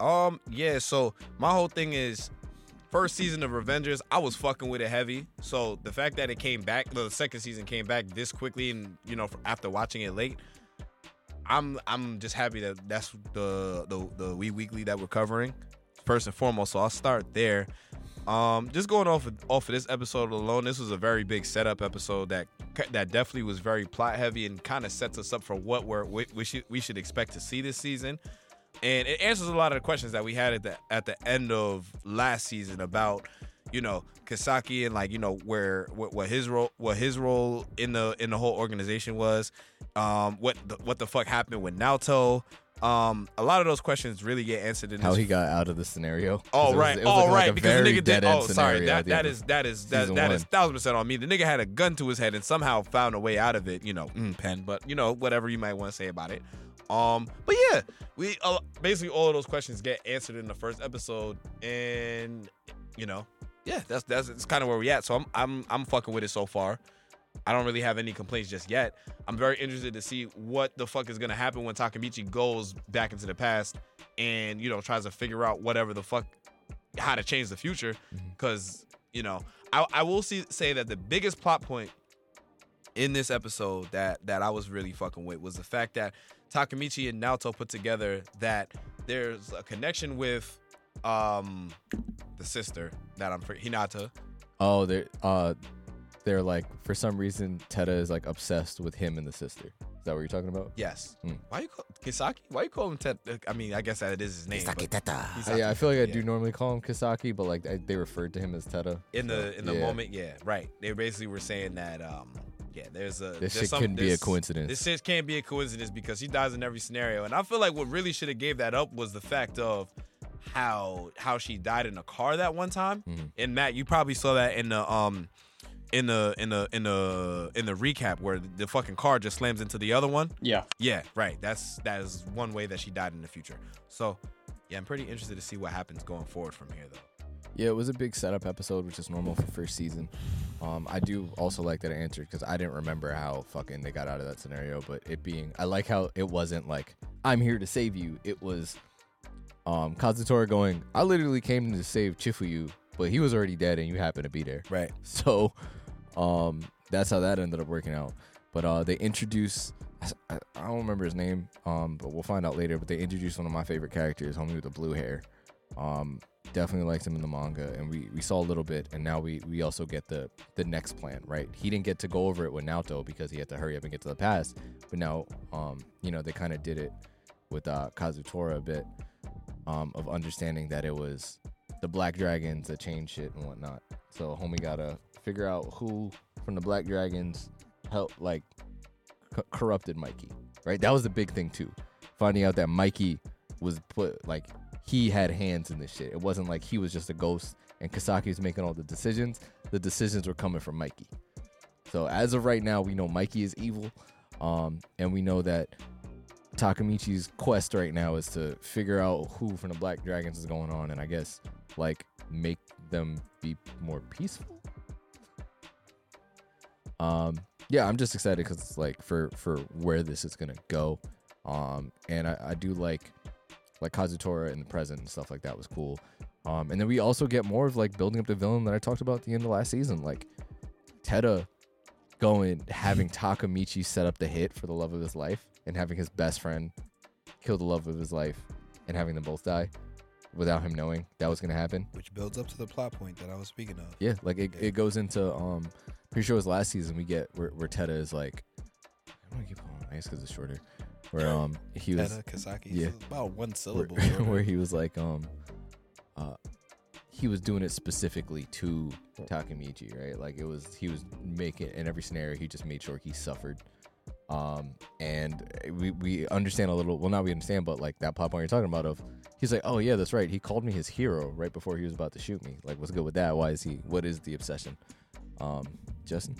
Um, yeah, so my whole thing is first season of Revengers, I was fucking with it heavy. So the fact that it came back, the second season came back this quickly and you know after watching it late, I'm I'm just happy that that's the the the we weekly that we're covering. First and foremost, so I'll start there. Um, just going off of, off of this episode alone, this was a very big setup episode that that definitely was very plot heavy and kind of sets us up for what we're, we we should we should expect to see this season and it answers a lot of the questions that we had at the at the end of last season about you know Kasaki and like you know where what, what his role what his role in the in the whole organization was um what the, what the fuck happened with Naoto um a lot of those questions really get answered in
How
this
he got out of the scenario? 'Cause
Oh
it was-
right,
it was
oh
looking like
right,
a
because the
very
nigga did.
dead-end
Oh, sorry,
scenario
that
at the
that
end.
is that is that,
Season
that is
one.
thousand percent on me. The nigga had a gun to his head and somehow found a way out of it. You know, mm, pen, but you know whatever you might want to say about it. Um, but yeah, we uh, basically all of those questions get answered in the first episode, and you know, yeah, that's that's it's kind of where we at. So I'm I'm I'm fucking with it so far. I don't really have any complaints just yet. I'm very interested to see what the fuck is gonna happen when Takamichi goes back into the past and you know tries to figure out whatever the fuck how to change the future.
Mm-hmm.
Because you know, I, I will see, say that the biggest plot point in this episode that that I was really fucking with was the fact that Takamichi and Naoto put together that there's a connection with um the sister that I'm fr- Hinata.
Oh, they're uh, they're like for some reason Teta is like obsessed with him and the sister. Is that what you're talking about?
Yes.
Hmm.
Why you call Kisaki? Why you call him Ted? uh, I mean, I guess that is his name. but-
Sakitata.
Kisaki,
Uh, yeah, I feel like I
yeah.
do normally call him Kisaki, but like I, they referred to him as Teta.
in the in the
Yeah.
moment. Yeah, right. They basically were saying that. um Yeah, there's a
This
there's
shit
some-
couldn't be a
there's-
coincidence.
This shit can't be a coincidence because he dies in every scenario. And I feel like what really should have gave that up was the fact of how how she died in a car that one time.
Mhm.
And Matt, you probably saw that in the um in the in the in the in the recap where the fucking car just slams into the other one.
Yeah.
Yeah, right. That's that is one way that she died in the future. So yeah, I'm pretty interested to see what happens going forward from here though.
Yeah, it was a big setup episode, which is normal for first season. Um, I do also like that it answered because I didn't remember how fucking they got out of that scenario, but it being I like how it wasn't like I'm here to save you. It was um Kazutora going, I literally came to save Chifuyu, but he was already dead and you happened to be there.
Right.
So um that's how that ended up working out. But uh they introduce I, I don't remember his name, um, but we'll find out later. But they introduced one of my favorite characters, homie with the blue hair. Um, definitely liked him in the manga, and we, we saw a little bit, and now we we also get the the next plan, right? He didn't get to go over it with Naoto because he had to hurry up and get to the past, but now um, you know, they kind of did it with uh, Kazutora a bit, um, of understanding that it was the Black Dragons that changed shit and whatnot. So homie gotta figure out who from the Black Dragons helped like c- corrupted Mikey, right? That was the big thing too, finding out that Mikey was put like he had hands in this shit. It wasn't like he was just a ghost and Kasaki was making all the decisions. The decisions were coming from Mikey. So as of right now, we know Mikey is evil, um, and we know that Takamichi's quest right now is to figure out who from the Black Dragons is going on, and I guess like make them be more peaceful. Um, yeah, I'm just excited because it's like for for where this is gonna go, um, and I, I do like like Kazutora in the present and stuff like that was cool. Um, and then we also get more of like building up the villain that I talked about at the end of last season, like Teta going having Takamichi set up the hit for the love of his life and having his best friend kill the love of his life and having them both die without him knowing that was gonna happen.
Which builds up to the plot point that I was speaking of.
Yeah, like it, it goes into um pretty sure it was last season we get where where Teta is like I don't wanna keep calling him Ice because it's shorter. Where um he was
Teta, Kasaki.
yeah.
Yeah. About one
where,
syllable. shorter.
where he was like um uh he was doing it specifically to Takamichi, right? Like it was he was making in every scenario he just made sure he suffered. Um and we we understand a little well not we understand but like that pop point you're talking about of he's like, Oh yeah, that's right. He called me his hero right before he was about to shoot me. Like what's good with that? Why is he what is the obsession? Um Justin?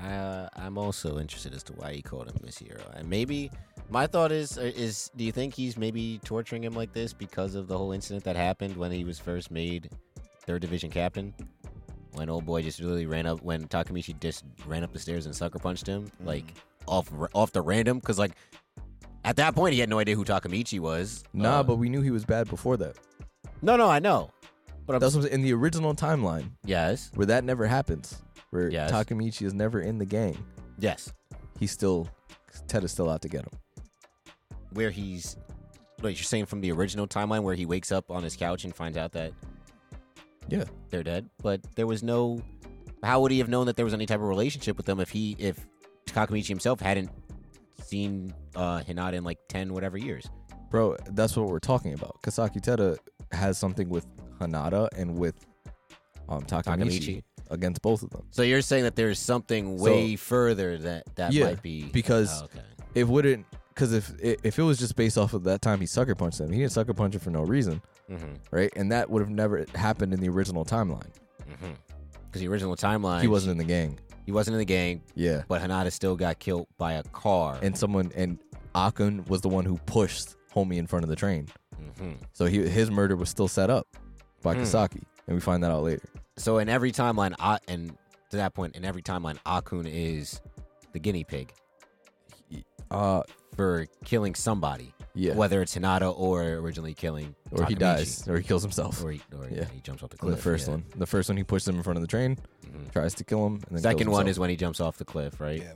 Uh, I'm also interested as to why he called him his hero, and maybe my thought is uh, is do you think he's maybe torturing him like this because of the whole incident that happened when he was first made third division captain? When old boy just literally ran up, when Takamichi just ran up the stairs and sucker punched him,
Mm-hmm.
like off off the random, because like at that point he had no idea who Takamichi was.
Nah,
Uh,
but we knew he was bad before that.
no, no, I know.
That's what I'm saying, in the original timeline
Yes,
where that never happens. Where
Yes.
Takamichi is never in the gang.
yes.
he's still Ted is still out to get him.
where he's like you're saying from the original timeline where he wakes up on his couch and finds out that
Yeah.
they're dead but there was no how would he have known that there was any type of relationship with them if he if Takamichi himself hadn't seen uh Hinata in like 10 whatever years
Bro, that's what we're talking about. Kasaki Teta has something with Hanada and with um Takamichi,
Takamichi.
against both of them.
so you're saying that there's something
So-
way further that that
Yeah,
might be
because-
Oh, okay
It wouldn't because if it, if it was just based off of that time he sucker punched them, he didn't sucker punch him for no reason,
mm-hmm.
right? And that would have never happened in the original timeline.
Mm-hmm. Cuz the original timeline
He wasn't in the gang.
he wasn't in the gang
Yeah,
but Hinata still got killed by a car
and someone and Akun was the one who pushed homie in front of the train,
mm-hmm.
so he, his murder was still set up by
Hmm.
Kasaki, and we find that out later.
So in every timeline, A- and to that point, in every timeline, Akun is the guinea pig
Uh,
for killing somebody,
yeah.
whether it's Hinata or originally killing,
or he
Takamichi.
dies, or he kills himself.
or he, or
Yeah.
he jumps off the
In
cliff.
the first
yeah.
one, the first one, he pushes him in front of the train,
Mhm.
tries to kill him, and then
Second
kills
one is
himself.
when he jumps off the cliff, right?
Yeah.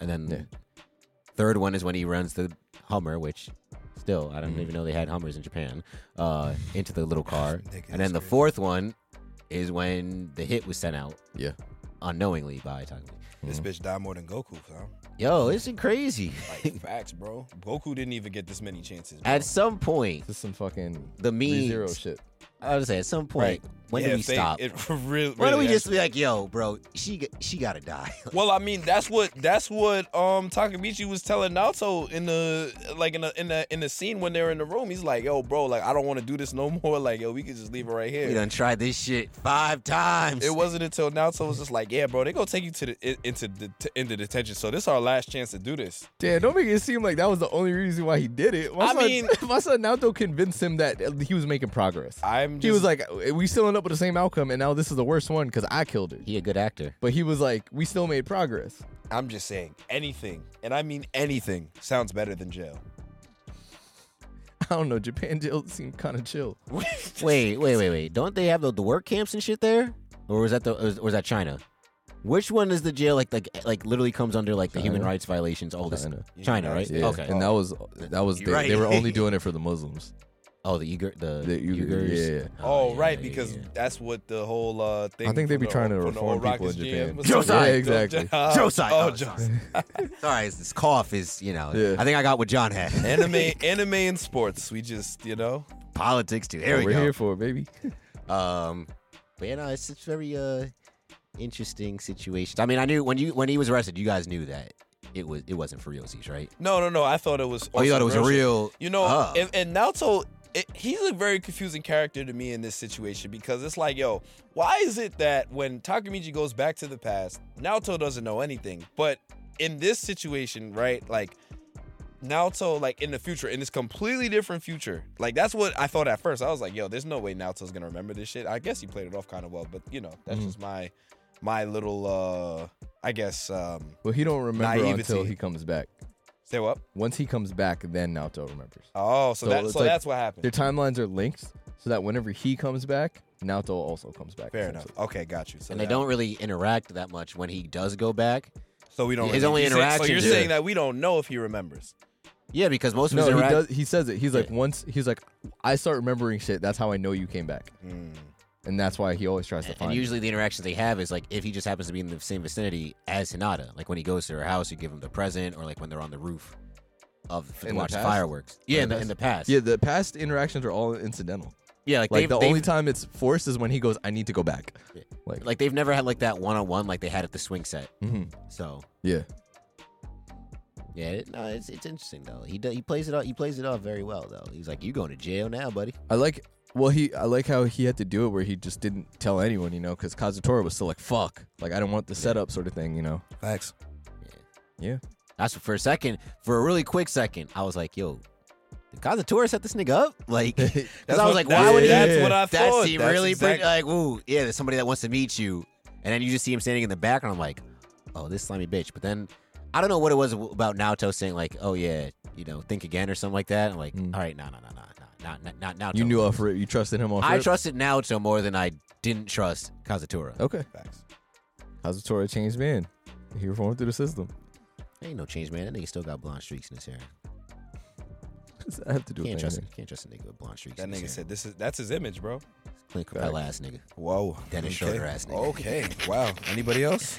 And then
Yeah.
third one is when he runs the Hummer, which still I don't
Mhm.
even know they had Hummers in Japan, uh, into the little car.
Nigga,
and then
it's
the
crazy.
fourth one is when the hit was sent out,
Yeah.
unknowingly by Takamichi.
This bitch died more than Goku, fam.
Yo, this is crazy.
Like facts, bro. Goku didn't even get this many chances. Bro.
At some point,
This is some fucking
the memes.
zero shit.
I was gonna say at some point,
Right.
when
Yeah,
do we
if they-
stop?
It really,
Why don't we
really
just be like, yo, bro, she g- she gotta die.
Well, I mean, that's what that's what um Takamichi was telling Naoto in the like in the in the in the scene when they're in the room. He's like, "Yo, bro, like I don't want to do this no more. Like, yo, we could just leave it right
we
here."
done tried this shit five times.
It wasn't until Naoto was just like, "Yeah, bro, they gonna take you to the in- into the to, into detention. So this our last chance to do this."
Damn, don't make it seem like that was the only reason why he did it. My
I
son,
mean-
my son Naoto convinced him that he was making progress.
I'm just
he was like, "We still end up with the same outcome, and now this is the worst one because I killed it."
He a good actor.
But he was like, "We still made progress."
I'm just saying anything, and I mean anything sounds better than jail.
I don't know. Japan jail seemed kind of chill.
Wait, wait, wait, wait. Don't they have the, the work camps and shit there? Or was that the or was, or was that China? Which one is the jail like like like literally comes under like the human
China.
rights violations? All this
China.
China, right?
Yeah.
Uh,
Okay.
and that was that was they,
You're
they
right.
were only doing it for the Muslims.
Oh, the Uyghur, the,
The Uyghur-
Uyghurs.
yeah, yeah.
Oh,
yeah,
right,
yeah,
because
yeah.
that's what the whole uh, thing.
I think they
from
be
the-
trying to
from the
reform
old
people
Rockets
in
GM
Japan.
was
Josai!
like,
Yeah,
exactly.
Uh,
Josai.
Oh,
Oh,
Josai.
Sorry, this this cough is you know.
Yeah.
I think I got what John had.
anime, anime, and sports. We just, you know,
Politics too. There we
We're
go.
here for it, baby.
Um, but you know, it's it's very uh interesting situation. I mean, I knew when you when he was arrested, you guys knew that it was it wasn't for realsies, right?
no, no, no. I thought it was.
Oh, you
also
thought it was a
shit.
real.
You know,
Ah.
and, and Naoto, it, he's a very confusing character to me in this situation because it's like, yo, why is it that when Takamichi goes back to the past, Naoto doesn't know anything? But in this situation, right, like, Naoto, like in the future, in this completely different future, like that's what I thought at first. I was like, "Yo, there's no way Naoto's gonna remember this shit." I guess he played it off kind of well, but you know, that's
Mm-hmm.
Mhm.
just my, my little, uh I guess, um
Well, he don't remember until
Naivety.
he comes back.
stay up.
Once he comes back, then Naoto remembers.
Oh, so,
So
that,
it's
so
like-
that's what happened.
Their timelines are linked, so that whenever he comes back, Naoto also comes back.
Fair enough.
essentially.
Okay, got you. So
and they
now-
don't really interact that much when he does go back.
So we don't.
His
really-
only
you say- So
interaction-
you're
Yeah.
saying that we don't know if he remembers.
Yeah, because most of
No,
his
he
interact-
does. He says it. He's like
Yeah.
once. He's like, I start remembering shit. That's how I know you came back,
Hmm.
and that's why he always tries to find.
and
you.
usually the interactions they have is like if he just happens to be in the same vicinity as Hinata, like when he goes to her house, you give him the present, or like when they're on the roof of to
In the
watch
past?
fireworks. Yeah, in the, in the past.
Yeah, the past interactions are all incidental.
yeah, like,
Like
they've,
the
they've-
only time it's forced is when he goes, "I need to go back." Like,
like they've never had like that one on one like they had at the swing set.
mhm.
So
yeah,
yeah, it, no, it's it's interesting though. He does, he plays it off he plays it off very well though. He's like, you going to jail now, buddy?
I like. Well, he I like how he had to do it where he just didn't tell anyone, you know, because Kazutora was still like, "Fuck," like I don't want the setup sort of thing, you know.
Facts.
That's for a second, for a really quick second, I was like, yo, did Kazatora set this nigga up? Like, because I was
what-
like, why would he?
that's what I
that
thought.
seemed
That's
really uh, pretty, like,
exact-
ooh, yeah, there's somebody that wants to meet you. And then you just see him standing in the background. I'm like, oh, this slimy bitch. But then I don't know what it was about Naoto saying, like, oh, yeah, you know, think again or something like that. I'm like,
Mm.
all right, no, no, no, no, no, not, not, not Naoto.
You knew off rip, you trusted him off.
I
rip?
trusted Naoto more than I didn't trust Kazatora.
Okay,
Facts.
Kazutora changed man. He reformed through the system.
Ain't no change, man. That nigga still got blonde streaks in his hair.
What does that have to do with
Can't trust,
anything?
can't trust a nigga with blonde streaks
That
in his
nigga
hair.
said this is that's his image, bro.
Clint Capella ass nigga.
Whoa.
Dennis
okay.
Schroeder ass nigga.
Okay. Wow. Anybody else?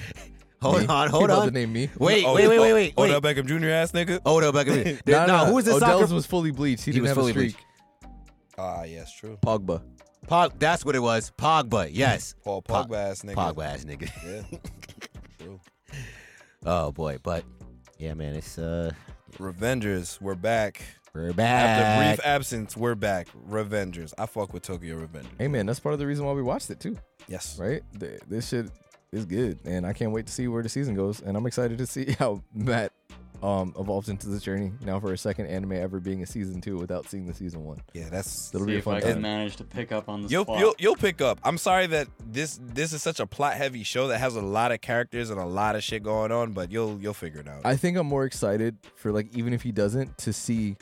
Hold
Me.
on,
He
hold
about
on.
to name me.
Wait,
Oh,
wait, wait, wait, wait.
Odell
wait.
Beckham Jr. ass nigga.
Odell Beckham. no, no, who is the
Odell's
soccer?
was fully bleached. He,
He
didn't
was
have a
fully
streak.
bleached.
Ah, yes, true.
Pogba.
Pog, that's what it was. Pogba. Yes.
Paul
Pog-
Pogba ass nigga.
Pogba ass nigga.
Yeah. True.
Oh boy, but yeah, man, it's uh,
Revengers, we're back.
we're
After
back.
brief absence, we're back. Revengers. I fuck with Tokyo Revengers.
Hey man, that's part of the reason why we watched it too,
Yes.
right? Th- This shit is good, and I can't wait to see where the season goes. And I'm excited to see how Matt um evolves into this journey now for a second anime ever being a season two without seeing the season one.
Yeah, that's
It'll
See
be a
if
fun
I can
time.
manage to pick up on the
You'll,
plot.
you'll you'll pick up. I'm sorry that this this is such a plot heavy show that has a lot of characters and a lot of shit going on, but you'll you'll figure it out.
I think I'm more excited for like even if he doesn't to see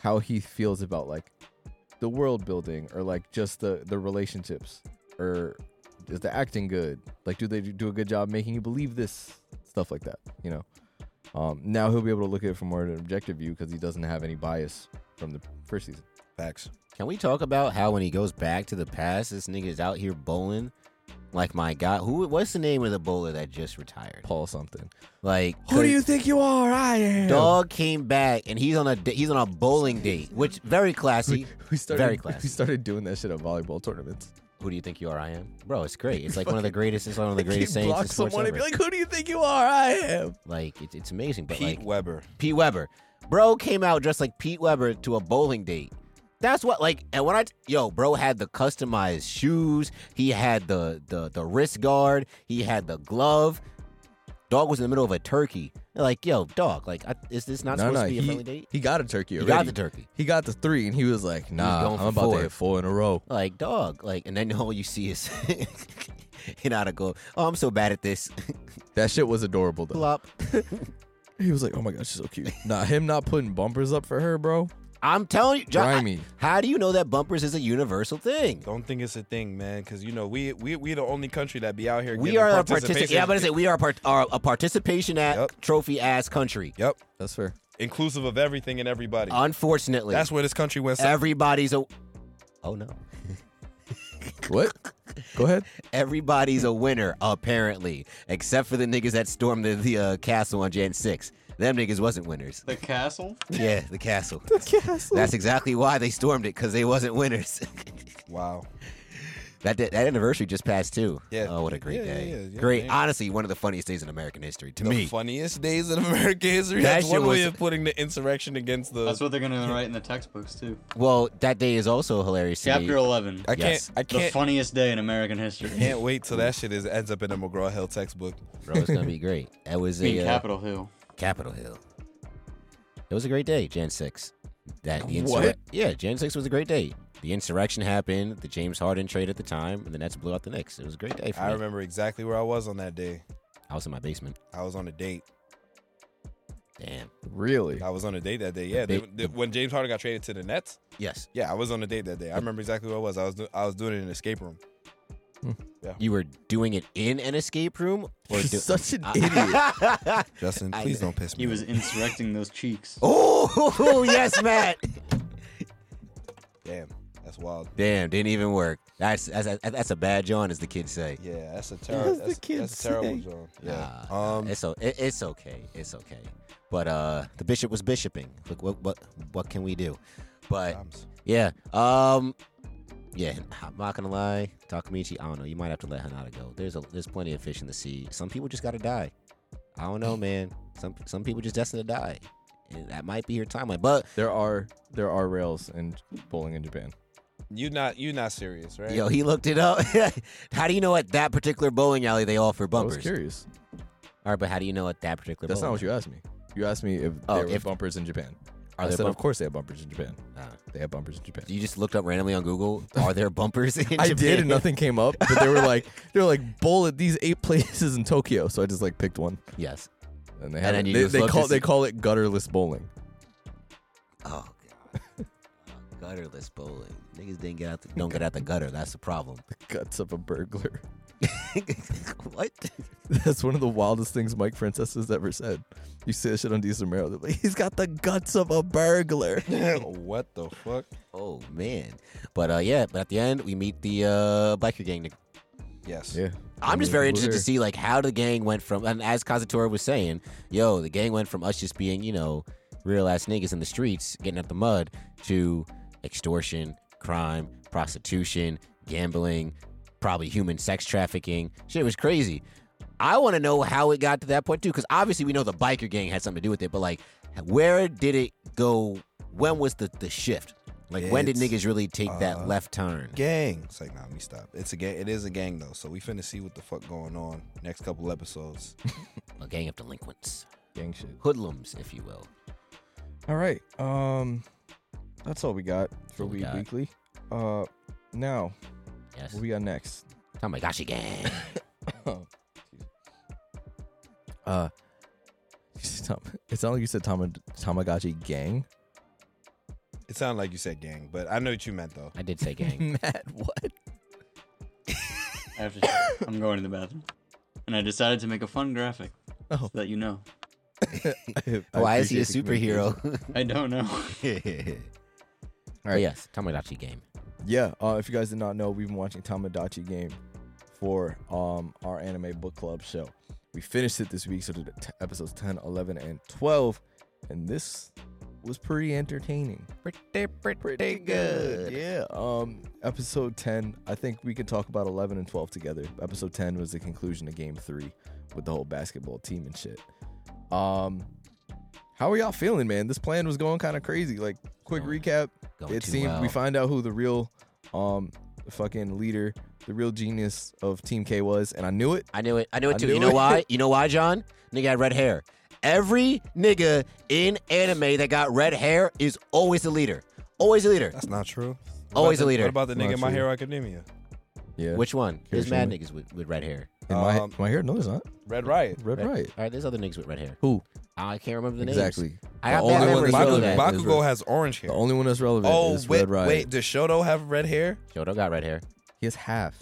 how he feels about like the world building or like just the the relationships or is the acting good? Like do they do a good job making you believe this stuff like that, you know? Um now he'll be able to look at it from more of an objective view cuz he doesn't have any bias from the first season.
Facts.
Can we talk about how when he goes back to the past, this nigga's out here bowling? Like my God, who? What's the name of the bowler that just retired?
Paul something.
Like
Who do you think you are? I am.
Dog came back and he's on a da- he's on a bowling date, which very classy.
We, we started
Very
we
classy.
started doing that shit at volleyball tournaments.
Who do you think you are? I am, bro. It's great. It's like one of the greatest. It's one of the greatest
He'd
sayings. in
block
sports
someone and
ever.
be like, "Who do you think you are? I am."
Like it's, it's amazing, but
Pete
like
Weber.
Pete Weber, bro came out dressed like Pete Weber to a bowling date. That's what like and when I t- yo bro had the customized shoes, he had the the the wrist guard, he had the glove. Dog was in the middle of a turkey. They're like yo dog, like I, is this not supposed to be a
he,
friendly date?
He got a turkey
You
already.
got the turkey.
He got the three, and he was like, "Nah,
going
I'm
for
about
four."
to hit four in a row."
Like dog, like and then all you see is Hinata go. Oh, I'm so bad at this.
That shit was adorable though.
Plop.
He was like, "Oh my gosh, she's so cute." nah, him not putting bumpers up for her, bro.
I'm telling you, John,
Grimy.
how do you know that bumpers is a universal thing?
Don't think it's a thing, man, because you know we we we the only country that be out here.
We
giving
are a
participation-
participation. Yeah, I'm gonna say we are a, part- are a participation at
Yep.
trophy ass country.
Yep,
That's fair.
inclusive of everything and everybody.
Unfortunately,
That's where this country went. south.
everybody's a. Oh no,
What? Go ahead.
everybody's a winner apparently, except for the niggas that stormed the, the uh, castle on Jan six. Them niggas wasn't winners.
the castle.
Yeah, the castle. the castle. That's exactly why they stormed it because they wasn't winners.
wow.
that that anniversary just passed too.
Yeah.
Oh, what a great
Yeah, yeah,
day.
yeah, yeah,
great.
yeah.
Honestly, one of the funniest days in American history to
The
me.
funniest days in American history.
That
That's
shit
one way
was-
of putting the insurrection against the.
That's what they're gonna write in the textbooks too.
well, that day is also hilarious. To
Chapter
me.
eleven.
I can't.
Yes.
I
The
can't.
funniest day in American history.
can't wait till that shit is ends up in a McGraw Hill textbook.
Bro, it's gonna be great. That was
I mean,
a uh,
Capitol Hill.
Capitol Hill. It was a great day, Jan 6. That the insur-
What?
Yeah, Jan 6 was a great day. The insurrection happened, the James Harden trade at the time, and the Nets blew out the Knicks. It was a great day for
I
me.
remember exactly where I was on that day.
I was in my basement.
I was on a date.
Damn.
Really?
I was on a date that day. Yeah, they,
big-
they- when James Harden got traded to the Nets.
Yes.
Yeah, I was on a date that day. I remember exactly what it was. I was do- I was doing it in an escape room.
You were doing it in an escape room? Or
You're
do-
such an idiot.
idiot.
Justin,
I-
please don't piss me.
He was
off.
insurrecting those cheeks.
oh, yes, Matt.
Damn, that's wild.
Damn, didn't even work. That's that's, that's- that's a bad John, as the kids say.
Yeah, that's a terrible.
the
That's,
kid
that's a terrible,
say?
John.
Nah,
Yeah.
nah,
um,
it's o- it, it's okay, it's okay. But uh, the bishop was bishoping. Look, what what what can we do? But
times.
yeah, um, yeah. I'm not gonna lie, Takamichi. I don't know. You might have to let Hanada go. There's a there's plenty of fish in the sea. Some people just gotta die. I don't know, man. Some some people just destined to die. And that might be your timeline. But
There are there are rails in bowling in Japan.
you not you not serious, right?
yo, he looked it up. how do you know at that particular bowling alley they offer
I was
bumpers?
curious.
All right, but how do you know at that particular?
That's not
bowling
what you asked me. You asked me if
Oh,
there were
if-
bumpers in Japan.
Are
I
there
said,
bump-
of course they have bumpers in Japan.
Ah.
They have bumpers in Japan.
You just looked up randomly on Google. Are there bumpers? In
I
Japan?
did, and nothing came up. But they were like, they were like, bowl at these eight places in Tokyo. So I just like picked one,
Yes.
and they
And
have
then
it.
you
They,
just
they
love to
call they
see-
call it gutterless bowling.
Oh god. Gutterless bowling. Niggas didn't get out. The, don't get out the gutter. That's the problem.
Guts of a burglar.
what?
That's one of the wildest things Mike Frances has ever said. You say that shit on Decent Romero. They're like, he's got the guts of a burglar.
what the fuck?
Oh man. But uh, yeah. But at the end, we meet the uh, biker gang. nigg-
Yes.
yeah.
I'm just very interested to
We're-
see like how the gang went from. And as Kazutora was saying, yo, the gang went from us just being you know real ass niggas in the streets getting up the mud to extortion, crime, prostitution, gambling, probably human sex trafficking. Shit was crazy. I want to know how it got to that point too, because obviously we know the biker gang had something to do with it, but like, where did it go? When was the the shift? Like, when did
It's,
niggas really take
uh,
that left turn?
Gang. It's like, nah, let me stop. It's a gang. It is a gang though, so we finna see what the fuck going on next couple episodes.
A gang of delinquents,
Gang shit.
hoodlums, if you will.
All right. Um, that's all we got for
all we
Weed
got.
Weekly. Uh, now
Yes.
what we got next?
Tamagotchi gang.
Oh, Uh, Tom, it sounded like you said Tama, Tamagotchi gang.
It sounded like you said gang, but I know what you meant though.
I did say gang.
Matt, what?
I have to, I'm going to the bathroom. And I decided to make a fun graphic
Oh.
so that you know.
Why is he a
appreciate the
superhero?
I don't know.
All right. Yes, Tamagotchi game.
Yeah, uh, if you guys did not know, we've been watching Tamagotchi Game for um, our anime book club show. We finished it this week, so did t- episodes 10, 11, and 12. And this was pretty entertaining.
Pretty, pretty,
Yeah. Um, episode 10, I think we could talk about 11 and 12 together. Episode 10 was the conclusion of game three with the whole basketball team and shit. Um, how are y'all feeling, man? This plan was going kind of crazy. Like, quick
Going-
recap
Going
it
too
seems
well.
we find out who the real um fucking leader, the real genius of Team K was, and I knew it.
I knew it. I knew it
I
too.
knew
you know
it.
why? You know why, John? Nigga had red hair. Every nigga in anime that got red hair is always the leader. Always the leader.
That's not true. What
Always a
about the-
leader.
What about the nigga in My
true.
Hero Academia?
Yeah.
Which one? There's mad
Kirishima.
niggas with, with red hair.
in my
um,
am I here? No, there's not.
Red Riot.
Red Riot.
All right, there's other niggas with red hair.
Who?
I can't remember the names.
Exactly.
I
The
got bad
only one
memories.
that's
I know
relevant.
that.
Baku-
Bakugo
Red-
has orange hair.
The only one that's relevant
oh
is
wait,
Red Riot.
wait, does Shoto have red hair?
Shoto got red hair.
He has half.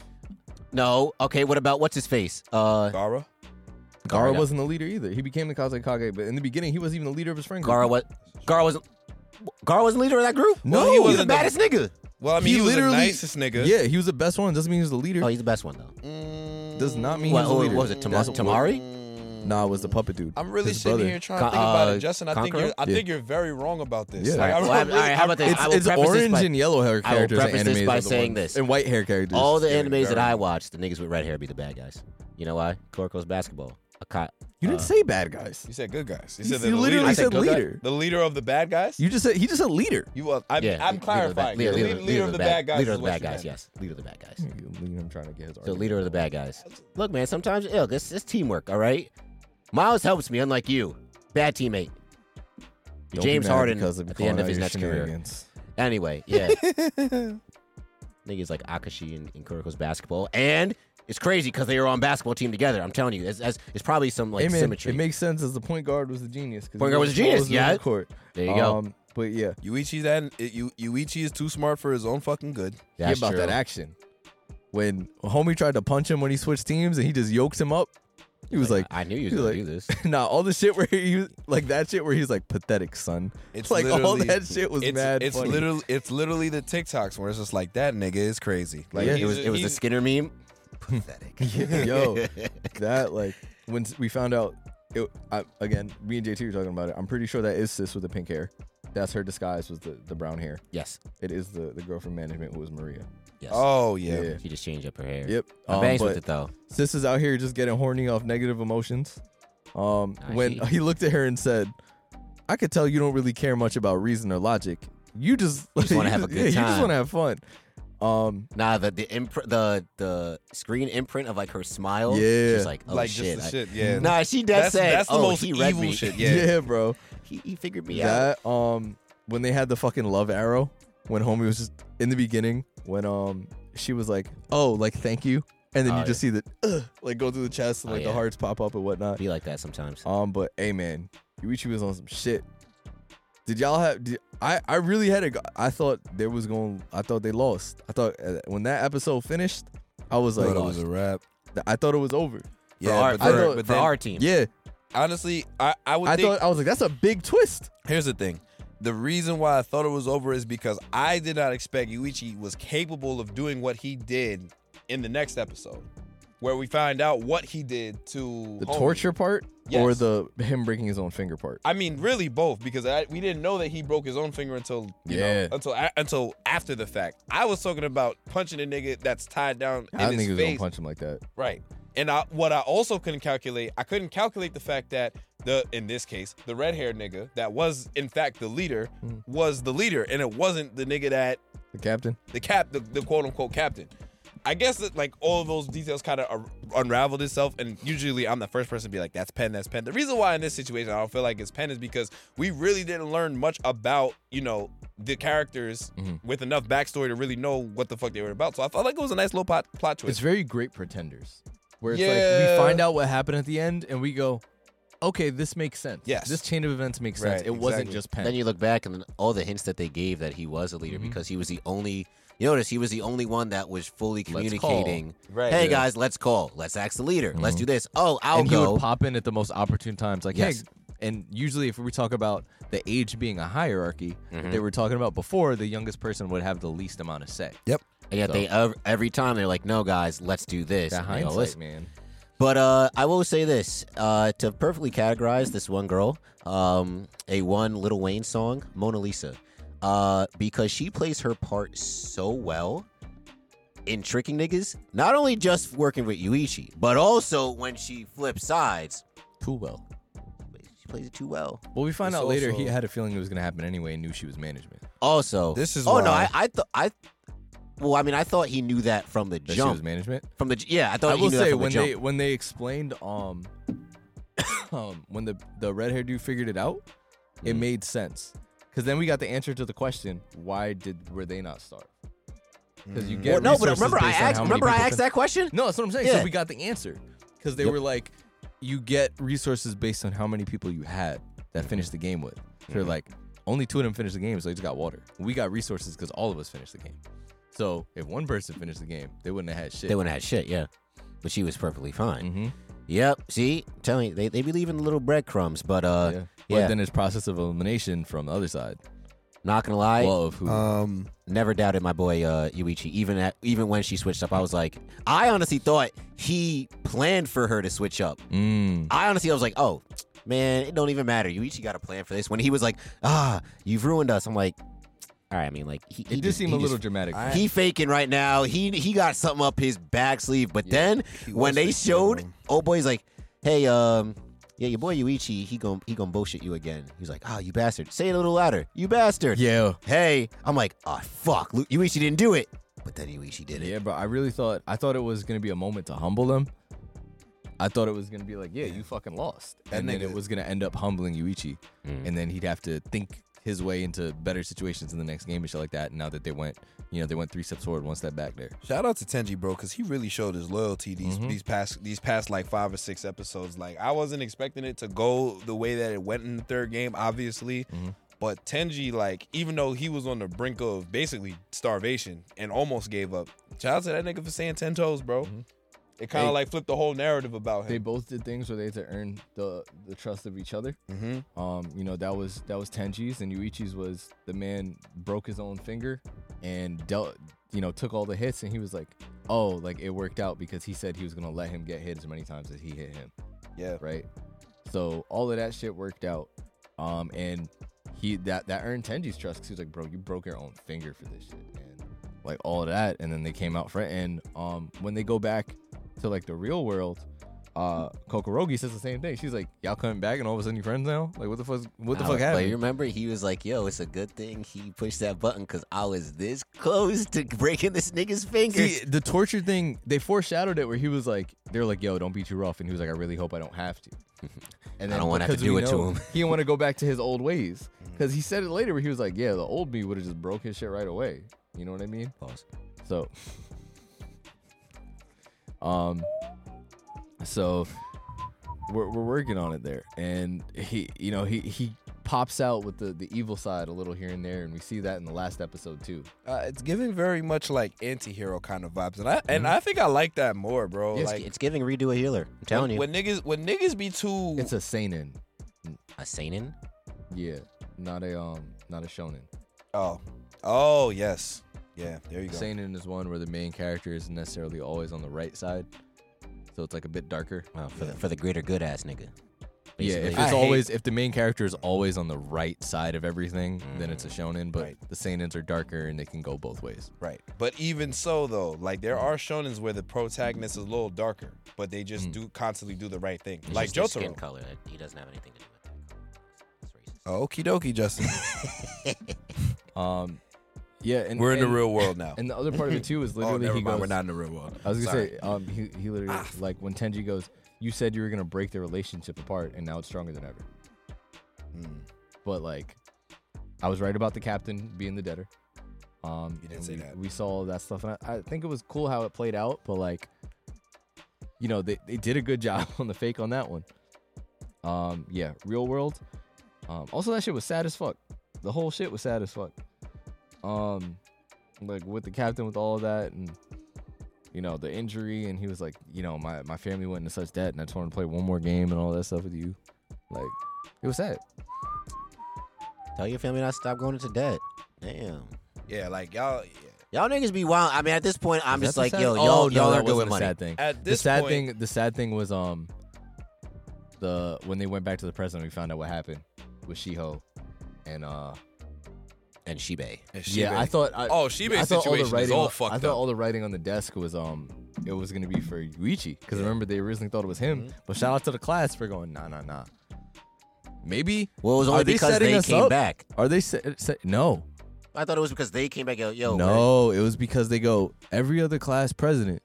No. Okay. What about what's his face? Uh,
Gara.
Gara
got-
wasn't the leader either. He became the Kazekage, but in the beginning, he wasn't even the leader of his friend group.
Gara was. Gara wasn't. Gara wasn't leader of that group.
No,
he was
he
the
wasn't the-
baddest nigga.
Well, I mean,
He
he, was the
literally-
nicest nigga.
Yeah, he was the best one. Doesn't mean he was the leader.
Oh, he's the best one though.
Mm,
Does not mean he
What,
was the
who-
leader.
was it Tam-
That's-
Tamari?
Nah, it was the puppet dude.
I'm really
His
sitting
brother.
here trying to
Con-
think about
uh,
it, Justin. I think
Conqueror?
you're, I
Yeah.
think you're very wrong about this.
Yeah.
Like, I'm
All right,
really-
all right, how about this?
It's,
I will
it's
preface this
orange
by-
and yellow hair
I will
characters. and
preface this
animes
by
are the
saying
ones-
this.
And white hair characters.
All the
Very-
animes that
very-
I watch, the niggas with red hair be the bad guys. You know why? Corco's basketball. A cop.
You
Uh.
didn't say bad guys.
You said good guys. You
You
said the
literally
leader.
said
I said good
leader.
the leader of the bad guys.
You just said he just said leader.
You are. I'm,
yeah, leader
I'm
of the bad-
clarifying. The leader, leader of the bad guys.
Leader
is
of the
what
bad
you
guys.
meant.
Yes, leader of the bad guys.
I'm trying to get his
So leader of the bad guys. Look, man. Sometimes, look, it's, it's teamwork. All right. Miles helps me, unlike you. Bad teammate. James Harden at the end of his next career. Anyway, yeah. Niggas like Akashi in, in Kuroko's basketball and It's crazy because they were on basketball team together. I'm telling you, it's, it's, it's probably some like
Hey, man,
symmetry.
It makes sense as the point guard was the genius. 'cause
Point
he
guard was
always
a genius,
follows him
yeah.
on the court.
there you go.
Um, but yeah,
Yuichi that Yu, Yuichi is too smart for his own fucking good.
yeah
That's
about
true.
that action. When homie tried to punch him when he switched teams and he just yoked him up, he was like,
I knew you was
he was
gonna
like-
do this.
"Nah, all the shit where he was, like that shit where he's like pathetic, son."
It's
like all
literally-
that shit was
It's,
mad.
it's
funny.
literally it's literally the TikToks where it's just like that nigga is crazy.
Like
Like
Yeah.
it was it was a
he's-
Skinner meme. Pathetic.
yo, that like when s- we found out. It, I, again, me and JT were talking about it. I'm pretty sure that is sis with the pink hair. That's her disguise was the, the brown hair.
Yes.
It is the, the girl from management who was Maria.
Yes.
oh yeah.
She just changed up her hair.
Yep.
I
Um,
bangs
but
with it though.
sis is out here just getting horny off negative emotions. Um,
I
when
see.
he looked at her and said, "I could tell you don't really care much about reason or logic. You just,
just wanna have a
yeah,
good
You just
time."
want to have fun." Um,
Nah, the the imprint, the the screen imprint of like her smile.
Yeah.
She's like, oh
like
shit.
just
like-
the shit. Yeah.
Nah, she does
that's
say.
that's the
oh,
most
he
evil
read me.
shit.
yeah,
Yeah.
bro.
He, he figured me out.
That um, when they had the fucking love arrow, when homie was just in the beginning, when um, she was like, "Oh, like thank you," and then
Oh,
you just see the Ugh, like go through the chest and
Oh,
like
yeah.
the hearts pop up and whatnot.
Be like that sometimes.
Um, but hey, man, Yuichi was on some shit. Did y'all have? Did, I I really had a. g- I thought there was going. I thought they lost. I thought uh, when that episode finished, I was like, oh,
Thought it was a wrap.
I thought it was over.
For
Yeah,
our,
but
for,
then-
thought-
for
but then-
our team.
Yeah,
honestly, I, I would
I
think
thought uh, I was like, that's a big twist.
Here's the thing. The reason why I thought it was over is because I did not expect Yuichi was capable of doing what he did in the next episode, where we find out what he did to
The
Homie.
torture part or
Yes.
the him breaking his own finger part.
I mean, really both, because I, we didn't know that he broke his own finger until you
Yeah.
know, until a- until after the fact. I was talking about punching a nigga that's tied down in
I didn't
his
think he was gonna
face,
punch him like that.
right? And I, what I also couldn't calculate, I couldn't calculate the fact that the in this case the red haired nigga that was in fact the leader
Mm.
was the leader, and it wasn't the nigga that
The captain.
the cap the, the quote unquote captain. I guess that like all of those details kind of unraveled itself, and usually I'm the first person to be like, "That's pen, that's pen." The reason why in this situation I don't feel like it's pen is because we really didn't learn much about you know the characters
Mhm.
with enough backstory to really know what the fuck they were about. So I felt like it was a nice little plot plot
It's
twist.
very great pretenders. Where it's
Yeah.
like we find out what happened at the end and we go, okay, this makes sense.
Yes.
This chain of events makes sense.
Right,
it wasn't
exactly.
just
Then
pen.
you look back and then all the hints that they gave that he was a leader
Mm-hmm.
because he was the only. You notice he was the only one that was fully
call. Mm-hmm.
communicating.
Right.
Hey
Yeah.
guys, let's call. Let's ask the leader. Let's do this. Oh, I'll
and he
go.
would pop in at the most opportune times. Like,
Yes.
hey, and usually if we talk about the age being a hierarchy
Mm-hmm.
that they were talking about before, the youngest person would have the least amount of say.
Yep.
and yet they ev- every time they're like, "No guys, let's do this."
That
And they go, "Let's
hindsight, man.
But uh, I will say this uh, to perfectly categorize this one girl, um, a one Little Wayne song, Mona Lisa, uh, because she plays her part so well in tricking niggas. Not only just working with Yuichi, but also when she flips sides,
Too well.
she plays it too well.
Well, we find
It's
out later he
also-
had a feeling it was going to happen anyway and knew she was management.
Also,
This is
oh no,
why-
I I thought I. Well, I mean, I thought he knew that from the
That she was
jump.
management.
From the yeah, I thought
I
he
will
knew
say
that from
when
the jump.
they when they explained um, um when the the red haired dude figured it out,
Mm.
it made sense because then we got the answer to the question why did were they not starved? Because you
Well,
get
no, but
resources
remember I
based on
asked.
how many
Remember I
people
asked
can-
that question.
no that's what I'm saying.
Yeah.
So we got the answer because they
Yep.
were like you get resources based on how many people you had that finished the game with. So
Mm-hmm.
They're like only two of them finished the game, so they just got water. We got resources because all of us finished the game. So if one person finished the game, they wouldn't have had shit.
They wouldn't have had shit, yeah. But she was perfectly
Mm.
fine.
Mm-hmm.
Yep. See, tell me, they, they be leaving little breadcrumbs, but uh,
yeah.
yeah.
But then it's process of elimination from the other side.
not gonna lie,
well, of who?
uh,
Um,
never doubted my boy uh Yuichi. Even at even when she switched up, I was like, I honestly thought he planned for her to switch up.
mm.
I honestly, I was like, oh man, it don't even matter. Yuichi got a plan for this. When he was like, ah, you've ruined us. I'm like, all right. I mean, like he, he
It did
just-
seem
he
a
just
little dramatic.
he faking right now. He he got something up his back sleeve. But then when they showed, oh boy's like, hey, um, yeah, your boy Yuichi, he gon' he gonna bullshit you again. He's like, oh, you bastard. Say it a little louder, you bastard.
Yeah.
Hey, I'm like, oh fuck, Lu- Yuichi didn't do it. But then Yuichi did it.
Yeah, bro. I really thought I thought it was gonna be a moment to humble them. I thought it was gonna be like, yeah, you fucking lost, and then it was gonna end up humbling Yuichi, and then he'd have to think his way into better situations in the next game and shit like that. Now that they went, you know, they went three steps forward, one step back there.
Shout out to Tenji, bro, because he really showed his loyalty these
Mm-hmm.
these past these past like five or six episodes. Like I wasn't expecting it to go the way that it went in the third game, obviously.
Mm-hmm.
Mhm.
But Tenji, like, even though he was on the brink of basically starvation and almost gave up, shout out to that nigga for saying ten toes, bro.
Mm-hmm.
It kind of
They-
like flipped the whole narrative about
They
him.
both did things where they had to earn the the trust of each other.
mm-hmm.
Um, you know, that was that was Tenji's and Yuichi's was the man broke his own finger and dealt you know, took all the hits and he was like, Oh, like it worked out because he said he was gonna let him get hit as many times as he hit him.
Yeah.
Right? So all of that shit worked out. Um and he that that earned Tenji's trust 'cause he was like, Bro, you broke your own finger for this shit and like all of that and then they came out front and um when they go back to like the real world uh Kokorogi says the same thing. She's like, "Y'all coming back and all of a sudden you friends now? Like, what the fuck? What the
I don't-
fuck
But you
happened?"
remember, he was like, "Yo, it's a good thing he pushed that button because I was this close to breaking this nigga's fingers."
See, the torture thing, they foreshadowed it where he was like, "They're like, yo, don't be too rough," and he was like, "I really hope I don't have to." And
I don't wanna have to
because we
do it to
know-
him. Mm-hmm.
he didn't want to go back to his old ways because he said it later where he was like, "Yeah, the old me would have just broke his shit right away." You know what I mean?
Pause.
So, um, so we're, we're working on it there, and he, you know, he he pops out with the the evil side a little here and there, and we see that in the last episode too.
Uh, it's giving very much like anti-hero kind of vibes, and I
Mm-hmm.
and I think I like that more, bro.
It's,
like
it's giving redo a healer. I'm telling you,
when niggas when niggas be too
It's a seinen,
a seinen.
yeah, not a um, not a shonen.
oh oh yes yeah there you go
Seinen is one where the main character isn't necessarily always on the right side, so it's like a bit darker.
Well, for the for the greater good ass nigga.
Yeah, if
Basically.
it's
I hate-
always if the main character is always on the right side of everything, then it's a
Mm.
shonen. But
Right.
the seinens are darker and they can go both ways.
Right. But even so, though, like there are shonens where the protagonist is a little darker, but they
Hmm.
just do constantly do the right thing,
It's
like
just his skin
Jotaro.
color. that He doesn't have anything to do with it. It's racist.
Okie dokie, Justin.
Um, yeah, and
We're in the
and-
real world now.
And the other part of it too is
Oh,
literally
never
he
mind.
goes.
We're not in the real world.
I was gonna
Sorry. Ah.
say, um, he, he literally like when Tenji goes, "You said you were gonna break the relationship apart, and now it's stronger than ever."
Hmm.
But like, I was right about the captain being the debtor. Um,
You didn't
and
say
we,
that.
We saw all that stuff, and I, I think it was cool how it played out. But like, you know, they, they did a good job on the fake on that one. Um, yeah, real world. Um, also that shit was sad as fuck. The whole shit was sad as fuck. Um, like with the captain with all of that and you know the injury and he was like you know my, my family went into such debt and i just wanted to play one more game and all that stuff with you like it was sad
Tell your family not to stop going into debt. Damn.
yeah, like y'all. Yeah.
Y'all niggas be wild. I mean, at this point, I'm
Was
just
that
like,
the sad-
yo,
Oh,
y'all,
no,
y'all
that
are good
wasn't
with
the
money.
sad thing
At
the
this
sad
point-
thing the sad thing was um the when they went back to the present we found out what happened with shiho and uh
And Shibe.
yeah i thought I,
Oh, Shibe's
I thought all the
situation is
writing
all
on-
fucked
I thought
up.
all the writing on the desk was um it was gonna be for Yuichi because remember they originally thought it was him but shout out to the class for going nah nah nah maybe
Well, it was only
Are they
because
setting
they
us
came
up?
back.
Are they sa- sa- no?
I thought it was because they came back. Yo, yo we're-
no, it was because they go every other class president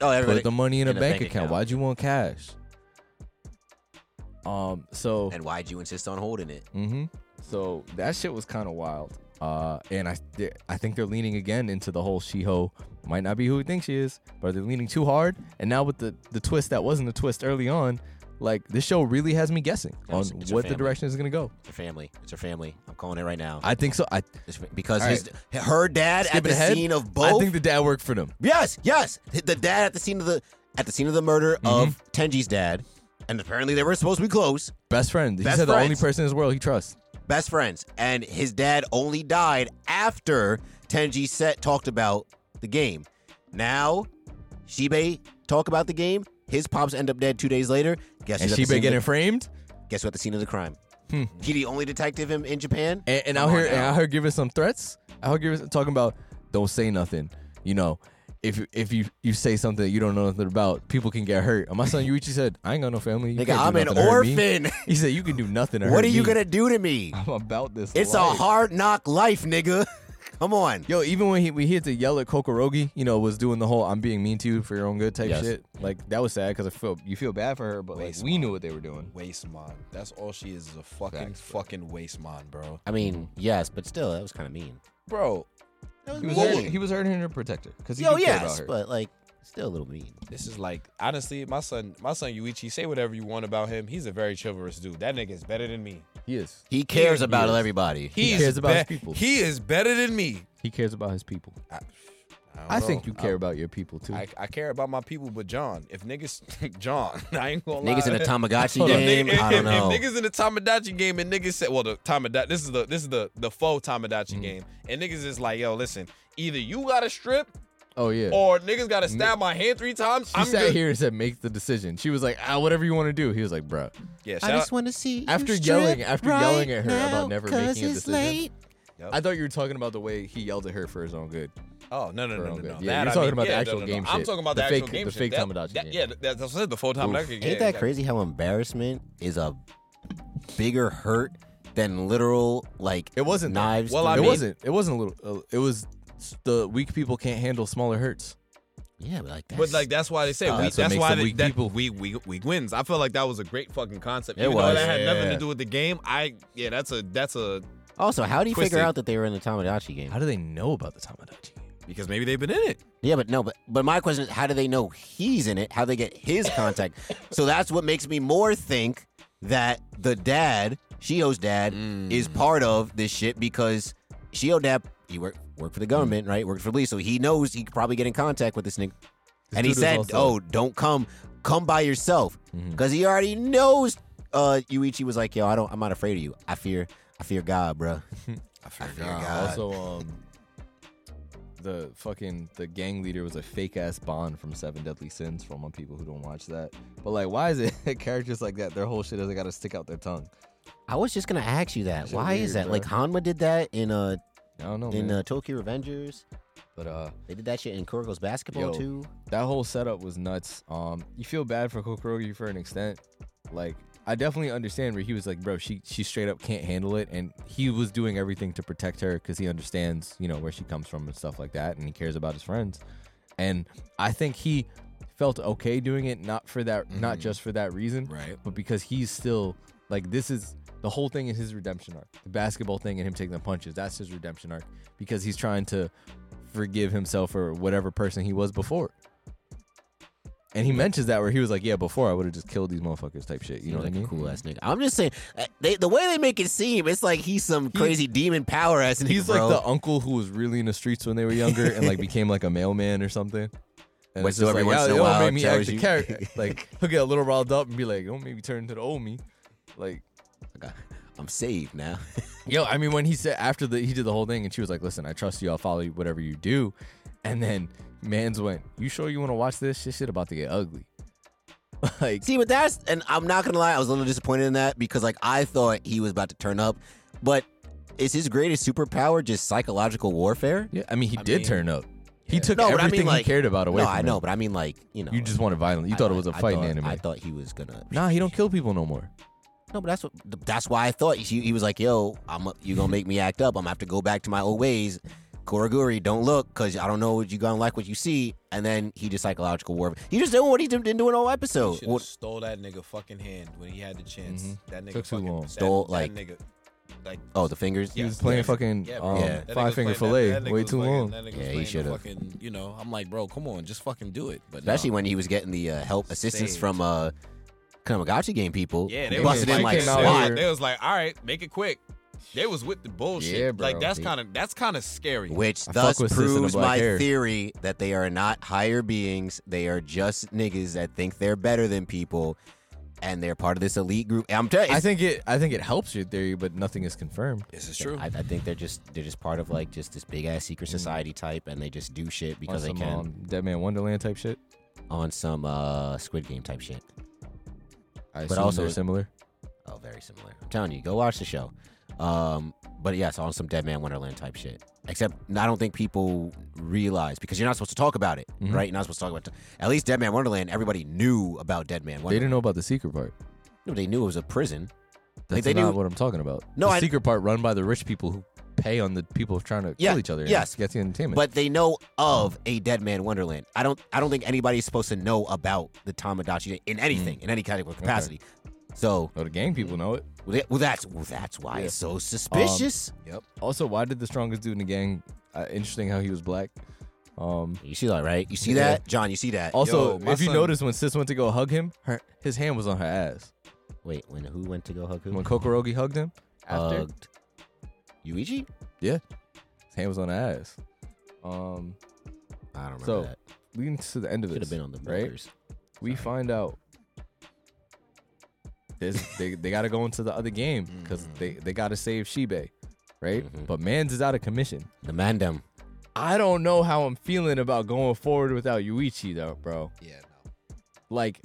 Oh, everybody.
put the money in, a bank, account. Why'd you want cash? Um, so
And why'd you insist on holding it?
hmm so that shit was kind of wild. Uh, and I they- I think they're leaning again into the whole Shiho might not be who we think she is, but they're leaning too hard. And now with the the twist that wasn't a twist early on, like this show really has me guessing on
It's- it's her
what the
family.
direction is gonna go.
It's her family. It's her family. I'm calling it right now.
I think so. I
It's- because
All
his, her dad at the
skipping ahead.
scene of
I
both.
think the dad worked for them.
yes, yes. The dad at the scene of the at the scene of the murder of
Mm-hmm.
Tenji's dad, and apparently they were supposed to be close.
Best friend. He
Best
said the only
friends.
person in this world he trusts.
best friends, and his dad only died after Tenji Set talked about the game. Now, Shibe talk about the game. His pops end up dead two days later. Guess
And
who's at
she
the
been
scene
getting Hmm.
of,
framed.
guess who at the scene of the crime? He the only detective in, in Japan.
And,
Come
and out
on
here, and
now.
out here giving some threats. Out here giving talking about don't say nothing. You know, if if you you say something that you don't know nothing about, people can get hurt. And my son Yuichi said, "I ain't got no family. You
Nigga,
can't do
I'm an
nothing to hurt me."
orphan.
He said, "You can do nothing. To
what
hurt
are you
me.
gonna do to me?
I'm about this.
It's a
life."
hard knock life, nigga. Come on.
Yo, even when he we had to yell at Kokorogi, you know, was doing the whole "I'm being mean to you for your own good" type
Yes.
shit. Like that was sad because I feel you feel bad for her, but like
Waste
we
mom.
knew what they were doing.
Waste mon. That's all she is is a fucking
Facts, bro.
fucking waste mon, bro.
I mean, yes, but still, that was kind of mean.
Bro,
That
He was,
Whoa.
hurting, he was hurting her protector because he
Yo,
did care about
yes,
her.
but like, still a little mean.
this is like honestly, my son, my son Yuichi, say whatever you want about him. He's a very chivalrous dude. That nigga is better than me.
He is.
He cares about
is.
everybody.
He, is
cares about his
be-
people.
He is better than me.
He cares about his people.
I, don't
I, think
know.
you care about your people too.
I, I care about my people, but John, if niggas, John, I ain't gonna lie.
Niggas in a Tamagotchi
Hold on.
game.
If, nigg-
I don't
if-
know.
if niggas in the Tamagotchi game and niggas said, well, the Tamagotchi, this is the this is the the faux Tamagotchi
Mm-hmm.
game, and niggas is like, yo, listen, either you gotta strip
oh yeah.
or niggas gotta stab my hand three times.
she
I'm
sat
good.
here and said, "Make the decision." She was like, "Ah, whatever you want to do." He was like, "Bruh,
Yeah, shout
I just
out.
want to see you
After
strip
yelling- after
right
yelling at her about
now,
never
'cause
making a
it's
decision.
late.
I thought you were talking about the way he yelled at her for his own good."
Oh no no
For
no no
all good.
no!
Yeah,
that,
you're
I
talking
mean,
about the
yeah,
actual
no, no,
game
no.
shit.
I'm talking about
The
the,
fake-
actual game
the
shit.
fake
That-
Tamagotchi
that-
game.
Yeah, that- that's what I said. The full Tamagotchi game.
Ain't that
exactly.
crazy how embarrassment is a bigger hurt than literal like
It wasn't though.
knives?
Well,
to
I
it
me?
mean-
wasn't. It wasn't a little. Uh, it was s- the weak people can't handle smaller hurts.
yeah, but like that's,
But like that's why they say
Oh,
we,
that's
that's,
what makes
why
them
they,
weak
that,
people.
we we we wins. I feel like that was a great fucking concept.
It
Even though
was.
that had nothing
Yeah.
to do with the game. I yeah, that's a that's a
also, how do you figure
Twisted.
out that they were in the Tamagotchi game?
How do they know about the Tamagotchi?
because maybe they've been in it.
Yeah, but no, but but my question is, how do they know he's in it? How do they get his contact? so that's what makes me more think that the dad, Shio's dad,
Mm.
is part of this shit because Shio dad he worked worked for the government, right? Worked for the police, so he knows he could probably get in contact with this nigga.
This
and he
dude is
said,
also-
"Oh, don't come, come by yourself,"
Mhm.
because he already knows. Uh, Yuichi was like, "Yo, I don't, I'm not afraid of you. I fear, I fear God, bro."
I forgot.
Also, um, the fucking the gang leader was a fake ass Bond from Seven Deadly Sins. For all my people who don't watch that, but like, why is it that characters like that? Their whole shit is they gotta stick out their tongue.
I was just gonna ask you that.
Shit
Why is
weird,
that?
bro.
Like Hanma did that in uh
I don't know,
in
man.
uh, Tokyo Revengers.
but uh,
They did that shit in Kurgo's basketball
Yo.
too.
that whole setup was nuts. Um, you feel bad for Kokorogi for an extent. Like, I definitely understand where he was like, bro, she she straight up can't handle it, and he was doing everything to protect her because he understands, you know, where she comes from and stuff like that, and he cares about his friends. And I think he felt okay doing it, not for that, not just for that reason,
Right.
but because he's still like this is the whole thing is his redemption arc. The basketball thing and him taking the punches, that's his redemption arc because he's trying to forgive himself for whatever person he was before. And he mentions that where he was like, "Yeah, before I would have just killed these motherfuckers," type shit. You
Seems
know what I
like
mean?
a cool ass nigga. I'm just saying, uh, they, the way they make it seem, it's like he's some crazy demon power ass nigga.
He's
bro.
like the uncle who was really in the streets when they were younger and like became like a mailman or something. And
But
it's
so
just
every once
like, "Yeah,
in a
it don't
while
make me
tells
act the
you-
character. Like he'll get a little riled up and be like, "Don't make me turn into the old me." Like
Okay, I'm saved now.
Yo, I mean, when he said after the he did the whole thing, and she was like, "Listen, I trust you. I'll follow you, whatever you do." And then Mans went, "You sure you want to watch this? This shit about to get ugly." like,
See, but that's and I'm not gonna lie, I was a little disappointed in that because like I thought he was about to turn up, but is his greatest superpower just psychological warfare?
yeah, I mean, he did
mean,
turn up. He took
No, but I mean,
everything
like-
he cared about away.
no,
from
I know,
him.
but I mean like you know,
you just wanted violence. You
I-
thought it was a
I
fighting
thought-
anime.
I thought he was gonna.
nah, he don't kill people no more.
No, but that's what that's why I thought he, he was like, "Yo, I'm you gonna make me act up? I'm gonna have to go back to my old ways." Koriguri, don't look, cause I don't know what you gonna like what you see. And then he just psychological warfare. He just doing what he did- didn't do in all
Oh,
episode.
Should
Well,
have stole that nigga fucking hand when he had the chance.
Mhm.
That nigga
Took too
fucking
long.
that-
Stole,
that
like-
nigga, like
oh, the fingers.
He
Yeah.
was playing
yes.
fucking
Yeah, bro.
um,
Yeah.
that nigga
five
was
finger
playing-
fillet
that- that nigga
way
was
too
playing-
long.
that nigga was
Yeah, he
playing the
should've.
fucking, You know, I'm like, bro, come on, just fucking do it. But no.
especially when he was getting the uh, help assistance
Saved.
from uh, Kamagachi game people.
Yeah,
they
they
They
busted in
was
came
like
like, uh,
out
SWAT.
here.
they was like, all right, make it quick. They was with the bullshit.
Yeah, bro.
Like that's
Yeah.
kind of that's kind of scary.
Which
I
thus
fuck with sis in the
proves
black
my
hair.
theory that they are not higher beings. They are just niggas that think they're better than people, and they're part of this elite group. I'm telling
I think it. I think it helps your theory, but nothing is confirmed.
this is true.
I, I think they're just they're just part of like just this big ass secret society type, and they just do shit because
On
they
Mm. some,
can
um, Dead Man Wonderland type shit.
on some uh Squid Game type shit.
I
But
assume
also-
they're similar.
Oh, very similar. I'm telling you, go watch the show. Um, but yes, on some Dead Man Wonderland type shit. Except I don't think people realize because you're not supposed to talk about it,
Mhm.
right? You're not supposed to talk about. At least Dead Man Wonderland, everybody knew about Dead Man
They
Wonderland.
didn't know about the secret part.
No, they knew it was a prison.
That's
Like, they
not
do-
what I'm talking about.
No,
the
I-
secret part run by the rich people who pay on the people trying to
Yeah,
kill each other. and
yes.
That's the entertainment.
But they know of a Dead Man Wonderland. I don't. I don't think anybody's supposed to know about the Tamagotchi in anything, in any kind of capacity. So
no, Oh, the gang people know it.
well, that- well, that's well, that's why it's so suspicious.
Also, why did the strongest dude in the gang? Uh, interesting how he was black. Um,
you see that, right? You see
Yeah.
that, John? You see that?
also,
Yo, my
if you
son-
notice, when Sis went to go hug him, her his hand was on her ass.
Wait, when who went to go hug who?
When Kokorogi hugged him, after
Hugged Yuichi?
his hand was on her ass. Um,
I don't remember
So,
that.
leading to the end of
Could
this,
have been on the
right?
Milkers.
we find out there's, they they got to go into the other game because they they got to save Shibe, right?
Mhm.
But Mans is out of commission.
The Mandem.
I don't know how I'm feeling about going forward without Yuichi though, bro.
Yeah,
Like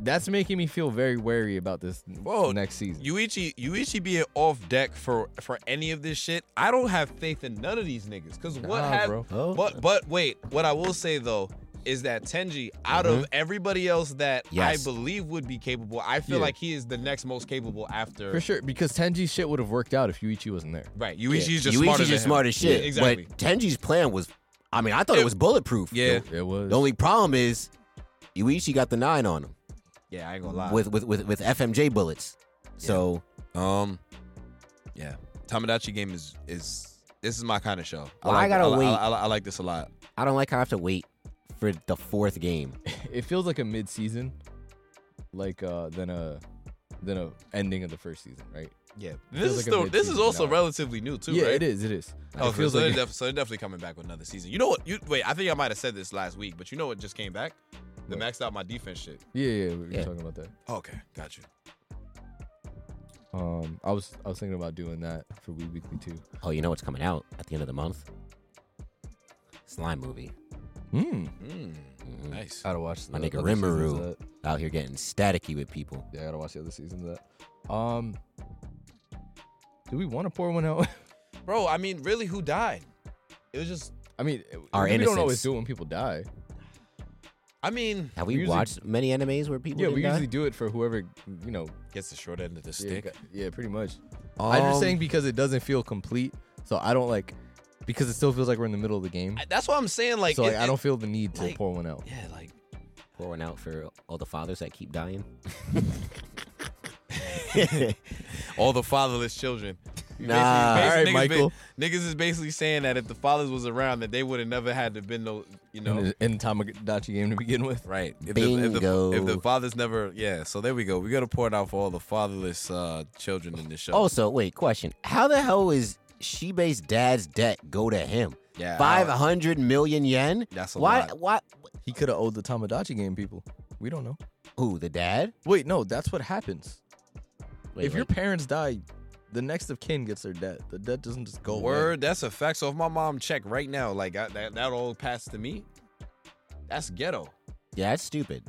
that's making me feel very wary about this n-
Whoa,
next season.
Yuichi, Yuichi being off deck for for any of this shit, I don't have faith in none of these niggas. Cause what
Nah,
have
bro.
Oh,
But but wait, what I will say though is that Tenji, out of everybody else that
Mm-hmm. Yes.
I believe would be capable, I feel
Yeah.
like he is the next most capable after.
For sure, because Tenji's shit would have worked out if Yuichi wasn't there.
Right, Yuichi's just
Yuichi's
smarter.
just
than him.
smart as shit.
Yeah, exactly.
But Tenji's plan was, I mean, I thought it,
It-
was bulletproof.
Yeah.
It was
The only problem is, Yuichi got the nine on him
Yeah, I ain't gonna lie.
with with with, with FMJ bullets. So
um, yeah, Tamagotchi game is is this is my kind of show.
Well, I gotta
I,
wait.
I, I, I like this a lot.
I don't like how I have to wait for the fourth game.
it feels like a mid season. Like uh than a than a ending of the first season, right?
Yeah, this
Feels like
is
a
still, this is
mid-season
also
now.
relatively new too,
yeah,
right?
it is, it is.
Oh,
it feels
so,
like
they're def- so they're definitely coming back with another season. You know what? You wait. I think I might have said this last week, but you know what just came back? The
What?
maxed out my defense shit.
Yeah, yeah, we were
Yeah.
talking about that.
Okay, got you.
Um I was I was thinking about doing that for Wii Weekly too.
Oh, you know what's coming out at the end of the month? Slime movie.
Hmm. Uh,
Mm,
Mhm.
nice.
I gotta watch the
My nigga
other seasons of
Rimuru.
that.
Out here getting staticky with people.
Yeah, I gotta watch the other seasons of that. Um Do we wanna pour one out?
Bro, I mean, really, who died? It was just.
I mean,
Our
we don't
innocence.
always do it when people die.
I mean,
Have we,
We usually-
watched many animes where people?
yeah,
didn't
we
die?
usually do it for whoever, you know,
gets the short end of the
yeah,
stick.
got- yeah, pretty much. I'm
Um,
just saying because it doesn't feel complete, so I don't like because it still feels like we're in the middle of the game.
I- that's what I'm saying. Like,
so like
it-
I
it-
don't feel the need to
like-
pour one out.
Yeah, like
pour one out for all the fathers that keep dying.
all the fatherless children.
Nah.
All right,
niggas
Michael.
Been, niggas is basically saying that if the fathers was around, that they would have never had to been no, you know.
In, the, in the Tamagotchi game to begin with.
Right. If
Bingo.
The, if, the, if the fathers never, yeah. So there we go. We got to pour it out for all the fatherless uh, children in this show.
Also, wait, question: How the hell is Shibe's dad's debt go to him?
yeah.
Five
I-
hundred million yen.
That's a
Why?
lot.
Why?
He could have owed the Tamagotchi game people. We don't know.
Who? The dad?
Wait, no, that's what happens.
Wait,
if your parents die, the next of kin gets their debt. The debt doesn't just go away.
Word, that's a fact. So if my mom check right now, like I, that, that all passed to me. That's ghetto.
yeah, that's stupid.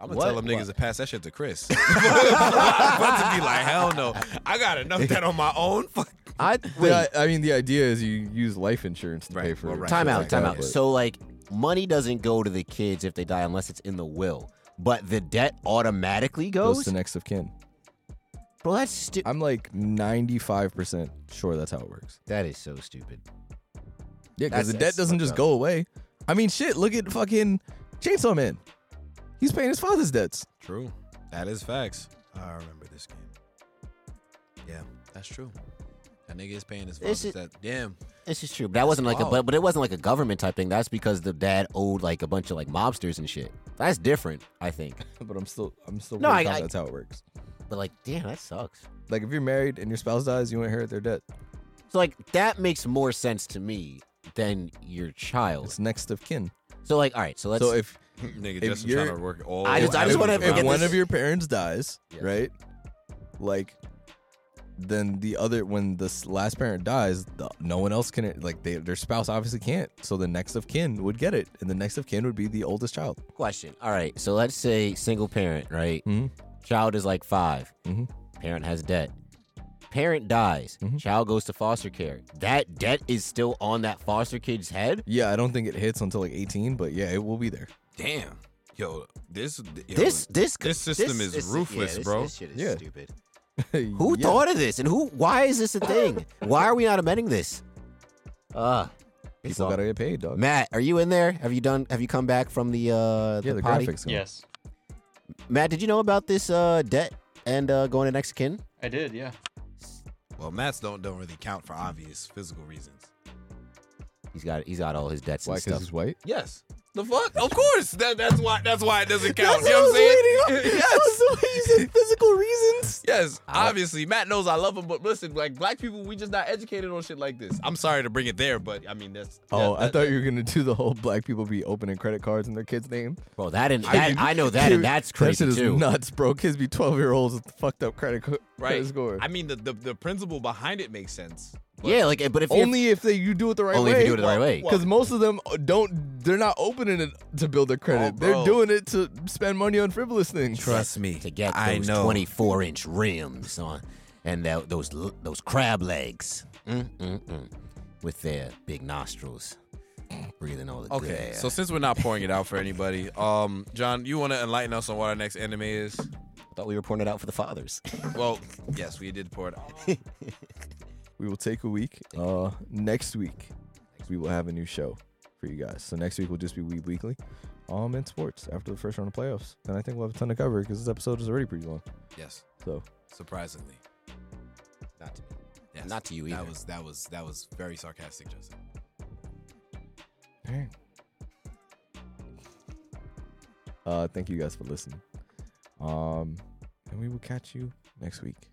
I'm gonna
What?
tell them niggas to pass that shit to Chris. I'm about to be like, hell no. I got enough that on my own. Fuck.
I
The
wait.
I, I mean, the idea is you use life insurance to
Right,
pay for
well, right,
time
shit
out.
like
time
that,
out.
but-
So like, money doesn't go to the kids if they die unless it's in the will. But the debt automatically
goes
goes.
to next of kin.
Bro, that's stupid.
I'm like 95% sure that's how it works.
That is so stupid. That's-
Yeah, because the
that's
debt doesn't
fucked
just
up.
go away. I mean, shit, look at fucking Chainsaw Man. He's paying his father's debts.
True. That is facts. I remember this game. Yeah, that's true. That nigga is paying his
This
father's
is-
debt. Damn.
This is true. But that wasn't like a but, but it wasn't like a government type thing. That's because the dad owed like a bunch of like mobsters and shit. That's different, I think.
But I'm still, I'm still.
No,
No,
I- I-
that's how it works.
But like, damn, that sucks.
Like if you're married and your spouse dies, you inherit their debt.
So like that makes more sense to me than your child.
It's next of kin.
So like, all right, so let's
so if
nigga,
If
just
you're-
trying to work all.
I just- I just
if-
wanna-
if
get
one
this-
of your parents dies,
Yes.
right? Like, then the other when this last parent dies, the, no one else can like they, their spouse obviously can't. So the next of kin would get it, and the next of kin would be the oldest child.
question. All right, so let's say single parent, right?
Mhm.
Child is like 5
Mhm.
Parent has debt. Parent dies.
Mhm.
Child goes to foster care. That debt is still on that foster kid's head.
Yeah, I don't think it hits until like 18, but yeah, it will be there.
Damn. Yo, this. Yo,
this, this,
this system is ruthless,
yeah, this-
bro.
This shit is
Yeah.
stupid. Who thought of this? And who? Why is this a thing? why are we not amending this? Uh, it's
People
all-
gotta get paid, dog.
Matt, are you in there? Have you done? Have you come back from the uh
yeah, the,
potty?
graphics. going.
Yes,
Matt, did you know about this uh debt and uh going to next of kin?
I did. Yeah.
Well, Matt's don't don't really count for obvious physical reasons.
He's got he's got all his debts
Why?
and
Because
stuff.
he's white.
Yes. The fuck? Of course. That, that's why that's why it doesn't count.
That's
you know
what
what I'm
I was
saying?
waiting on.
yes.
physical reasons.
Yes.
I-
Obviously, Matt knows I love him, but listen, like black people, we just not educated on shit like this. I'm sorry to bring it there, but I mean that's
Oh, I
that-
thought you were gonna do the whole black people be opening credit cards in their kids' name.
Bro, that and
I
that,
didn't-
I, know that
Dude,
and that's crazy
that shit
too.
is nuts, bro. Kids be twelve year olds with fucked up credit, co-
Right.
credit score.
I mean the, the the principle behind it makes sense.
Yeah, like but if you're-
only if they you do it the right
only
way.
if you do it the right way.
Because most of them uh, don't. They're not opening it to build their credit.
Oh, bro.
they're doing it to spend money on frivolous things.
Trust me.
to get
I
those
know.
24 inch rims on and tho- those l- those crab legs mm, mm, mm, with their big nostrils breathing all the good
Okay,
air.
so since we're not pouring it out for anybody, um, John, you want to enlighten us on what our next anime is?
I thought we were pouring it out for the fathers.
Well, yes, we did pour it out.
We will take a week. Uh, next week, we will have a new show for you guys. So next week will just be Weeb Weekly, um, and sports after the first round of playoffs. And I think we'll have a ton to cover because this episode is already pretty long.
Yes,
So
surprisingly,
Not to me.
yes.
Not to you either.
That was that was that was very sarcastic, Joseph.
Uh, thank you guys for listening. Um, and we will catch you next week.